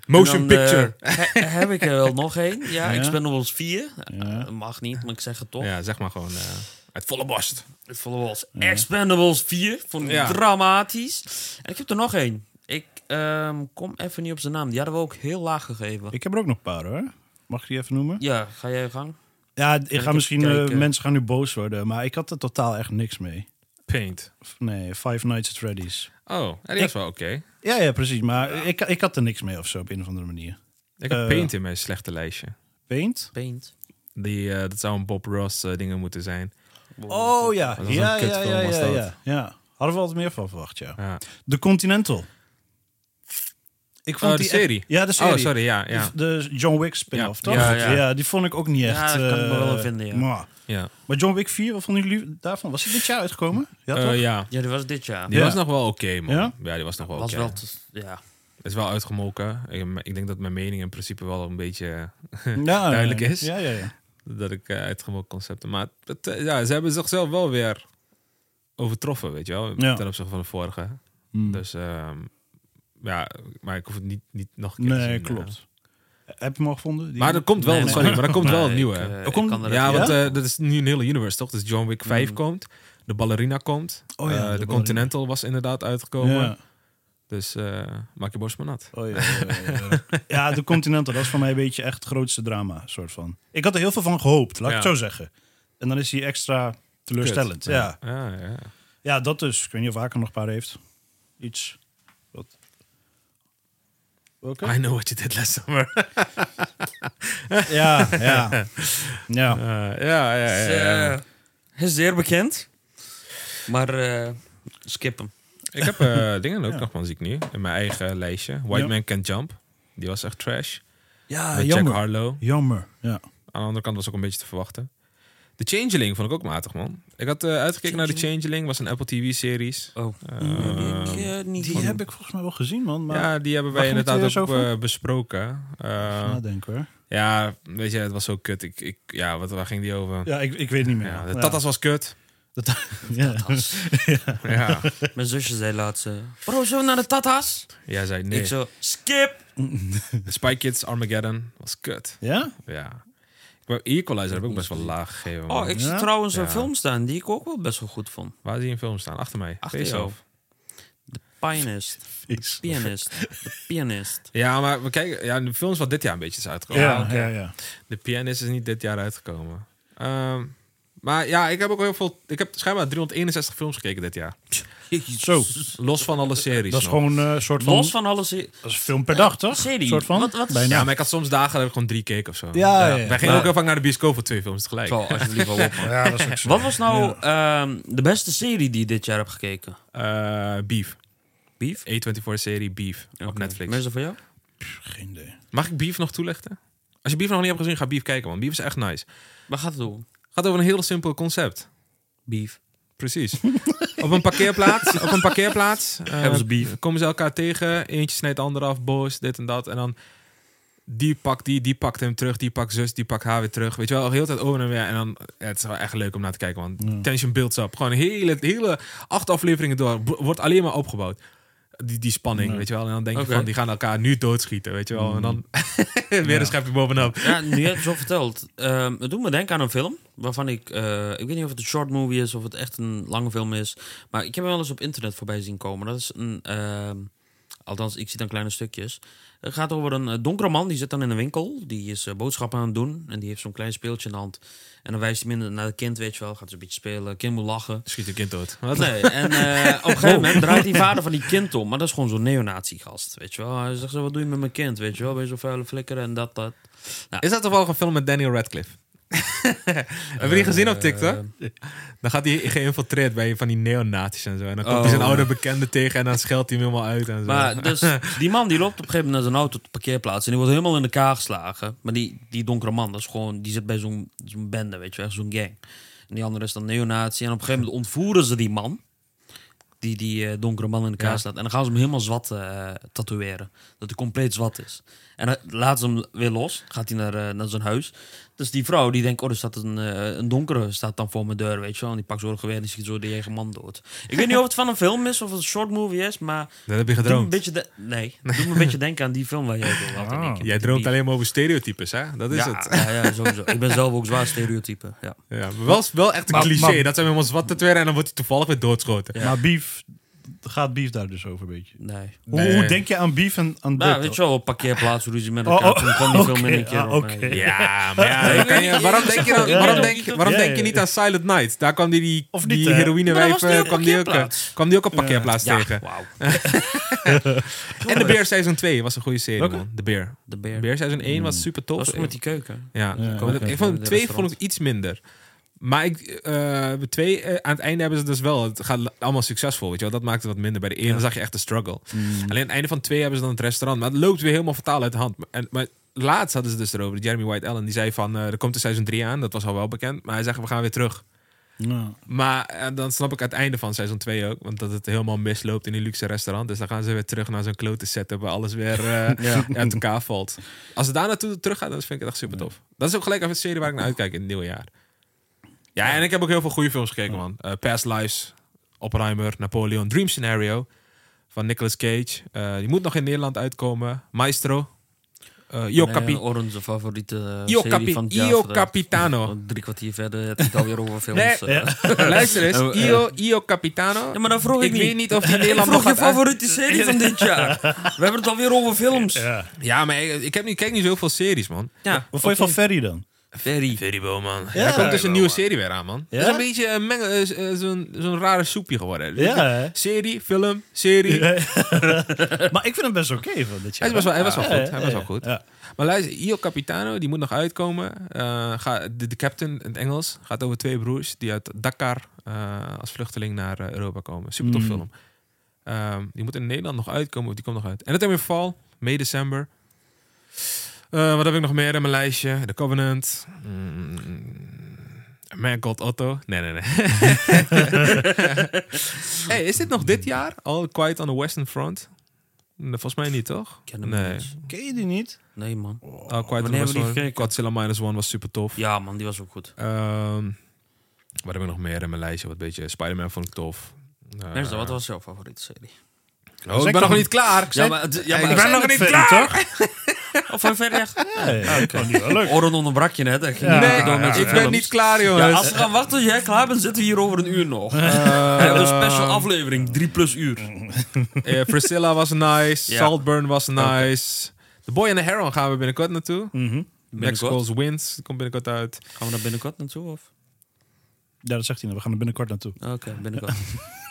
Motion Dan, eh, picture. he- heb ik er wel nog één. Ja, Ja. Expendables 4. Eh, Ja. mag niet, maar ik zeg het toch. Ja, zeg maar gewoon eh, uit volle borst. Het volle was Expendables 4. Vond ik Ja. dramatisch. En ik heb er nog één. Ik ehm, kom even niet op zijn naam. Die hadden we ook heel laag gegeven. Ik heb er ook nog een paar hoor. Mag ik die even noemen? Ja, ga jij gang. Ja, ik ga even misschien, eh, kijken. mensen gaan nu boos worden, maar ik had er totaal echt niks mee. Paint. Nee, Five Nights at Freddy's. Oh, ja, die was wel oké. Ja, ja, precies. Maar Ik, ik had er niks mee of zo op een of andere manier. Ik heb Eh, Paint in mijn slechte lijstje. Paint? Paint. Die, eh, dat zou een Bob Ross eh, dingen moeten zijn. Oh ja, was ja, een ja, kutfilm, ja, was ja, dat. ja, ja. Hadden we wat meer van verwacht, ja. Ja. The Continental. Ik Oh, de die echt- serie? ja, de serie. Oh, sorry, ja. ja. De, de John Wick spin-off, Ja, toch? ja, Ja, ja. die vond ik ook niet echt... Ja, dat kan ik me wel eh, vinden, ja. mwah. ja. Maar John Wick 4, wat vonden jullie daarvan? Was die dit jaar uitgekomen? Ja, toch? Eh, ja. Ja, die was dit jaar. Die Ja. was nog wel oké, man. Ja? Ja? die was nog wel oké. was wel... te- ja. Het is wel uitgemolken. Ik, ik denk dat mijn mening in principe wel een beetje Ja, duidelijk is. Ja, ja, ja. dat ik eh, uitgemolken concepten. Maar het, eh, ja, ze hebben zichzelf wel weer overtroffen, weet je wel, Ja. Hmm. ten opzichte van de vorige. Dus ehm, ja, maar ik hoef het niet, niet nog een keer te Nee, zien, klopt. Heb je hem al gevonden? Die- Maar er komt wel, Nee, nee. sorry, maar er komt wel Nee, een nieuwe. ik, eh, Er komt- ik kan er ja, even- Mm. want ja? eh, dat is nu een hele universe, toch? Dus John Wick 5 komt, de Ballerina komt, Oh ja, eh, de de, Ballerina. Continental was inderdaad uitgekomen. ja. Dus eh, maak je borst maar nat. Oh, ja, ja, ja, ja. ja, de Continental, dat is voor mij een beetje echt het grootste drama, soort van. Ik had er heel veel van gehoopt, laat ik Ja. het zo zeggen. En dan is hij extra teleurstellend. Kut. Ja. Ja, ja. ja, dat dus. Ik weet niet of Aker nog een paar heeft. Iets. Wat? Welke? I know what you did last summer. Ja, ja. Eh, ja. ja, ja, ja, Is, ja. eh, is zeer bekend. Maar eh, skip hem. Ik heb eh, dingen ook Ja. nog, man, zie ik nu. In mijn eigen lijstje. White Ja. Man Can Jump. Die was echt trash. Ja, Met Jack jammer. Harlow. Jammer, ja. Aan de andere kant was ook een beetje te verwachten. The Changeling vond ik ook matig, man. Ik had eh, uitgekeken naar The Changeling. was een Apple TV-series. Oh, die heb ik, eh, niet Die van- heb ik volgens mij wel gezien, man. Maar Ja, die hebben wij waar ging het inderdaad weer ook eens over? eh, besproken. Eh, nadenken hoor. ja, weet je, het was zo kut. Ik, ik, ja, wat, waar ging die over? Ja, Ja, ik, ik weet niet meer. de Tatas was kut. Dat- ja. Ja, Mijn zusje zei laatst... eh, Bro, zo naar de Tata's? jij zei nee. Ik zo, skip! De Spy Kids Armageddon was kut. Ja? Ja. Ik wou Equalizer heb ik ook best wel laag gegeven. man. Oh, ik Ja? zie trouwens een Ja. film staan die ik ook wel best wel goed vond. Waar zie je een film staan? Achter mij. Achter Face jou. Off. Pianist. Vies. Pianist. De pianist. Ja, maar we kijken. Ja, de films wat dit jaar een beetje is uitgekomen. Ja, ja, ja. De Pianist is niet dit jaar uitgekomen. Ehm, maar ja, ik heb ook heel veel. Ik heb schijnbaar 361 films gekeken dit jaar. Zo, Los van alle series. dat is nog. gewoon eh, een soort van... Los van alles... i- Dat is een film per dag, toch? serie. soort van? Wat- wat- Bijna. Ja, maar ik had soms dagen dat ik gewoon drie keek of zo. Ja, ja, ja. Wij gingen Maar- ook heel vaak naar de bioscoop voor twee films tegelijk. Zo, alsjeblieft wel op. man. Ja, dat is ook zo. Wat was nou ehm, de beste serie die je dit jaar hebt gekeken? Eh, Beef. E Beef? A24-serie Beef op Oké. Netflix. Mensen van jou? Geen idee. Mag ik Beef nog toelichten? Als je Beef nog niet hebt gezien, ga Beef kijken, man. Beef is echt nice. Waar gaat het om? gaat over een heel simpel concept. Beef. Precies. op een parkeerplaats. Op een parkeerplaats. eh, Hebben ze beef. Komen ze elkaar tegen. Eentje snijdt de ander af. Boos. Dit en dat. En dan die pakt die. Die pakt hem terug. Die pakt zus. Die pakt haar weer terug. Weet je wel. Heel de tijd over en weer. En dan. ja, het is wel echt leuk om naar te kijken. Want tension builds up. Gewoon hele, hele acht afleveringen door. b- Wordt alleen maar opgebouwd. Die, die spanning, weet je wel. En dan denk Oké. je van, die gaan elkaar nu doodschieten, weet je wel. En dan weer een schepje bovenop. Ja, nu je het zo verteld. Ehm het doet me denken aan een film. Waarvan ik. eh, ik weet niet of het een short movie is of het echt een lange film is. Maar ik heb hem wel eens op internet voorbij zien komen. Dat is een. ehm, althans, ik zie dan kleine stukjes. Het gaat over een eh, donkere man die zit dan in een winkel. Die is eh, boodschappen aan het doen. En die heeft zo'n klein speeltje in de hand. En dan wijst hij minder naar het kind, weet je wel. Gaat ze een beetje spelen. kind moet lachen. Schiet een kind dood. Wat? Nee, en eh, op een gegeven moment draait die vader van die kind om. Maar dat is gewoon zo'n neonazi-gast, weet je wel. Hij zegt zo, wat doe je met mijn kind, weet je wel. Ben je zo'n vuile flikker en dat, dat. Is dat toevallig een film met Daniel Radcliffe? Hebben we die gezien op TikTok? Dan gaat hij geïnfiltreerd bij van die neonaties en zo. En dan komt hij zijn Oh. oude bekende tegen en dan scheldt hij hem helemaal uit en zo. Maar dus, die man die loopt op een gegeven moment naar zijn auto op de parkeerplaats. En die wordt helemaal in de kaag geslagen. Maar die, die donkere man, dat is gewoon, die zit bij zo'n zo'n bende, weet je wel, zo'n gang. En die andere is dan neonazi. En op een gegeven moment ontvoeren ze die man. Die, die eh, donkere man in de kaag Ja. staat. En dan gaan ze hem helemaal zwart eh, tatoeëren. Dat hij compleet zwart is. En dan laten ze hem weer los. Gaat hij naar, eh, naar zijn huis. Dus die vrouw die denkt, oh, er staat een, eh, een donkere staat dan voor mijn deur, weet je wel. En die pakt zo'n geweer en die schiet zo die eigen man dood. Ik weet niet of het van een film is of het een short movie is, maar dat heb je Doe me een gedroomd. beetje de- nee, doe me een beetje denken aan die film waar jij het over Ah. had. in één keer. Jij droomt alleen maar over stereotypes, hè? Dat is ja, het. Ja, ja, sowieso. Ik ben zelf ook zwaar stereotype. Ja. Ja, maar wel, wel echt een Maar- cliché. maar- dat zijn helemaal zwart te en dan wordt hij toevallig weer doodgeschoten. Ja. Maar Beef, gaat Beef daar dus over een beetje? Nee. Hoe, Nee. hoe denk je aan Beef en aan Nou, dit? weet je wel, op parkeerplaats ruzie met Oh, elkaar. oh, Toen kwam die film in één oké, keer ah, op. oké. Nee. Ja, maar ja, dan kan je, waarom denk je, dan, waarom denk, waarom denk je niet aan Silent Night? Daar kwam die, die, Of niet, die hè? Maar dat was die heroïnewijven, ook kwam, die ook, eh, parkeerplaats. kwam die ook op parkeerplaats Ja, tegen. wauw. En de Beer Seizoen 2 was een goede serie, Welke? man. De Beer. De beer. Beer Seizoen 1 was super tof. Dat was ook met die keuken. Ja, Ja, ik vond het- oké. ik vond Ja, twee restaurant. vond ik iets minder. Maar ik, eh, de twee, eh, aan het einde hebben ze dus wel. Het gaat allemaal succesvol, weet je wel. Dat maakt het wat minder. Bij de ene zag je echt de struggle. Mm. Alleen aan het einde van twee hebben ze dan het restaurant. Maar het loopt weer helemaal fataal uit de hand. Maar- En, maar laatst hadden ze dus erover. dat Jeremy White Allen die zei van, eh, er komt een seizoen 3 aan. Dat was al wel bekend. Maar hij zegt, we gaan weer terug. Ja. Maar eh, dan snap ik het einde van seizoen 2 ook. Want dat het helemaal misloopt in die luxe restaurant. Dus dan gaan ze weer terug naar zo'n klote setup waar alles weer eh, uit elkaar valt. Als het daar naartoe terug gaat, dan vind ik het echt super tof. Dat is ook gelijk even een serie waar ik naar uitkijk in het nieuwe jaar. Ja, en ik heb ook heel veel goede films gekeken, man. Eh, Past Lives, Oppenheimer, Napoleon, Dream Scenario van Nicolas Cage. Eh, die moet nog in Nederland uitkomen. Maestro. Eh, Io, Nee, Capi- Oren, zijn favoriete Io serie Capi- van het Io jaar vandaag. Capitano. Want Drie kwartier verder heb je het alweer over films. Nee. eh. Luister eens, Eh, eh. Io, Io Capitano. Ja, maar dat vroeg ik, niet. weet niet of die Nederlander Ik vroeg je gaat uit- favoriete serie van dit jaar. We hebben het alweer over films. Ja. Ja, maar ik, ik heb niet, kijk niet zoveel series, man. Ja, Wat vond je van Ferry dan? Ferry. Ferry man. Ja. er komt dus een Ferrybo, nieuwe man. serie weer aan, man. Ja? Het is een beetje een meng- eh, z- eh, zo'n zo'n rare soepje geworden. Dus Ja, ik- hè? Serie, film, serie. Maar ik vind hem best oké van dit Hij, jaar. was wel, hij was wel Ja, goed. ja, hij was ja, wel goed. ja. Maar luister, Io Capitano, die moet nog uitkomen. Eh, ga, de, de captain, in het Engels, gaat over twee broers die uit Dakar eh, als vluchteling naar eh, Europa komen. Super tof Mm. film. Ehm, die moet in Nederland nog uitkomen, of die komt nog uit. En dat hebben we in val, mei december. Eh, wat heb ik nog meer in mijn lijstje? The Covenant. Mm. Man Called Otto. Nee, nee, nee. hey, is dit nog dit jaar? All Quiet on the Western Front? Nee, Volgens mij niet, toch? Ik ken hem nee. niet. Ken je die niet? Nee, man. Al Quiet on the Wanneer hebben we die Western Front. gekeken? Godzilla Minus One was super tof. Ja, man, die was ook goed. Ehm, wat heb ik nog meer in mijn lijstje? Wat beetje Spider-Man vond ik tof. Eh, Nergens, wat was jouw favoriete serie? Oh, ik ben nog niet klaar. Ja, maar, het- ja, Ah, maar ik ben nog niet klaar. Of van verder echt? Ja, ja, ik vond die wel leuk. Oren onderbrak je net. hè. Ja, Nee, Door met je ik ben films. niet klaar, jongens. Ja, als we gaan wachten tot jij klaar bent, zitten we hier over een uur nog. We hebben een special aflevering, drie plus uur. Eh, Priscilla was nice. Ja. Saltburn was nice. The Boy and the Heron gaan we binnenkort naartoe. Mm, Binnenkort. Mexico's Wins die komt binnenkort uit. Gaan we daar binnenkort naartoe? Of? Ja, dat zegt hij nou. We gaan er binnenkort naartoe. Ah, Oké, binnenkort.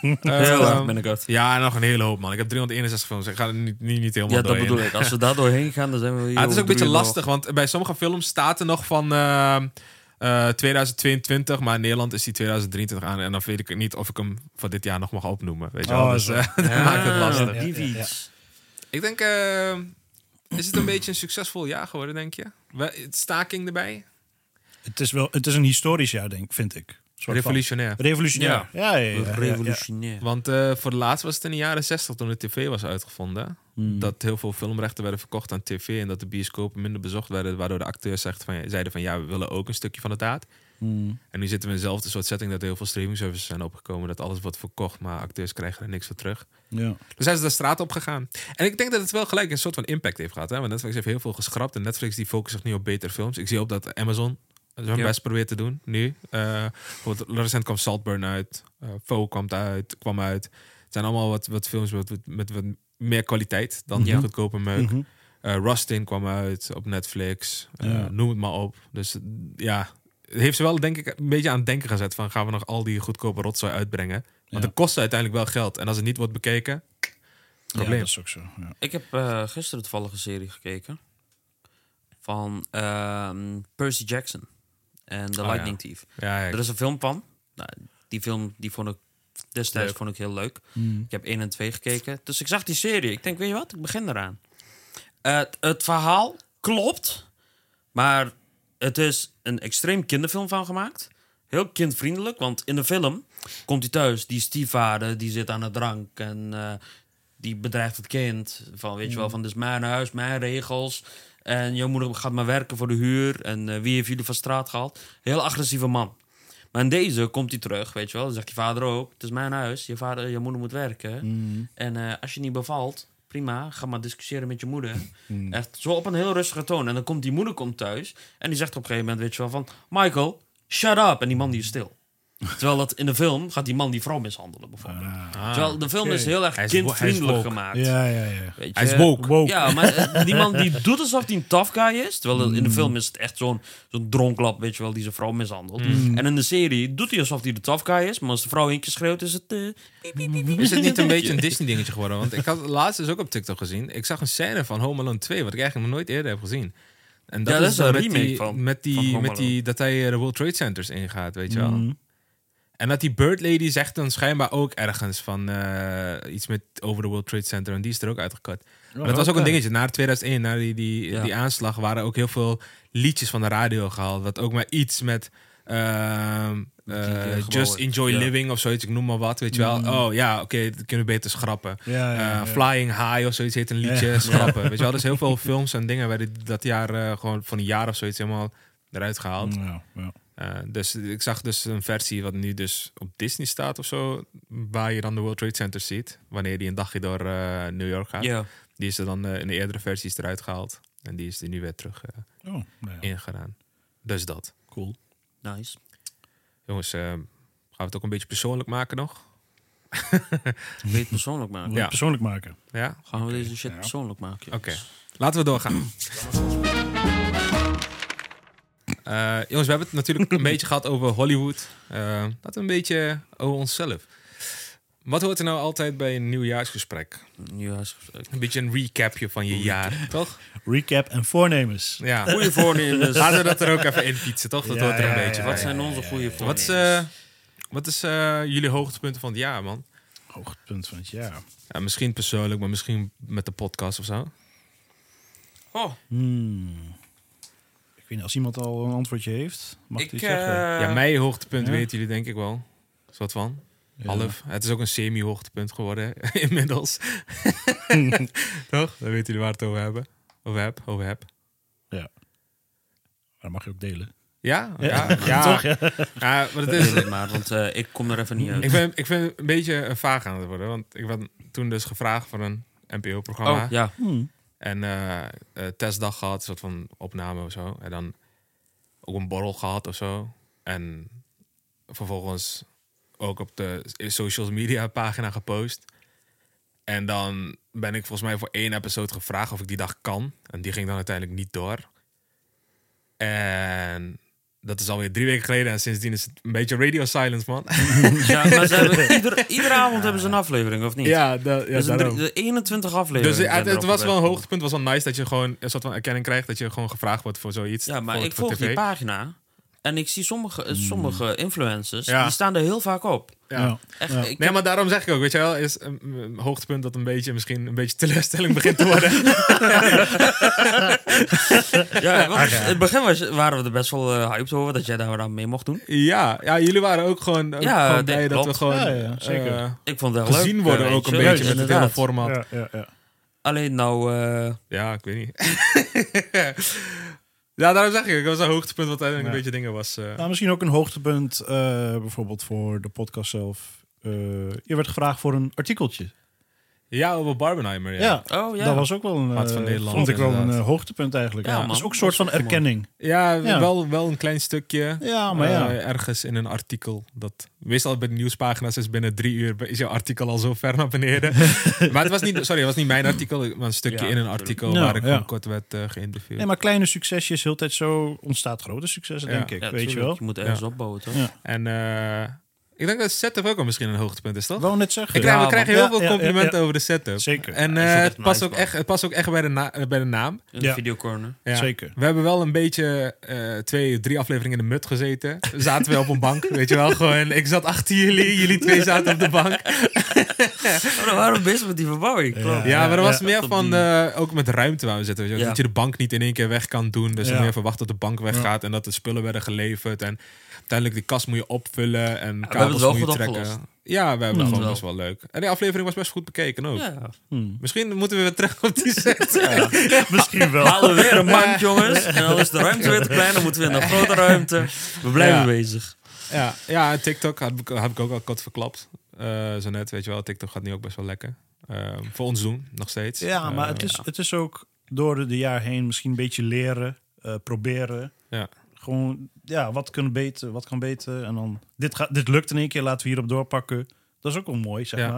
Ehm, Heel erg binnenkort. ja, nog een hele hoop, man. Ik heb 361 films. Ik ga er niet, niet, niet helemaal Ja, dat doorheen. bedoel ik. Als we daar doorheen gaan, dan zijn we hier Ah, het is over ook een beetje drie uur nog. lastig, want bij sommige films staat er nog van eh, eh, 2022, maar in Nederland is die 2023 aan. En dan weet ik niet of ik hem van dit jaar nog mag opnoemen. Weet je wel? Oh, Dus, zo. eh, dat maakt het lastig. Ah, die Ja, ja, ja. fiets. Ik denk, eh, is het een beetje een succesvol jaar geworden, denk je? We- Staking erbij? Het is, wel, het is een historisch jaar, denk, vind ik. Een soort van- Revolutionair. Revolutionair. Ja. Ja, ja, ja, ja, ja. Revolutionair. Want eh, voor de laatst was het in de jaren 60 toen de tv was uitgevonden. Dat heel veel filmrechten werden verkocht aan tv en dat de bioscopen minder bezocht werden. Waardoor de acteurs zegt van, zeiden van ja, we willen ook een stukje van de taart. En nu zitten we in dezelfde soort setting dat er heel veel streaming services zijn opgekomen. Dat alles wordt verkocht, maar acteurs krijgen er niks voor terug. Ja. Dus hij is de straat op gegaan. En ik denk dat het wel gelijk een soort van impact heeft gehad. Hè? Want Netflix heeft heel veel geschrapt. En Netflix die focust zich nu op betere films. Ik zie ook dat Amazon hun Ja. best probeert te doen nu. Eh bijvoorbeeld, recent kwam Saltburn uit. eh Foe kwam uit, kwam uit. Het zijn allemaal wat, wat films met, met, met wat meer kwaliteit dan die Ja. goedkope meuk. Mhm. Eh, Rustin kwam uit op Netflix. Eh, Ja. Noem het maar op. Dus ja, het heeft ze wel denk ik een beetje aan het denken gezet van gaan we nog al die goedkope rotzooi uitbrengen. Want Ja. het kost uiteindelijk wel geld. En als het niet wordt bekeken, ja, probleem. dat is ook zo. Ja. Ik heb eh, gisteren toevallig een serie gekeken. Van ehm, Percy Jackson. En The ja. Lightning Thief. Ja, ja, Er is een film van. Nou, die film die vond ik destijds Leuk. vond ik heel leuk. Ik heb 1 en 2 gekeken. Dus ik zag die serie. Ik denk, weet je wat? Ik begin eraan. Eh, het- het verhaal klopt. Maar het is een extreem kinderfilm van gemaakt. Heel kindvriendelijk, want in de film komt hij thuis. Die stiefvader, die zit aan de drank en eh, die bedreigt het kind. Van, weet je wel, van dit is mijn huis, mijn regels. En jouw moeder gaat maar werken voor de huur. En eh, wie heeft jullie van straat gehaald? Heel agressieve man. Maar in deze komt hij terug, weet je wel. Dan zegt je vader ook, het is mijn huis. Je, vader, je moeder moet werken. En eh, als je niet bevalt, prima. Ga maar discussiëren met je moeder. Echt zo op een heel rustige toon. En dan komt die moeder komt thuis. En die zegt op een gegeven moment, weet je wel, van... Michael, shut up. En die man die is stil. Terwijl dat in de film gaat die man die vrouw mishandelen, bijvoorbeeld. Terwijl de film is heel erg Hij is wo- hij is kindvriendelijk woke. gemaakt. Ja, ja, ja. Weet je? Hij is woke. Ja, maar eh, die man die doet alsof hij een tough guy is. Terwijl in de film is het echt zo'n zo'n dronklap, weet je wel, die zijn vrouw mishandelt. En in de serie doet hij alsof hij de tough guy is. Maar als de vrouw één keer schreeuwt, is het... eh, piep, piep, piep, piep. Is het niet een beetje een Disney-dingetje geworden? Want ik had laatst dus ook op TikTok gezien. Ik zag een scène van Home Alone 2, wat ik eigenlijk nog nooit eerder heb gezien. En dat, Ja, dat is is een met remake die, van- met van die, Home Mhm. met die dat hij eh, de World Trade Centers ingaat, weet je wel. En dat die Bird Lady zegt dan schijnbaar ook ergens van eh, iets met over de World Trade Center. En die is er ook uitgekat. maar dat was ook een dingetje. Na 2001, na die, die, Oh, Ja. die aanslag, waren ook heel veel liedjes van de radio gehaald. Wat ook maar iets met ehm, eh, gebouwen. Just Enjoy Ja. Living of zoiets. Ik noem maar wat, weet je wel. Oh ja, oké, dat kunnen we beter schrappen. Mm. Ja, ja, Eh, ja. Flying High of zoiets heet een liedje, schrappen. Weet je wel, dus heel veel films en dingen werden dat jaar eh, gewoon van een jaar of zoiets helemaal eruit gehaald. Ja, ja. Eh, dus ik zag dus een versie wat nu dus op Disney staat of zo, waar je dan de World Trade Center ziet, wanneer die een dagje door eh, New York gaat. Ja. Die is er dan eh, in de eerdere versies eruit gehaald. En die is er nu weer terug eh, Oh, nou ja, ingedaan. Dus dat. cool. Nice. Jongens, eh, gaan we het ook een beetje persoonlijk maken nog? Weet het persoonlijk maken. Wil je Ja. het persoonlijk maken? Ja? Gaan we deze shit persoonlijk maken? Oké, laten we doorgaan. Eh, jongens, we hebben het natuurlijk een beetje gehad over Hollywood. Eh, laten we een beetje over onszelf. Wat hoort er nou altijd bij een nieuwjaarsgesprek? Ja, is- eh, Een beetje een recapje van je jaar, toch? Recap en voornemens. Ja. Goede voornemens. Laten we dat er ook even in fietsen, toch? Dat Ja, hoort er een ja, beetje ja, bij. Wat zijn onze goede voornemens? Wat is, eh, wat is eh, jullie hoogtepunten van het jaar, man? Hoogtepunt van het jaar. Ja, misschien persoonlijk, maar misschien met de podcast of zo. Oh, Hmm. Ik weet niet, als iemand al een antwoordje heeft, mag ik, die zeggen. eh, ja, mijn hoogtepunt ja. weten jullie denk ik wel. Soort van. Half. Het is ook een semi-hoogtepunt geworden inmiddels. Toch? Dan weten jullie waar het over hebben. Over heb, over heb. Ja. Maar dat mag je ook delen. Ja? Ja. ja. Toch? Ja. Ja, maar het deel is... het maar, want eh, ik kom er even niet uit. Ik ben, ik ben een beetje eh, vaag aan het worden. Want ik werd toen dus gevraagd voor een NPO-programma. Oh, ja. En eh eh, testdag gehad, een soort van opname of zo. En dan ook een borrel gehad of zo. En vervolgens ook op de social media pagina gepost. En dan ben ik volgens mij voor één episode gevraagd of ik die dag kan. En die ging dan uiteindelijk niet door. En dat is alweer drie weken geleden. En sindsdien is het een beetje radio silence, man. ja maar ze hebben, ieder, iedere avond hebben ze een aflevering, of niet? dat, Dus een drie- de 21 afleveringen. Dus het, zijn het- het erop was wel een gewerkt. hoogtepunt. Het was wel nice dat je gewoon een soort van erkenning krijgt. Dat je gewoon gevraagd wordt voor zoiets. Ja, maar voor- ik voor volg die tv. Hmm. pagina en ik zie sommige, eh, sommige influencers, Ja. die staan er heel vaak op. Ja. Echt, ik Nee, maar daarom zeg ik ook, weet je wel, is een, een hoogtepunt dat een beetje, misschien een beetje teleurstelling begint te worden. Ja, want Ah, in het begin was, waren we er best wel eh, hyped over dat jij daar aan mee mocht doen. ja, ja, jullie waren ook gewoon, ook Ja, gewoon dat blij dat we klopt. gewoon Ja, ja, zeker. eh, Ik vond het heel leuk. gezien worden eh, ook een weet je. beetje met het hele Inderdaad. format. Ja, Ja, ja, ja. Alleen nou, eh, ik weet niet. ja, daarom zeg ik, het was een hoogtepunt wat uiteindelijk een Ja. beetje dingen was. eh. Nou, misschien ook een hoogtepunt eh, bijvoorbeeld voor de podcast zelf. Eh, je werd gevraagd voor een artikeltje. ja, over Barbenheimer, ja. Ja, oh ja. dat was ook wel een, Hart van eh, Nederland, vond ik wel een inderdaad. eh, hoogtepunt eigenlijk. Ja, Ja, man. dat is ook een soort van erkenning. Ja, Ja. Wel, wel een klein stukje. Ja, Ah, maar ja. Eh, ergens in een artikel. Dat, meestal bij de nieuwspagina's is binnen drie uur is je artikel al zo ver naar beneden. maar het was niet, sorry, het was niet mijn artikel, maar een stukje Ja, in een artikel Ja, waar ik ja. gewoon kort werd eh, geïnterviewd. Nee, maar kleine succesjes, heel de tijd zo ontstaat grote successen, Ja. denk ik. Ja, weet je tuurlijk, wel? Je moet ergens Ja. opbouwen, toch? Ja. En eh, ik denk dat setup ook al misschien een hoogtepunt is, toch? Wou net zeggen. Ik krijg, we Ja, krijgen want- heel ja, veel ja, complimenten ja, ja. over de setup. Zeker. En Ja, eh, ik vind het, het past nice, ook man. echt, het past ook echt bij de, na- eh, bij de naam. In de Ja. videocorner. Ja. Zeker. We hebben wel een beetje eh, twee, drie afleveringen in de mut gezeten. Zaten we op een bank, weet je wel. Gewoon, ik zat achter jullie, jullie twee zaten op de bank. Oh, dan waren we bezig met die verbouwing, klopt. Ja, maar dat was ja. meer Op van die- eh, ook met ruimte waar we zitten. Weet je, wel. Ja. Dat je de bank niet in één keer weg kan doen. Dus Ja. dan meer verwacht dat de bank weggaat en dat de spullen werden geleverd. En uiteindelijk die kast moet je opvullen en hebben het kabels wel moet je goed trekken. opgelost. Ja, we hebben gewoon wel. best wel leuk. En die aflevering was best goed bekeken ook. Ja. Misschien moeten we weer terug op die set. Misschien wel. We halen weer een mand, jongens. En dan is de ruimte weer te klein. Dan moeten we in een grote ruimte. We blijven Ja. bezig. ja, ja, en TikTok had, ik- had ik ook al kort verklapt. Eh, zo net, weet je wel. TikTok gaat nu ook best wel lekker. Eh, voor ons doen, nog steeds. Ja, maar Eh, het is, het is ook door de- de jaar heen misschien een beetje leren, eh, proberen. Ja. Gewoon, ja, wat kan beter, wat kan beter. En dan, dit, gaat, dit lukt in één keer, laten we hierop doorpakken. Dat is ook wel mooi, zeg Ja. maar.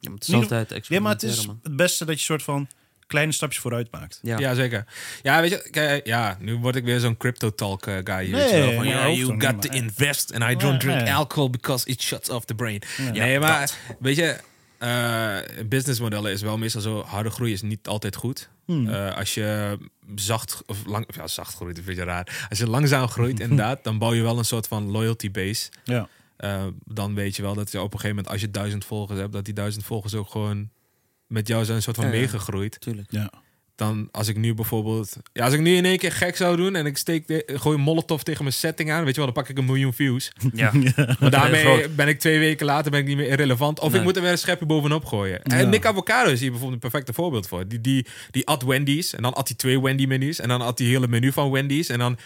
Ja, maar het is Niet- altijd Ja, maar het experimenteren, is man. het beste dat je soort van kleine stapjes vooruit maakt. Ja. Ja, zeker. Ja, weet je, kijk, ja, nu word ik weer zo'n crypto talk eh, guy. weet je Nee, wel, van, maar ja, dat hoeft you toch got niet, to maar- invest and I don't drink nee. alcohol because it shuts off the brain. nee, maar weet je, eh businessmodellen is wel meestal zo, harde groei is niet altijd goed. Hmm. Eh, als je zacht, of lang, ja, zacht groeit, dat vind je raar. Als je langzaam groeit, inderdaad, dan bouw je wel een soort van loyalty base. Ja. Eh, dan weet je wel dat je op een gegeven moment, als je duizend volgers hebt, dat die duizend volgers ook gewoon met jou zijn een soort van Ja, ja. meegegroeid Tuurlijk. Ja. dan als ik nu bijvoorbeeld... Ja, als ik nu in één keer gek zou doen en ik steek de, gooi een molotov tegen mijn setting aan... weet je wel, dan pak ik een miljoen views. Ja. Maar daarmee groot. ben ik twee weken later ben ik niet meer irrelevant. Of Nee. ik moet er weer een schepje bovenop gooien. En Nick Avocado is hier bijvoorbeeld een perfecte voorbeeld voor. Die, die, die at Wendy's en dan at hij twee Wendy-menus... en dan at hij hele menu van Wendy's en dan...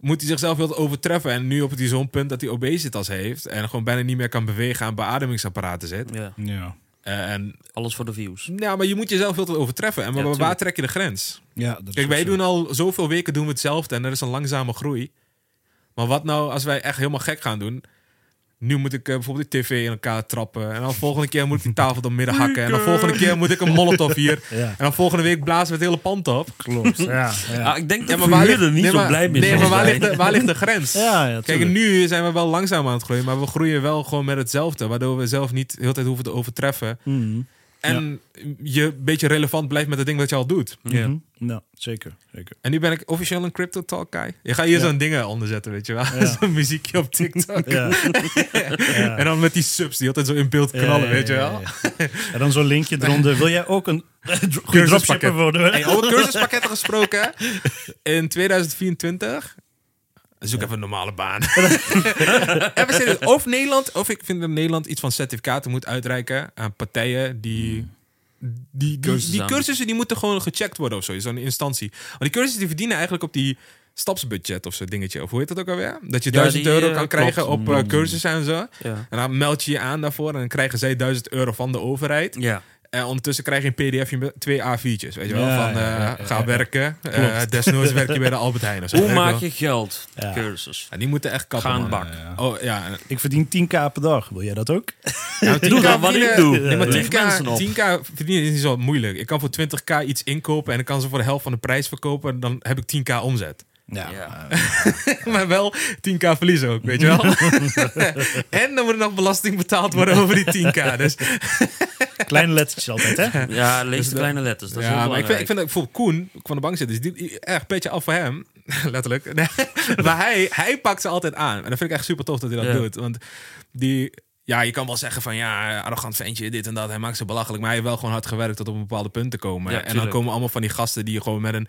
Moet hij zichzelf wel overtreffen. En nu op het zo'n punt dat hij obesitas heeft. En gewoon bijna niet meer kan bewegen aan beademingsapparaten zit. Ja. Ja. Eh, en, Alles voor de views. nou, maar je moet jezelf veel te overtreffen. En waar, waar tuurlijk. trek je de grens? Ja, dat is Kijk, ook wij zo. doen al zoveel weken doen we hetzelfde en er is een langzame groei. Maar wat nou als wij echt helemaal gek gaan doen? Nu moet ik eh, bijvoorbeeld de tv in elkaar trappen. En dan volgende keer moet ik die tafel door midden hakken. En dan volgende keer moet ik een molotov hier. Ja. En dan volgende week blazen we het hele pand op. Klopt. Ja, ja. Ah, ik denk Ja, dat we hier er niet nee, zo maar- blij mee Nee, zijn. maar waar ligt, de, waar ligt de grens? Ja, ja, Kijk, tuurlijk. nu zijn we wel langzaam aan het groeien, maar we groeien wel gewoon met hetzelfde. Waardoor we zelf niet de hele tijd hoeven te overtreffen. Mhm. En je een beetje relevant blijft met het ding wat je al doet. Mhm. Nou, zeker. zeker. En nu ben ik officieel een Crypto Talk guy. Je gaat hier Ja. zo'n dingen onderzetten, weet je wel. Ja. zo'n muziekje op TikTok. Ja. Ja. En dan met die subs die altijd zo in beeld knallen, weet je wel. En dan zo'n linkje eronder. Wil jij ook een goede dropshipper worden? Hey, over cursuspakketten gesproken. In 2024. Zoek even een normale baan. even serieus, of Nederland, of ik vind dat Nederland iets van certificaten moet uitreiken aan partijen die. Die, die, Hmm. Cursussen die aan. cursussen die moeten gewoon gecheckt worden of zo. Is dan een instantie. Want die cursussen die verdienen eigenlijk op die stapsbudget of zo dingetje. Of hoe heet dat ook alweer? Dat je Ja, 1000 die, euro eh, kan krijgen klopt. op eh, cursussen en zo. Ja. En dan meld je je aan daarvoor en dan krijgen zij 1000 euro van de overheid. Ja. En ondertussen krijg je een pdfje met twee A4'tjes. Weet je wel, Ja, van eh, ja, ja, ja, ga ja. werken. Eh, desnoods werk je bij de Albert Heijn of zo. Hoe Weet ik maak wel. je geld? Ja. Cursus. Ja, die moeten echt kappen, Ga aan de man. bak. Oh ja, en- Ik verdien 10k per dag. Wil jij dat ook? ja, 10K Doe dan wat ik verdienen- doe. Nee, maar Leg 10k, mensen op. 10K verdienen is niet zo moeilijk. Ik kan voor 20k iets inkopen en ik kan ze voor de helft van de prijs verkopen. Dan heb ik 10k omzet. Ja. Eh, Ja. maar wel 10k verliezen ook, weet je wel. en dan moet er nog belasting betaald worden over die 10k. Dus Kleine lettertjes altijd, hè? Ja, lees de kleine letters. Dat is ja, heel maar ik vind, ik belangrijk. vind dat bijvoorbeeld Koen, ook van de bank zit, is die echt een beetje af voor hem. Letterlijk. Nee, maar hij, hij pakt ze altijd aan. En dat vind ik echt super tof dat hij dat Ja. doet. Want die, ja, je kan wel zeggen van ja, arrogant ventje, dit en dat. Hij maakt ze belachelijk. Maar hij heeft wel gewoon hard gewerkt tot op een bepaalde punt te komen. Ja, en dan tuurlijk. komen allemaal van die gasten die gewoon met een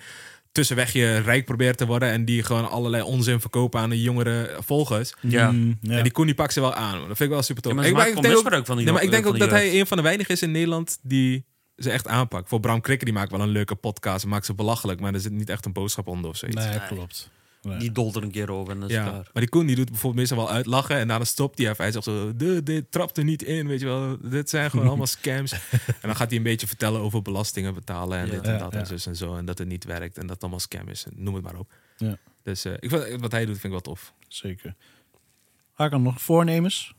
tussenwegje rijk proberen te worden. En die gewoon allerlei onzin verkopen aan de jongere volgers. Ja. Mm, ja. En die Koen die pakt ze wel aan. Dat vind ik wel super tof. Ja, maar ik, ze maken ik wel denk best ook, wel ook van die nee, maar jo- ik denk van ook dat die hij een van de weinigen is in Nederland die ze echt aanpakt. Voor Bram Krikker, die maakt wel een leuke podcast. Maakt ze belachelijk, maar er zit niet echt een boodschap onder of zoiets. Nee, klopt. Ja. Die dolt er een keer over en dat is Ja, klaar. maar die Koen die doet bijvoorbeeld meestal wel uitlachen en daarna stopt hij even. Hij zegt zo, "De- dit trapt er niet in, weet je wel. Dit zijn gewoon allemaal scams. en dan gaat hij een beetje vertellen over belastingen betalen en Ja. dit en Ja, dat ja. en zus en zo. En dat het niet werkt en dat het allemaal scam is. En noem het maar op. Ja. Dus eh, ik, vind- wat hij doet vind ik wel tof. Zeker. Hakan, nog voornemens?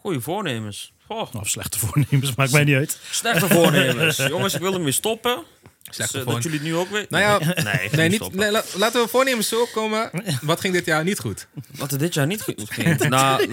Goeie voornemens. Goh, Of slechte voornemens, maakt mij niet uit. slechte voornemens. Jongens, ik wil hem weer stoppen. Dus, Slechte eh, dat voornemens. jullie het nu ook weer... Nou ja, nee, ik ga Nee, niet niet, stoppen. nee, la- laten we voornemens zo komen. Wat ging dit jaar niet goed? Wat er dit jaar niet goed ging. nou,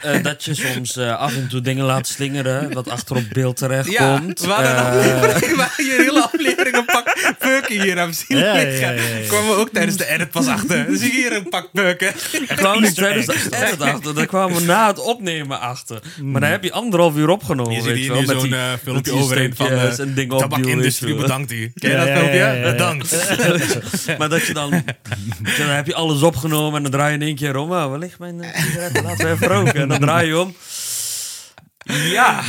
eh, dat je soms eh, af en toe dingen laat slingeren. Wat achter op beeld terecht komt. Eh, we hadden een aflevering waar je hele aflevering een pak peuken hier aan zien Ja, ja, ja, liggen. ja, ja. Kwamen we ook tijdens de edit pas achter. Dus hier een pak peuken. Daar kwamen we tijdens de edit achter. Daar kwamen we na het opnemen achter. Maar Hmm. daar heb je anderhalf uur opgenomen. Je ziet weet hier wel, nu met zo'n die- eh, met filmpje die overheen van stukjes eh, en dingen opduwen, tabakindustrie weet je wel. bedankt hier. Ken je Ja, dat ja, filmpje? ja, ja, ja. Bedankt. Maar dat je dan, Ja, dan heb je alles opgenomen en dan draai je in één keer om. Ah, waar ligt mijn eh, sigaret? Laten we even roken. En dan draai je om. Ja.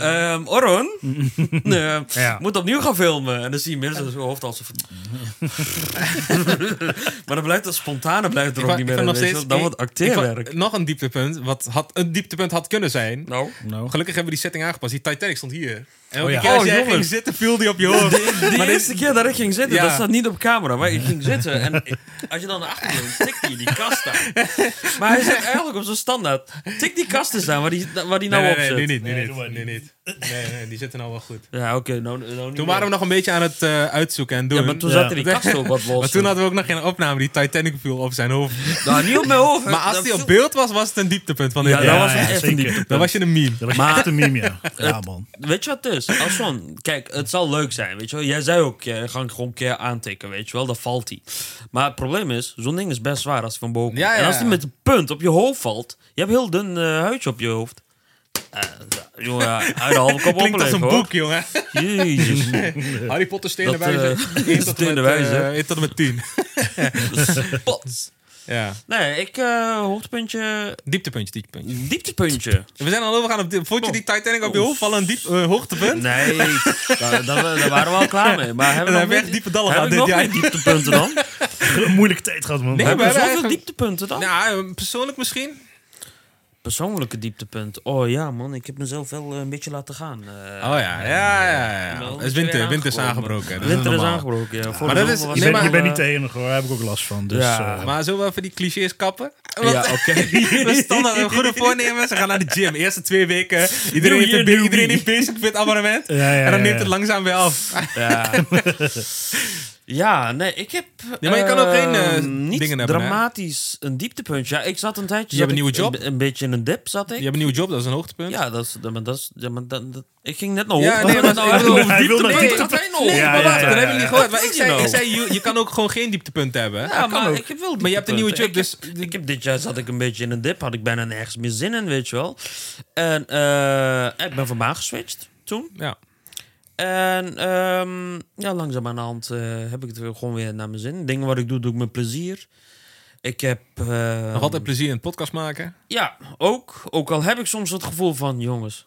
Ehm Oron eh, Ja. moet opnieuw gaan filmen. En dan zie je mensen zijn hoofd als... maar dan blijft dat spontane blijft er ook Ik niet vind meer in. nog weet je steeds- wel. Dan ik- wordt ik vond- acteerwerk. Nog een dieptepunt. Wat had, een dieptepunt had kunnen zijn. Nou, Nou, Gelukkig hebben we die setting aangepast. Die Titanic stond hier. En elke ja. keer als Oh, jij jongens. ging zitten, viel die op je hoofd. de Maar dit- eerste keer dat ik ging zitten, Ja. dat staat niet op camera, maar ik ging zitten en ik- als je dan naar achteren komt, tikt hij die kast aan. Maar hij zit eigenlijk op zo'n standaard. Tik die kast eens aan waar die, waar die nou nee, op nee, zit. nee, nu niet. Nu Nee, niet. doe maar nu niet. Nee, nee, die zitten nou wel goed. Ja, oké, nou, nou niet Toen waren we nog een beetje aan het eh, uitzoeken en doen. meer. Ja, maar toen Ja. zat er die kast ook wat los. Maar toen hadden we ook nog geen opname. Die Titanic viel op zijn hoofd. Nou, niet op mijn hoofd. Maar als Dat die op viel- beeld was, was het een dieptepunt van dit Ja, jaar. dat was ja, echt een zeker. dieptepunt. Dan was je een meme. dat was Maar- echt een meme, ja. Ja, man. Weet je wat dus? Als zo'n, kijk, het zal leuk zijn, weet je wel. Jij zei ook, ja, ga ik gewoon een keer aantikken, weet je wel. Dan valt hij. Maar het probleem is, zo'n ding is best zwaar als hij van boven komt. Ja, ja, En als hij ja. met een punt op je hoofd valt, je hebt heel dun eh, huidje op je hoofd. Eh, ja, jongen, ja, uit de halve kop Klinkt als een opleven, boek, jongen. hoor. Jezus. Harry Potter steen Dat, erbij. eh, Steen de der Wijze. 1 tot en met 10. Pots. Ja. Nee, ik, eh, hoogtepuntje, Dieptepuntje, dieptepuntje. dieptepuntje. We zijn al overgegaan op... dit- Vond je die Titanic op je hoofd vallen een diep, eh, hoogtepunt? Nee, daar, daar- daar waren we al klaar mee. Maar hebben Dan hebben we nog we meer- echt diepe dallen heb gehad ik nog dit meer jaar. dieptepunten dan? Een moeilijke tijd gehad, man. Nee, hebben maar- we zoveel eigenlijk- dieptepunten dan? Nou, eh, persoonlijk misschien? Persoonlijke dieptepunt. Oh ja, man, ik heb mezelf wel eh, een beetje laten gaan. eh. Oh ja, ja, ja. ja. Ik ben wel Het een is beetje winter, weer winter is aangekomen. aangebroken. dat Winter is normaal. aangebroken, ja. Voor Maar de dat is- zomer je Je, was bent- het je wel, bent niet eh, de enige hoor, daar heb ik ook last van. Dus, Ja. eh, Maar zullen we even die clichés kappen? Ehm, Ja, Want- oké. We standaard hebben goede voornemens. Ze gaan naar de gym. Eerste twee weken. Iedereen, New heeft, een year, bi- new iedereen me. heeft basic fit abonnement. Ja, ja, en dan ja, neemt ja. het langzaam weer af. Ja. eh, ja, nee, ik heb. Ja, maar je kan ook geen, eh, ehm, niet dingen hebben, hè? dramatisch een dieptepunt. Ja, ik zat een tijdje. Je zat hebt een ik nieuwe job? Een, een beetje in een dip zat ik. Je hebt een nieuwe job, dat is een hoogtepunt. Ja, dat is. dat- maar dat is ja, maar dat, dat- ik ging net naar Ja, hoog. nee, maar Nou, ik bedoel, over hij wil dieptepunt. naar Nee, dieptepunt. gaat hij nog? Nee, Ja, maar ja, wacht, ja, dat ja, hebben we ja. niet gehoord. Maar ik Wat zei, nou? ik zei je, je kan ook gewoon geen dieptepunten hebben. hè? Ja, Dat kan maar ook. ik heb wel Maar je hebt een nieuwe job, dus dieptepunten. Ik heb- Ik heb dit jaar zat ik een beetje in een dip. Had ik bijna nergens meer zin in, weet je wel. En eh, ik ben van baan geswitcht toen. Ja. En ehm ja, langzaam aan de hand heb ik het weer gewoon weer naar mijn zin. Dingen wat ik doe, doe ik met plezier. Ik heb... eh, Nog altijd plezier in het podcast maken. Ja, ook. Ook al heb ik soms het gevoel van... Jongens,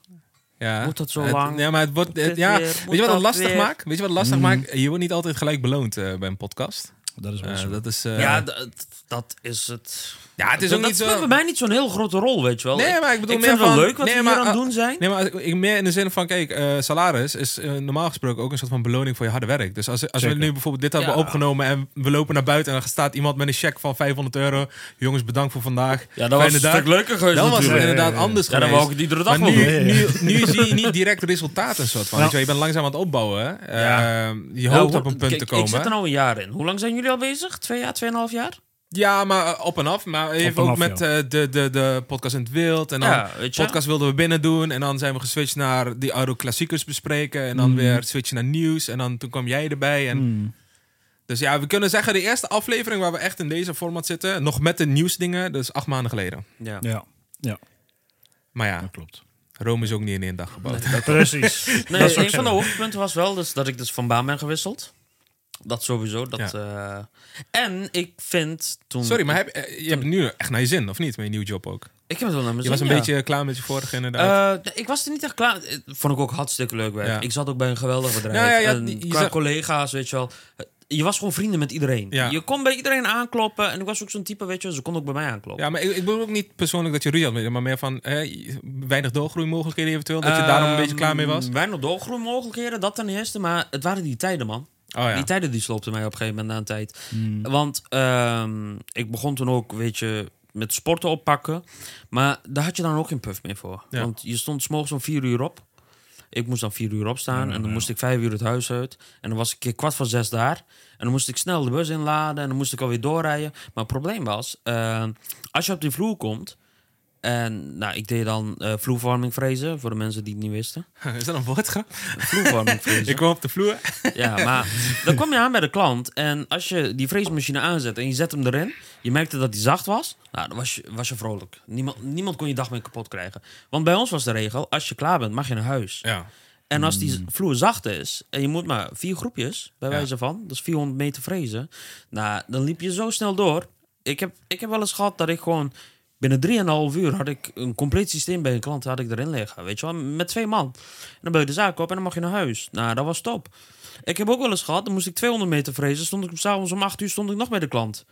Ja. Moet dat zo Het- lang? Ja, maar het wordt... het- dit ja. weer? Weet Moet je wat het dat lastig weer? Mm. maakt? Weet je wat het lastig maakt? Je wordt niet altijd gelijk beloond eh, bij een podcast. dat is wel Eh, zo. dat is... eh, ja, d- dat is het. ja, het is dat ook dat niet speelt zo... bij mij niet zo'n heel grote rol, weet je wel. Nee, maar ik bedoel vind meer het wel van- leuk wat nee, we maar, hier aan het eh, doen zijn. Nee, maar als- ik, meer in de zin van, kijk, eh, salaris is eh, normaal gesproken ook een soort van beloning voor je harde werk. Dus als, als we Zeker. nu bijvoorbeeld dit hebben Ja. opgenomen en we lopen naar buiten en er staat iemand met een cheque van 500 euro. Jongens, bedankt voor vandaag. ja, dat was Fijne een dag. stuk leuker geweest Dan was het natuurlijk. inderdaad ja, ja. anders Ja, dan wou ik geweest. het iedere dag Maar wel nu, doen. doen. nu, nu zie je niet direct resultaat en soort van. Nou. Weet je, wel, je bent langzaam aan het opbouwen. hè. Eh, Ja. je Nou, hoopt hoe- op een punt kijk, te komen. Ik zit er al een jaar in. Hoe lang zijn jullie al bezig? Twee jaar, tweeënhalf jaar? Ja, maar eh, op en af. Maar even en ook af, met eh, de, de, de podcast in het wild. En dan Ja, weet je. podcast wilden we binnen doen. En dan zijn we geswitcht naar die oude klassiekers bespreken. En dan weer switchen naar nieuws. En dan toen kwam jij erbij. En... Dus ja, we kunnen zeggen de eerste aflevering waar we echt in deze format zitten. Nog met de nieuwsdingen. Dat is acht maanden geleden. Ja. Ja. ja, Maar ja, dat klopt. Rome is ook niet in één dag gebouwd. Precies. Nee, Dat is ook een zo. van de hoogtepunten was wel dus dat ik dus van baan ben gewisseld. Dat sowieso. Dat, eh, en ik vind toen... Sorry, maar heb, eh, je hebt het nu echt naar je zin, of niet? Met je nieuwe job ook. Ik heb het wel naar mijn Je was een zin, ja. beetje klaar met je vorige inderdaad. Eh, nee, ik was er niet echt klaar. eh, Vond ik ook hartstikke leuk werk. Ja. Ik zat ook bij een geweldig bedrijf. Ja, ja, ja, en die- je qua zag- collega's, weet je wel. Eh, Je was gewoon vrienden met iedereen. Ja. Je kon bij iedereen aankloppen. En ik was ook zo'n type, weet je wel. Ze kon ook bij mij aankloppen. Ja, maar ik, ik bedoel ook niet persoonlijk dat je ruzie had, met- maar meer van eh, weinig doorgroeimogelijkheden eventueel. Dat je daarom een beetje klaar mee was. Ehm, Weinig doorgroeimogelijkheden, dat ten eerste. Maar het waren die tijden, man. Oh ja. Hmm. Die tijden die sloopten mij op een gegeven moment na een tijd. Want ehm, ik begon toen ook, weet je, met sporten oppakken. Maar daar had je dan ook geen puff meer voor. Ja. Want je stond s'morgens om vier uur op. Ik moest dan vier uur opstaan. En dan moest ik vijf uur het huis uit. En dan was ik keer kwart voor zes daar. En dan moest ik snel de bus inladen. En dan moest ik alweer doorrijden. Maar het probleem was, ehm, als je op die vloer komt... En nou, ik deed dan eh vloerverwarming vrezen, voor de mensen die het niet wisten. Is dat een woordgrap? Vloerverwarming vrezen. Ik kwam op de vloer. Ja, maar dan kwam je aan bij de klant. En als je die vreesmachine aanzet en je zet hem erin. Je merkte dat hij zacht was. Nou, dan was je, was je vrolijk. Niemand, niemand kon je dag meer kapot krijgen. Want bij ons was de regel: als je klaar bent, mag je naar huis. Ja. En als die vloer zacht is. en je moet maar vier groepjes, bij wijze van. dus 400 meter vrezen. Nou, dan liep je zo snel door. Ik heb, ik heb wel eens gehad dat ik gewoon. Binnen 3,5 uur had ik een compleet systeem bij een klant had ik erin liggen. Weet je wel, met twee man. En dan bel je de zaak op en dan mag je naar huis. Nou, dat was top. Ik heb ook wel eens gehad, dan moest ik 200 meter vrezen. Stond ik s'avonds om 8 uur stond ik nog bij de klant.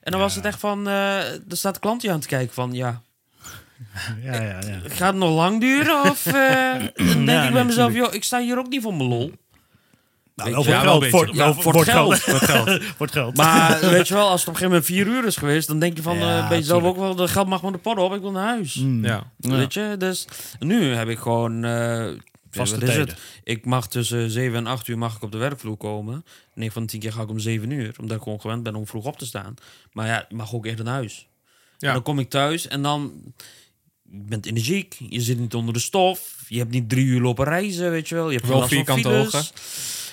En dan was het echt van, eh er staat de klant je aan het kijken van, ja, Ja, ja, ja. gaat het nog lang duren? Of eh, dan denk Ja, ik bij mezelf, natuurlijk. joh, ik sta hier ook niet voor mijn lol. Nou, wel voor Ja, wel geld. een Voor, beetje. Ja, wel voor voor, het geld. geld. Voor geld. voor het geld. Maar weet je wel, als het op een gegeven moment vier uur is geweest, dan denk je van, Ja, eh ben je zelf ook tuurlijk. Mm. wel, de geld mag maar de pot op, ik wil naar huis. ja. Weet je, dus nu heb ik gewoon... eh, Vaste wat is tijden. het? Ik mag tussen 7 en 8 uur mag ik op de werkvloer komen. 9 van de 10 keer ga ik om 7 uur, omdat ik gewoon gewend ben om vroeg op te staan. Maar ja, ik mag ook eerder naar huis. Ja. En dan kom ik thuis en dan... Je bent energiek, je zit niet onder de stof, je hebt niet drie uur lopen reizen, weet je wel. Je hebt Wel geen last van vierkante files. ogen.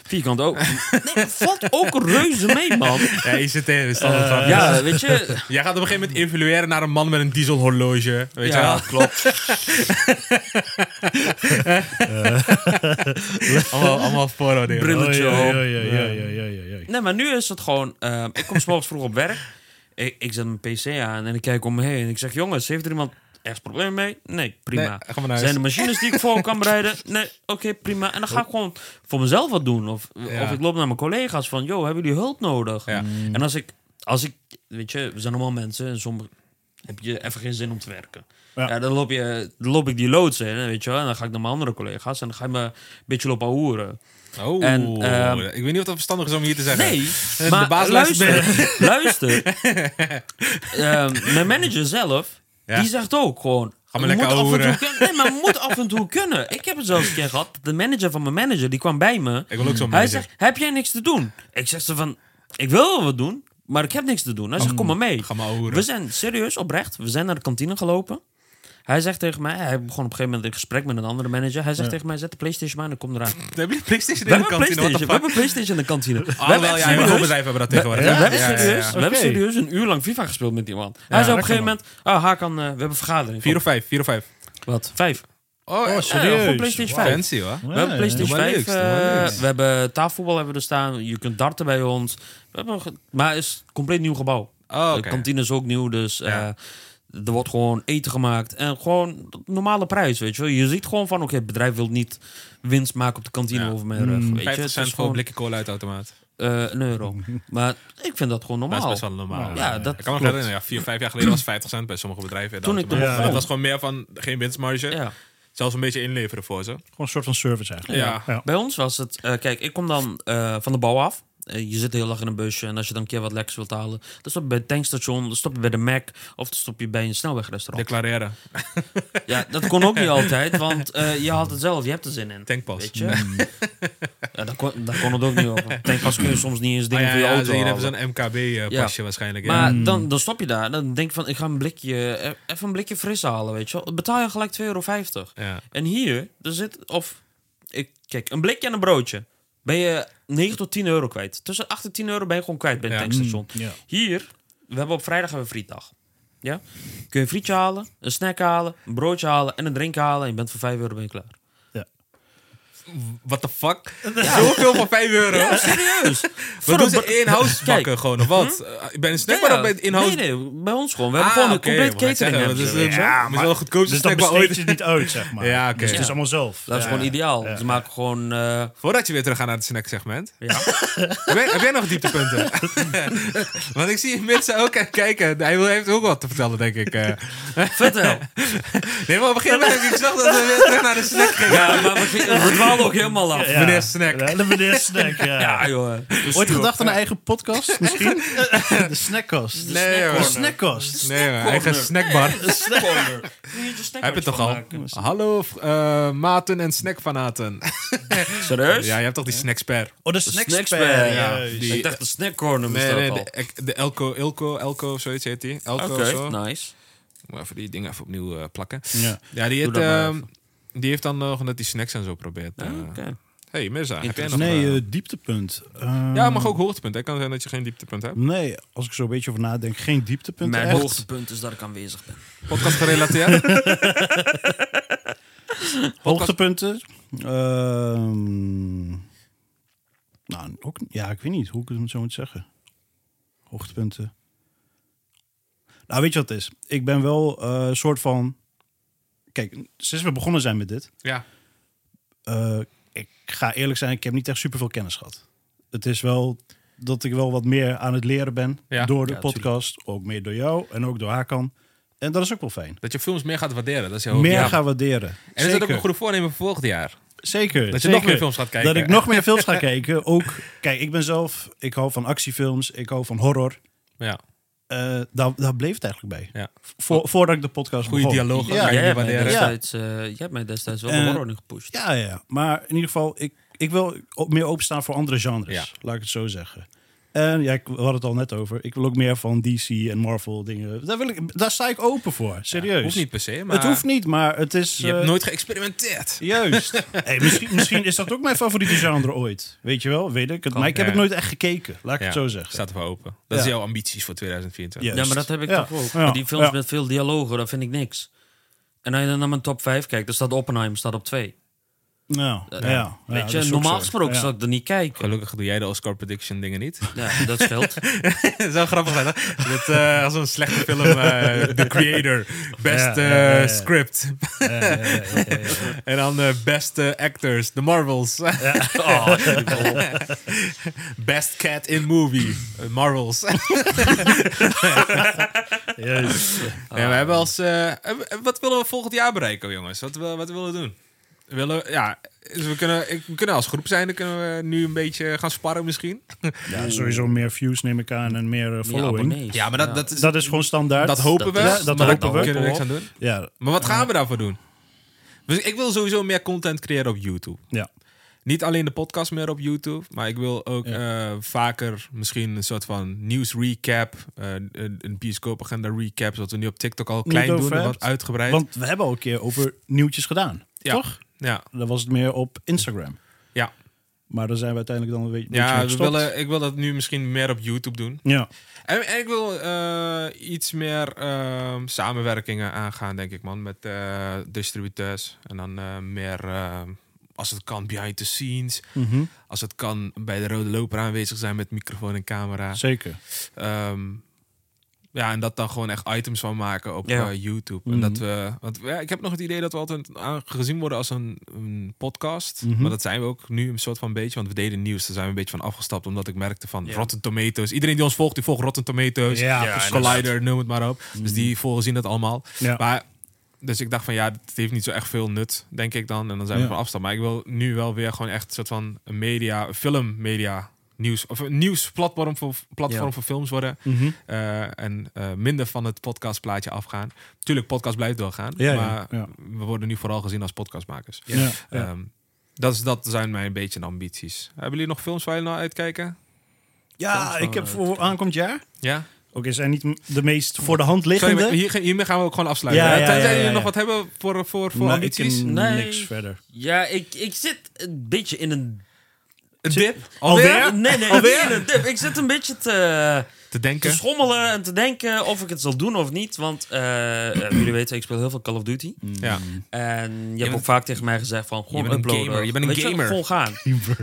Vierkante ogen. Nee, dat valt ook reuze mee, man. Ja, ICT is dan een grap. Ja, weet je, Eh, Jij gaat op een gegeven moment evalueren naar een man met een dieselhorloge. Weet Ja, je wel? klopt. allemaal, allemaal vooroordelen. Bril- Oh, brilletje ja, op. ja, ja, ja, ja, ja, ja, ja. Nee, maar nu is het gewoon... eh, ik kom s'morgens vroeg op werk. Ik, ik zet mijn pc aan en ik kijk om me heen. En ik zeg, jongens, heeft er iemand echt problemen mee? Nee, prima. Nee, ga maar naar huis. Zijn er machines die ik voor kan bereiden? Nee, oké, prima. En dan ga ik gewoon voor mezelf wat doen. Of, Ja. of ik loop naar mijn collega's van, yo, hebben jullie hulp nodig? Ja. En als ik, als ik... Weet je, we zijn allemaal mensen. En sommige heb je even geen zin om te werken. Ja. Ja, dan, loop je, dan loop ik die loods in, weet je wel. En dan ga ik naar mijn andere collega's en dan ga ik me een beetje lopen hoeren. Oh, En, ehm, ik weet niet of dat verstandig is om hier te zeggen. Nee, Eh, de maar baas luister. luistert luister. Ehm, mijn manager zelf, Ja. die zegt ook gewoon... maar "Je lekker moet af en toe ouweren." kunnen. Nee, maar moet af en toe kunnen. Ik heb het zelfs een keer gehad. dat De manager van mijn manager, die kwam bij me. Ik wil ook zo'n Hij manager. zegt, heb jij niks te doen? Ik zeg ze van, ik wil wel wat doen, maar ik heb niks te doen. Hij zegt, kom maar mee. ga maar ouweren. we zijn serieus, oprecht, we zijn naar de kantine gelopen. Hij zegt tegen mij, hij begon op een gegeven moment een gesprek met een andere manager. Hij zegt tegen mij, zet de Playstation maar aan en kom eraan. We hebben een PlayStation We in de hebben, een kantine. PlayStation, What the fuck? we hebben een PlayStation in de kantine. We Ah, wel, echt ja, heel veel serieus- bedrijven hebben dat we, we tegenwoordig. hè? hebben Ja, ja, ja. serieus, we hebben Oké. serieus een uur lang FIFA gespeeld met iemand. Hij Ja, zei op dat een gegeven kan moment, oh, Hakan, eh, we hebben vergadering. Vier of vijf, vier of vijf. Wat? Vijf. Oh, Oh, ja, Ja, gewoon serieus? PlayStation wow. 5. fancy hoor. We hebben PlayStation doe maar 5, niks, doe maar eh, niks. we hebben tafelvoetbal hebben we er staan, je kunt darten bij ons. We hebben, ge- maar het is een compleet nieuw gebouw. Oh, oké. De kantine is ook nieuw, dus eh, Ja. er wordt gewoon eten gemaakt. En gewoon de normale prijs, weet je wel. Je ziet gewoon van, oké, het bedrijf wil niet winst maken op de kantine Ja. Mm. over mijn rug, weet je. 50 Het is cent voor een gewoon blikje cola uit de automaat. eh, een euro. maar ik vind dat gewoon Dat is normaal. best wel normaal. Ja, dat ik kan me nog klopt. herinneren, ja, vier, vijf jaar geleden was 50 cent bij sommige bedrijven. Toen ik dat, nog- dat was gewoon meer van geen winstmarge. Ja. Zelfs een beetje inleveren voor ze. Gewoon een soort van service eigenlijk. Ja. Ja. Bij ons was het, eh, kijk, ik kom dan eh, van de bouw af. Eh, je zit heel dag in een busje en als je dan een keer wat lekkers wilt halen, dan stop je bij het tankstation, dan stop je bij de Mac of dan stop je bij een snelwegrestaurant. Declareren. Ja, dat kon ook niet altijd, want eh, je had het zelf, je hebt er zin in. Tankpas. Weet je? Ja, daar, kon, daar kon het ook niet over. Tankpas kun je soms niet eens dingen Ah, voor je ja, auto hier halen. hebben ze een MKB-pasje eh, waarschijnlijk. ja. Maar dan, dan stop je daar. Dan denk je van, ik ga een blikje, eh, even een blikje fris halen, weet je wel. Dan Betaal je gelijk 2,50 euro. Ja. En hier, er zit, of, ik, kijk, een blikje en een broodje. Ben je 9 tot 10 euro kwijt. Tussen 8 en 10 euro ben je gewoon kwijt bij het Ja. tankstation. Mm, ja. Hier, we hebben op vrijdag hebben we frietdag. Ja? Kun je een frietje halen, een snack halen, een broodje halen en een drink halen. En je bent voor 5 euro ben je klaar. Ja. What the fuck? Zoveel voor 5 euro. Serieus? We Voor doen een ze bro- in-house Kijk, Hm? bakken gewoon, of wat? Eh, Bij een snackbar ja, of bij het in-house? Nee, nee, bij ons gewoon. We hebben Ah, gewoon een compleet catering. hebben ze, weet je wel. Ja, maar is wel goedkoop Dus dat snackbar besteed je ooit. het niet uit, zeg maar. Ja, oké. Dus het Ja. is allemaal zelf. Dat is Ja. gewoon ideaal. Ja. Ze maken gewoon... eh, Voordat je weer terug gaat naar het snacksegment. heb, jij, heb jij nog dieptepunten? Want ik zie mensen ook aan het kijken. Hij wil- heeft ook wat te vertellen, denk ik. eh. vertel. Nee, maar op een gegeven moment heb ik gezag dat we weer terug naar de snack gingen. ja, maar we, gingen- we dwaalden ook helemaal af. Ja. Meneer Snack. Ja, de meneer Snack, ja. Ja, joh. Ooit gedacht aan een eigen podcast misschien? de Snackkast. De Nee, hoor. Snackkast. Nee, maar eigen snackbar. Heb je toch al? Hallo, v- eh, maten en snackfanaten. Serieus? Ja, je hebt toch die snacksper? Oh, de Snackspan, Snackspan. ja. juist. Die- Ik dacht de snackcorner Nee, bestaat nee, al. de, ek- de Elko, Elko, Elko, zoiets heet die. Elko, Oké, nou. zo. nice. Moet even die dingen even opnieuw eh, plakken. Ja. die, Doe heeft, dat maar ehm, die heeft dan nog net die snacks en zo probeert. eh. Oké. hey, Mirza, heb jij nog... Nee, eh, mm. eh, dieptepunt. Eh, ja, mag ook hoogtepunt. Het kan zijn dat je geen dieptepunt hebt. Nee, als ik zo een beetje over nadenk, geen dieptepunt. Mijn echt. hoogtepunt is dat ik aanwezig ben. Podcast gerelateerd. Hoogtepunten? Ehm, nou, ook, ja, ik weet niet hoe ik het zo moet zeggen. Hoogtepunten. Nou, weet je wat het is? Ik ben wel eh, een soort van... Kijk, sinds we begonnen zijn met dit... ja. eh, ik ga eerlijk zijn, ik heb niet echt superveel kennis gehad. Het is wel dat ik wel wat meer aan het leren ben Ja. door de Ja, podcast. Ook meer door jou en ook door Hakan. En dat is ook wel fijn. Dat je films meer gaat waarderen. Dat is heel Meer Oh, Ja. gaan waarderen. En is dat ook Zeker. een goede voornemen voor volgend jaar? Dat Zeker. je zeker. nog meer films gaat kijken. Dat ik nog meer films ga kijken. Ook, kijk, ik ben zelf, ik hou van actiefilms, ik hou van horror. Ja. Eh, daar, daar bleef het eigenlijk bij. ja. Voor, voordat ik de podcast Goede begon. dialoog. Ja, kan je Jij niet hebt, mij waarderen. Ja. destijds, eh, jij hebt mij destijds wel de Eh, horror nu gepusht. Ja, ja. Maar in ieder geval, ik, ik wil ook meer openstaan voor andere genres. Ja. Laat ik het zo zeggen. En ja, ik we hadden het al net over. Ik wil ook meer van DC en Marvel dingen. Daar, wil ik, daar sta ik open voor. Serieus. Hoeft niet per se, maar Het hoeft niet, maar het is... je hebt eh, nooit geëxperimenteerd. Juist. hey, misschien, misschien is dat ook mijn favoriete genre ooit. Weet je wel, weet ik. Het, maar ik heb ja. het nooit echt gekeken, laat ik Ja, het zo zeggen. Staat ervoor open. Dat Ja. is jouw ambities voor 2024. Juist. Ja, maar dat heb ik Ja. toch ook. Ja. Die films Ja. met veel dialogen, dat vind ik niks. En als je dan naar mijn top 5 kijkt, dan staat Oppenheim staat op 2. Nou, ja. ja, Weet dat je, is ook normaal zo. gesproken Ja. zou ik er niet kijken. Gelukkig doe jij de Oscar prediction dingen niet. Ja, dat scheelt. Dat is wel grappig zijn, hè? Dat, eh, als een slechte film, eh, The Creator, best Ja, ja, ja, ja. eh, script. en dan eh, best eh, actors, The Marvels. Oh, Ah. best cat in movie, eh, Marvels. Juist. Ja, we hebben als, eh, wat willen we volgend jaar bereiken, jongens? Wat, wil- wat willen we doen? We Willen we- ja, dus we, kunnen, ik- we kunnen als groep zijn, dan kunnen we nu een beetje gaan sparren misschien. Ja, sowieso meer views neem ik aan en meer eh, Meer following. abonnees. Ja, maar dat, dat, is, dat, dat is gewoon standaard. hopen we. dat- ja, dat maar hopen Daar we. kunnen we niks aan doen. Ja, Maar wat gaan we daarvoor doen? Dus ik wil sowieso meer content creëren op YouTube. ja. Niet alleen de podcast meer op YouTube, maar ik wil ook eh, vaker misschien een soort van nieuws recap, eh, een, een bioscoopagenda recap, zodat we nu op TikTok al klein over doen, en wat hebt. uitgebreid. Want we hebben al een keer over nieuwtjes gedaan. ja. Toch? Ja, Dat was het meer op Instagram. ja. Maar daar zijn we uiteindelijk dan een beetje beetje ja mee we gestopt. willen, ik wil dat nu misschien meer op YouTube doen. Ja, En, en ik wil eh, iets meer ehm, samenwerkingen aangaan, denk ik, man. Met eh, distributeurs. En dan eh, meer, ehm, als het kan, behind the scenes. mhm. Als het kan, bij de rode loper aanwezig zijn met microfoon en camera. zeker. Ehm, ja, en dat dan gewoon echt items van maken op Ja. eh, YouTube. En Mhm. dat we, want ja, ik heb nog het idee dat we altijd aan- gezien worden als een, een podcast. Mhm. Maar dat zijn we ook nu een soort van beetje. Want we deden nieuws, daar zijn we een beetje van afgestapt. Omdat ik merkte van Rotten Tomatoes. Iedereen die ons volgt, die volgt Rotten Tomatoes. Ja, Ja, precies. Mhm. Collider, noem het maar op. Dus die volgen zien dat allemaal. Ja. Maar, dus ik dacht van ja, het heeft niet zo echt veel nut, denk ik dan. En dan zijn we Ja. van afstand. Maar ik wil nu wel weer gewoon echt een soort van een media, een filmmedia nieuws of een nieuwsplatform voor platform Ja. voor films worden Mhm. Eh, en eh, minder van het podcastplaatje afgaan. Tuurlijk, podcast blijft doorgaan, Ja, ja, maar ja. we worden nu vooral gezien als podcastmakers. Ja. Ja, ja. Ehm, dat, is, dat zijn mijn beetje de ambities. Hebben jullie nog films waar jullie naar uitkijken? Ja, ik heb voor aankomend jaar. Ja. Oké, zijn niet m- de meest voor de hand Sorry, liggende. maar hier, hiermee gaan we ook gewoon afsluiten. Ja, Ja, ja, Tenzij ja, ja, jullie ja. nog wat hebben voor, voor, voor Nou, ik ambities. ken Nee. niks verder. Ja, ik, ik zit een beetje in een... Een dip? Alweer? Nee, nee, niet in een dip. Ik zit een beetje te, Te te denken. schommelen en te denken of ik het zal doen of niet. Want eh, eh, jullie weten, ik speel heel veel Call of Duty. Ja. En je, hebt Mm. bent- ook vaak tegen mij gezegd van gewoon bent een uploaden. gamer, je bent een Weet gamer. gewoon gaan.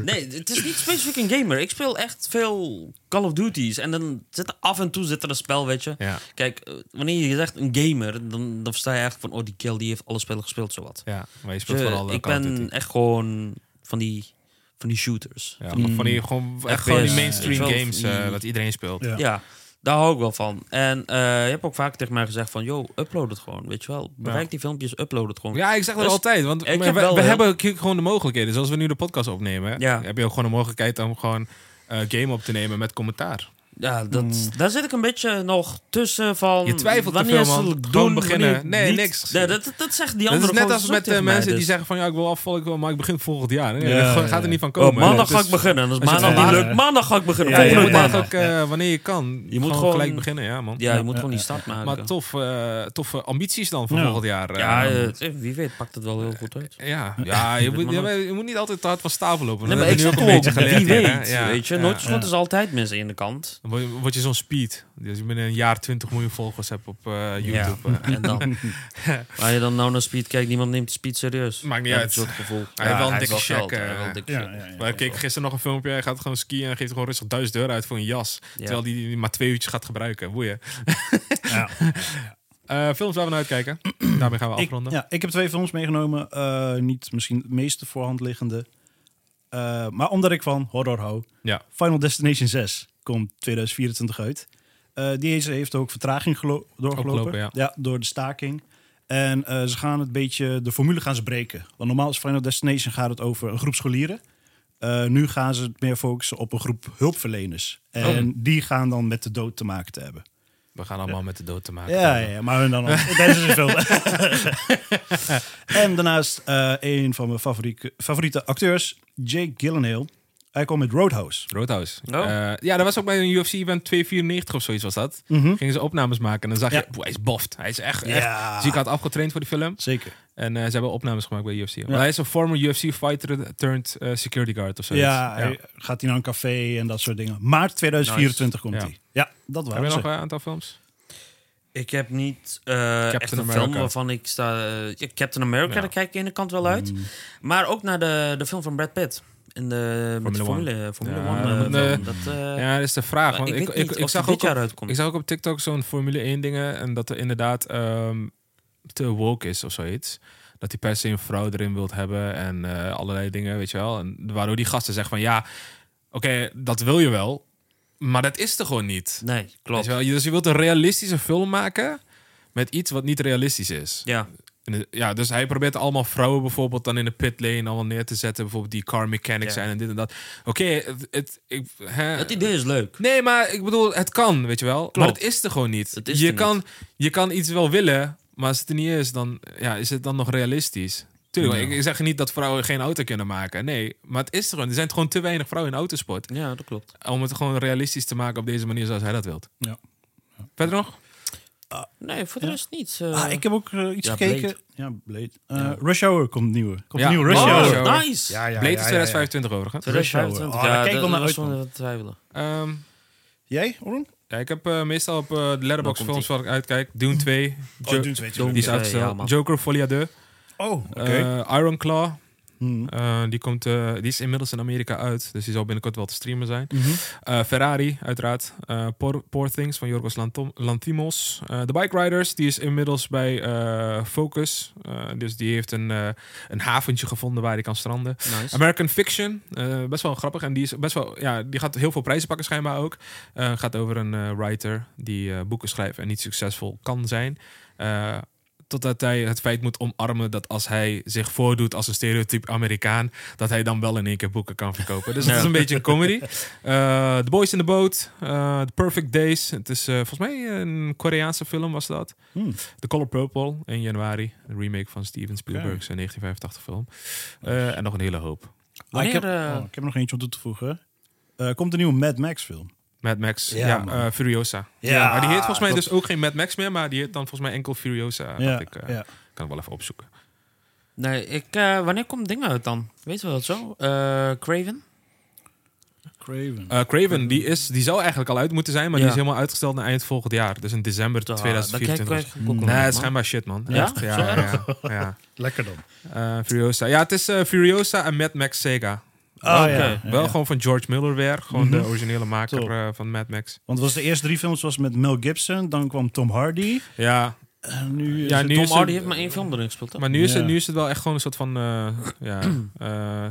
Nee, het is niet specifiek een gamer. Ik speel echt veel Call of Duties. En dan zit er af en toe zit er een spel, weet je. Ja. Kijk, eh, wanneer je zegt een gamer, dan, dan versta je eigenlijk van... oh, die kill die heeft alle spellen gespeeld, zowat. ja, maar je speelt Dus, eh, vooral eh, ik Call of Duty. ben echt gewoon van die, van die shooters. Ja, van die, gewoon, echt FPS, gewoon die eh, mainstream weet je wel, games die- eh, dat iedereen speelt. Mm. Ja. Ja. daar hou ik wel van. En eh, je hebt ook vaak tegen mij gezegd van... yo, upload het gewoon, weet je wel. Bereik die filmpjes, upload het gewoon. Ja, ik zeg dat Dus altijd. Want ik we, heb wel we heel- hebben hier gewoon de mogelijkheden. Zoals we nu de podcast opnemen, Ja. heb je ook gewoon de mogelijkheid om gewoon eh, game op te nemen met commentaar. Ja, dat, daar zit ik een beetje nog tussen van... Mm. Je twijfelt te wanneer veel, man. zal ik Gewoon doen, beginnen. wanneer Nee, niet. niks. Ja, dat, dat, dat zegt die Dat andere is net gozer als ook met eh, tegen mij, mensen die dus- zeggen van ja, ik wil afvallen, ik wil- maar ik begin volgend jaar. Ja, dat ja, gaat er ja. niet van komen. Dus Oh, maandag Dat is- ga ik beginnen. Dat is Als je maandag niet vandaag- lukt. Maandag ga ik beginnen. Ja, Je Volgende moet ja, maandag. eigenlijk ook, eh, wanneer je kan, je moet gewoon gewoon- gelijk beginnen. Ja, man. Ja, je moet gewoon die start maken. Maar tof, eh, toffe ambities dan voor Ja. volgend jaar. eh, Ja, eh, wie weet pakt het wel heel goed uit. Ja, ja je, moet, maar nooit. je, moet niet altijd te hard van stapel lopen. Nee, Dat maar ik hebben zeg we toch nu ook, een beetje wie geleerd hier, weet. hè? Ja. Weet je, Ja. nooit is altijd mensen in de kant. Dan word je- word je zo'n speed. Dus je binnen een jaar 20 miljoen volgers hebt op eh, YouTube. Ja, en dan. Waar je dan nou naar Speed kijkt, niemand neemt Speed serieus. Maakt niet Ja, uit. Dat is het gevoel. Hij heeft wel een dikke check, geld, eh, hij heeft wel een dikke Ja, check. ja, ja. Maar ik keek gisteren nog een filmpje. Hij gaat gewoon skiën en geeft gewoon rustig 1000 euro uit voor een jas. Terwijl hij die maar twee uurtjes gaat gebruiken. Boeien. Ja. Eh, films waar we naar uitkijken. Daarmee gaan we Ik, afronden. ja, ik heb twee films meegenomen. eh, niet misschien het meeste voorhand liggende. Eh, maar omdat ik van horror hou. Ja. Final Destination 6 komt 2024 uit. Eh die heeft- heeft ook vertraging gelo- doorgelopen. Opgelopen, ja. door de staking. En eh, ze gaan het beetje, de formule gaan ze breken. Want normaal is Final Destination gaat het over een groep scholieren. Eh, nu gaan ze het meer focussen op een groep hulpverleners. Oh. En die gaan dan met de dood te maken te hebben. We gaan allemaal met de dood te maken. Ja, ja, ja, maar hun dan al. Tijdens de film. en daarnaast eh, een van mijn favorieke, favoriete acteurs, Jake Gyllenhaal. Hij komt met Roadhouse. Roadhouse. Oh. Eh, ja, dat was ook bij een UFC-event 294 of zoiets was dat. Gingen ze opnames maken en dan zag Mhm. Ja. je, boe, hij is boft. Hij is echt, echt Ja. ziek had afgetraind voor die film. Zeker. En eh, ze hebben opnames gemaakt bij UFC. Maar hij is een former UFC fighter turned eh, security guard of zoiets. Ja, hij gaat hij naar een café en dat soort dingen. Maart 2024 komt Ja. hij. Ja, dat Heb waren je nog ze. een aantal films? Ik heb niet eh echt een America. film waarvan ik sta... eh, ja, Captain America, Ja. daar kijk ik aan de ene kant wel uit. Mm. Maar ook naar de, de film van Brad Pitt. In de met de Formule Formule One. Formule Ja, One dan eh, moet, eh, film. dat, eh, Ja, dat is de vraag. Maar Want ik ik, weet ik, niet ik, of die zag dit ook jaar op, uitkomt. ik zag ook op TikTok zo'n Formule 1 dingen. En dat er inderdaad ehm, te woke is of zoiets. Dat hij per se een vrouw erin wilt hebben. En eh, allerlei dingen, weet je wel. En waardoor die gasten zeggen van ja, oké, dat wil je wel. Maar dat is er gewoon niet. Nee, Weet klopt. je wel? Dus je wilt een realistische film maken met iets wat niet realistisch is. Ja, En de- Ja, dus hij probeert allemaal vrouwen bijvoorbeeld dan in de pitlane allemaal neer te zetten. Bijvoorbeeld die car mechanics Ja. zijn en dit en dat. Oké, het, het, ik, hè. het idee is leuk. Nee, maar ik bedoel, het kan, weet je wel. Maar Klopt. het is er gewoon niet. Het is je, er kan, je kan iets wel willen, maar als het er niet is, dan ja, is het dan nog realistisch. Tuurlijk, ik- ik zeg niet dat vrouwen geen auto kunnen maken. Nee, maar het is er gewoon. Er zijn gewoon te weinig vrouwen in autosport. Ja, dat klopt. Om het gewoon realistisch te maken op deze manier zoals hij dat wilt. Ja. Verder nog? Ah Nee, voor de rest niet. eh. Ah, ik heb ook eh, iets ja, gekeken. Blade. Ja, Blade. Eh, Rush Hour komt nieuwe. Komt Ja. nieuw Rush Oh, Hour. zo. nice! Ja, ja, Blade ja, is ja, 2025 overigens. De rest Rush Hour. 25. Oh, daar ja, kijk ik wel dat- naar dat is uit, zonder te twijfelen. Ehm, Jij, Oren? ja, ik heb eh, meestal op eh, de Letterboxd komt films waar ik uitkijk. Dune 2. Jo- Doom die is 2, ja, uitgesteld. man. Joker Folia 2. Oh, oké. Eh, Iron Claw. Hmm. Mhm. Eh, die, komt, eh, die is inmiddels in Amerika uit, dus die zal binnenkort wel te streamen zijn. Mhm. Eh, Ferrari, uiteraard. Eh, Poor, Poor Things van Jorgos Lantom- Lanthimos. Eh, De Bike Riders, die is inmiddels bij eh, Focus. Eh, dus die heeft een, eh, een haventje gevonden waar hij kan stranden. Nice. American Fiction, eh, best wel grappig. En die, is best wel, ja, die gaat heel veel prijzen pakken schijnbaar ook. Eh, gaat over een eh, writer die eh, boeken schrijft en niet succesvol kan zijn. Eh, totdat hij het feit moet omarmen dat als hij zich voordoet als een stereotype Amerikaan, dat hij dan wel in één keer boeken kan verkopen. Dus het is een beetje een comedy. Eh, the Boys in the Boat, eh, The Perfect Days. Het is eh, volgens mij een Koreaanse film was dat. Hmm. The Color Purple in januari, een remake van Steven Spielberg's eh, 1985 film. Eh, en nog een hele hoop. Ah, ik, heb, Wanneer, eh, oh, ik heb nog eentje om toe te voegen. Eh, komt een nieuwe Mad Max film. Mad Max, ja, Ja, man. eh, Furiosa. Ja, maar die heet volgens mij dus ook geen Mad Max meer, maar die heet dan volgens mij enkel Furiosa. Ja, dacht ik, eh, ja. Kan ik wel even opzoeken. Nee, ik, eh, wanneer komt dingen uit dan? Weten we dat zo? Eh, Craven? Craven. Eh, Craven, die, is, die zou eigenlijk al uit moeten zijn, maar die Ja. is helemaal uitgesteld naar eind volgend jaar. Dus in december Daar- daar kijk ik 2024. eigenlijk ook wel Nee, naar, het is man. schijnbaar shit, man. Ja? Echt, ja, Zo ja, ja, ja. Lekker dan. Eh, Furiosa. Ja, het is eh, Furiosa en Mad Max Sega. Ah, oké. ja. ja, Oh, Wel ja. Mhm. gewoon van George Miller weer. Gewoon de originele maker Top. eh, van Mad Max. Want het was de eerste drie films was met Mel Gibson, dan kwam Tom Hardy. Ja, En nu is Ja, het nu Tom is Hardy het- heeft maar één film erin gespeeld, toch? maar nu is, Ja. het, nu is het wel echt gewoon een soort van eh, ja, eh,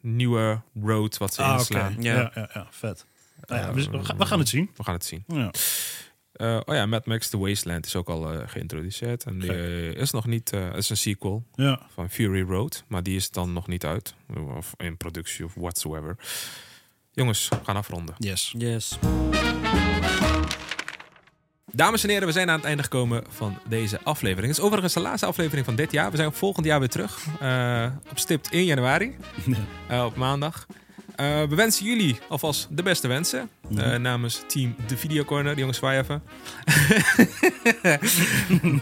nieuwe road wat ze Ah, oké. inslaan. Ja. Ja. Ja, ja, vet. Nou ja, we, we gaan- we gaan het zien. We gaan het zien. Ja. Eh, oh ja, Mad Max The Wasteland is ook al eh, geïntroduceerd. En die eh, is nog niet... eh, Het is een sequel Ja. van Fury Road. Maar die is dan nog niet uit. Of in productie of whatsoever. Jongens, we gaan afronden. Yes. Yes. Dames en heren, we zijn aan het einde gekomen van deze aflevering. Het is overigens de laatste aflevering van dit jaar. We zijn volgend jaar weer terug. Eh, op stipt 1 januari, eh, op maandag. Eh, we wensen jullie alvast de beste wensen. Eh, namens team De Video Corner. Jongens, zwaai even.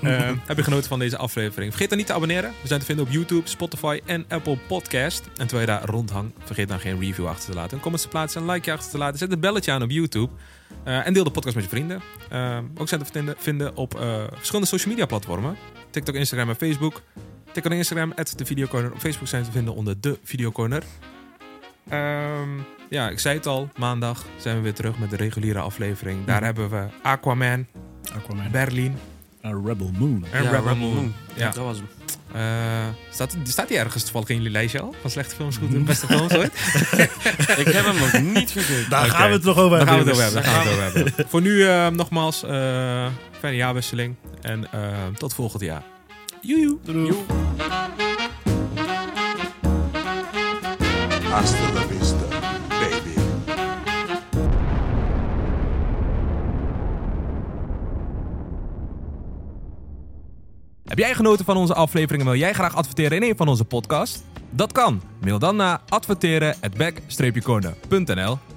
Eh, heb je genoten van deze aflevering? Vergeet dan niet te abonneren. We zijn te vinden op YouTube, Spotify en Apple Podcast. En terwijl je daar rondhangt, vergeet dan geen review achter te laten. Een comment te plaatsen, een likeje achter te laten. Zet het belletje aan op YouTube. Eh, en deel de podcast met je vrienden. Eh, ook zijn te vinden, vinden op eh, verschillende social media platformen. TikTok, Instagram en Facebook. TikTok en Instagram, at de Videocorner. Op Facebook zijn ze te vinden onder de Videocorner. Ehm, ja, ik zei het al. Maandag zijn we weer terug met de reguliere aflevering. Daar hebben we Aquaman, Aquaman. Berlin A Rebel Moon. en Ja, Rebel, Rebel Moon. Moon. Ja. Dat was hem. Eh, staat, staat die ergens toevallig in jullie lijstje al? Van slechte films, goed en beste films ooit? Ik heb hem nog niet gekeken. Daar Oké. gaan we het nog over Daar hebben. gaan we het over jongens. hebben. Daar gaan we het over hebben. Voor nu eh, nogmaals, eh, fijne jaarwisseling. En eh, tot volgend jaar. Joejoe. Doei. Joe. Hasta la vista, baby. Heb jij genoten van onze aflevering en wil jij graag adverteren in een van onze podcasts? Dat kan. Mail dan naar adverteren at back-corner.nl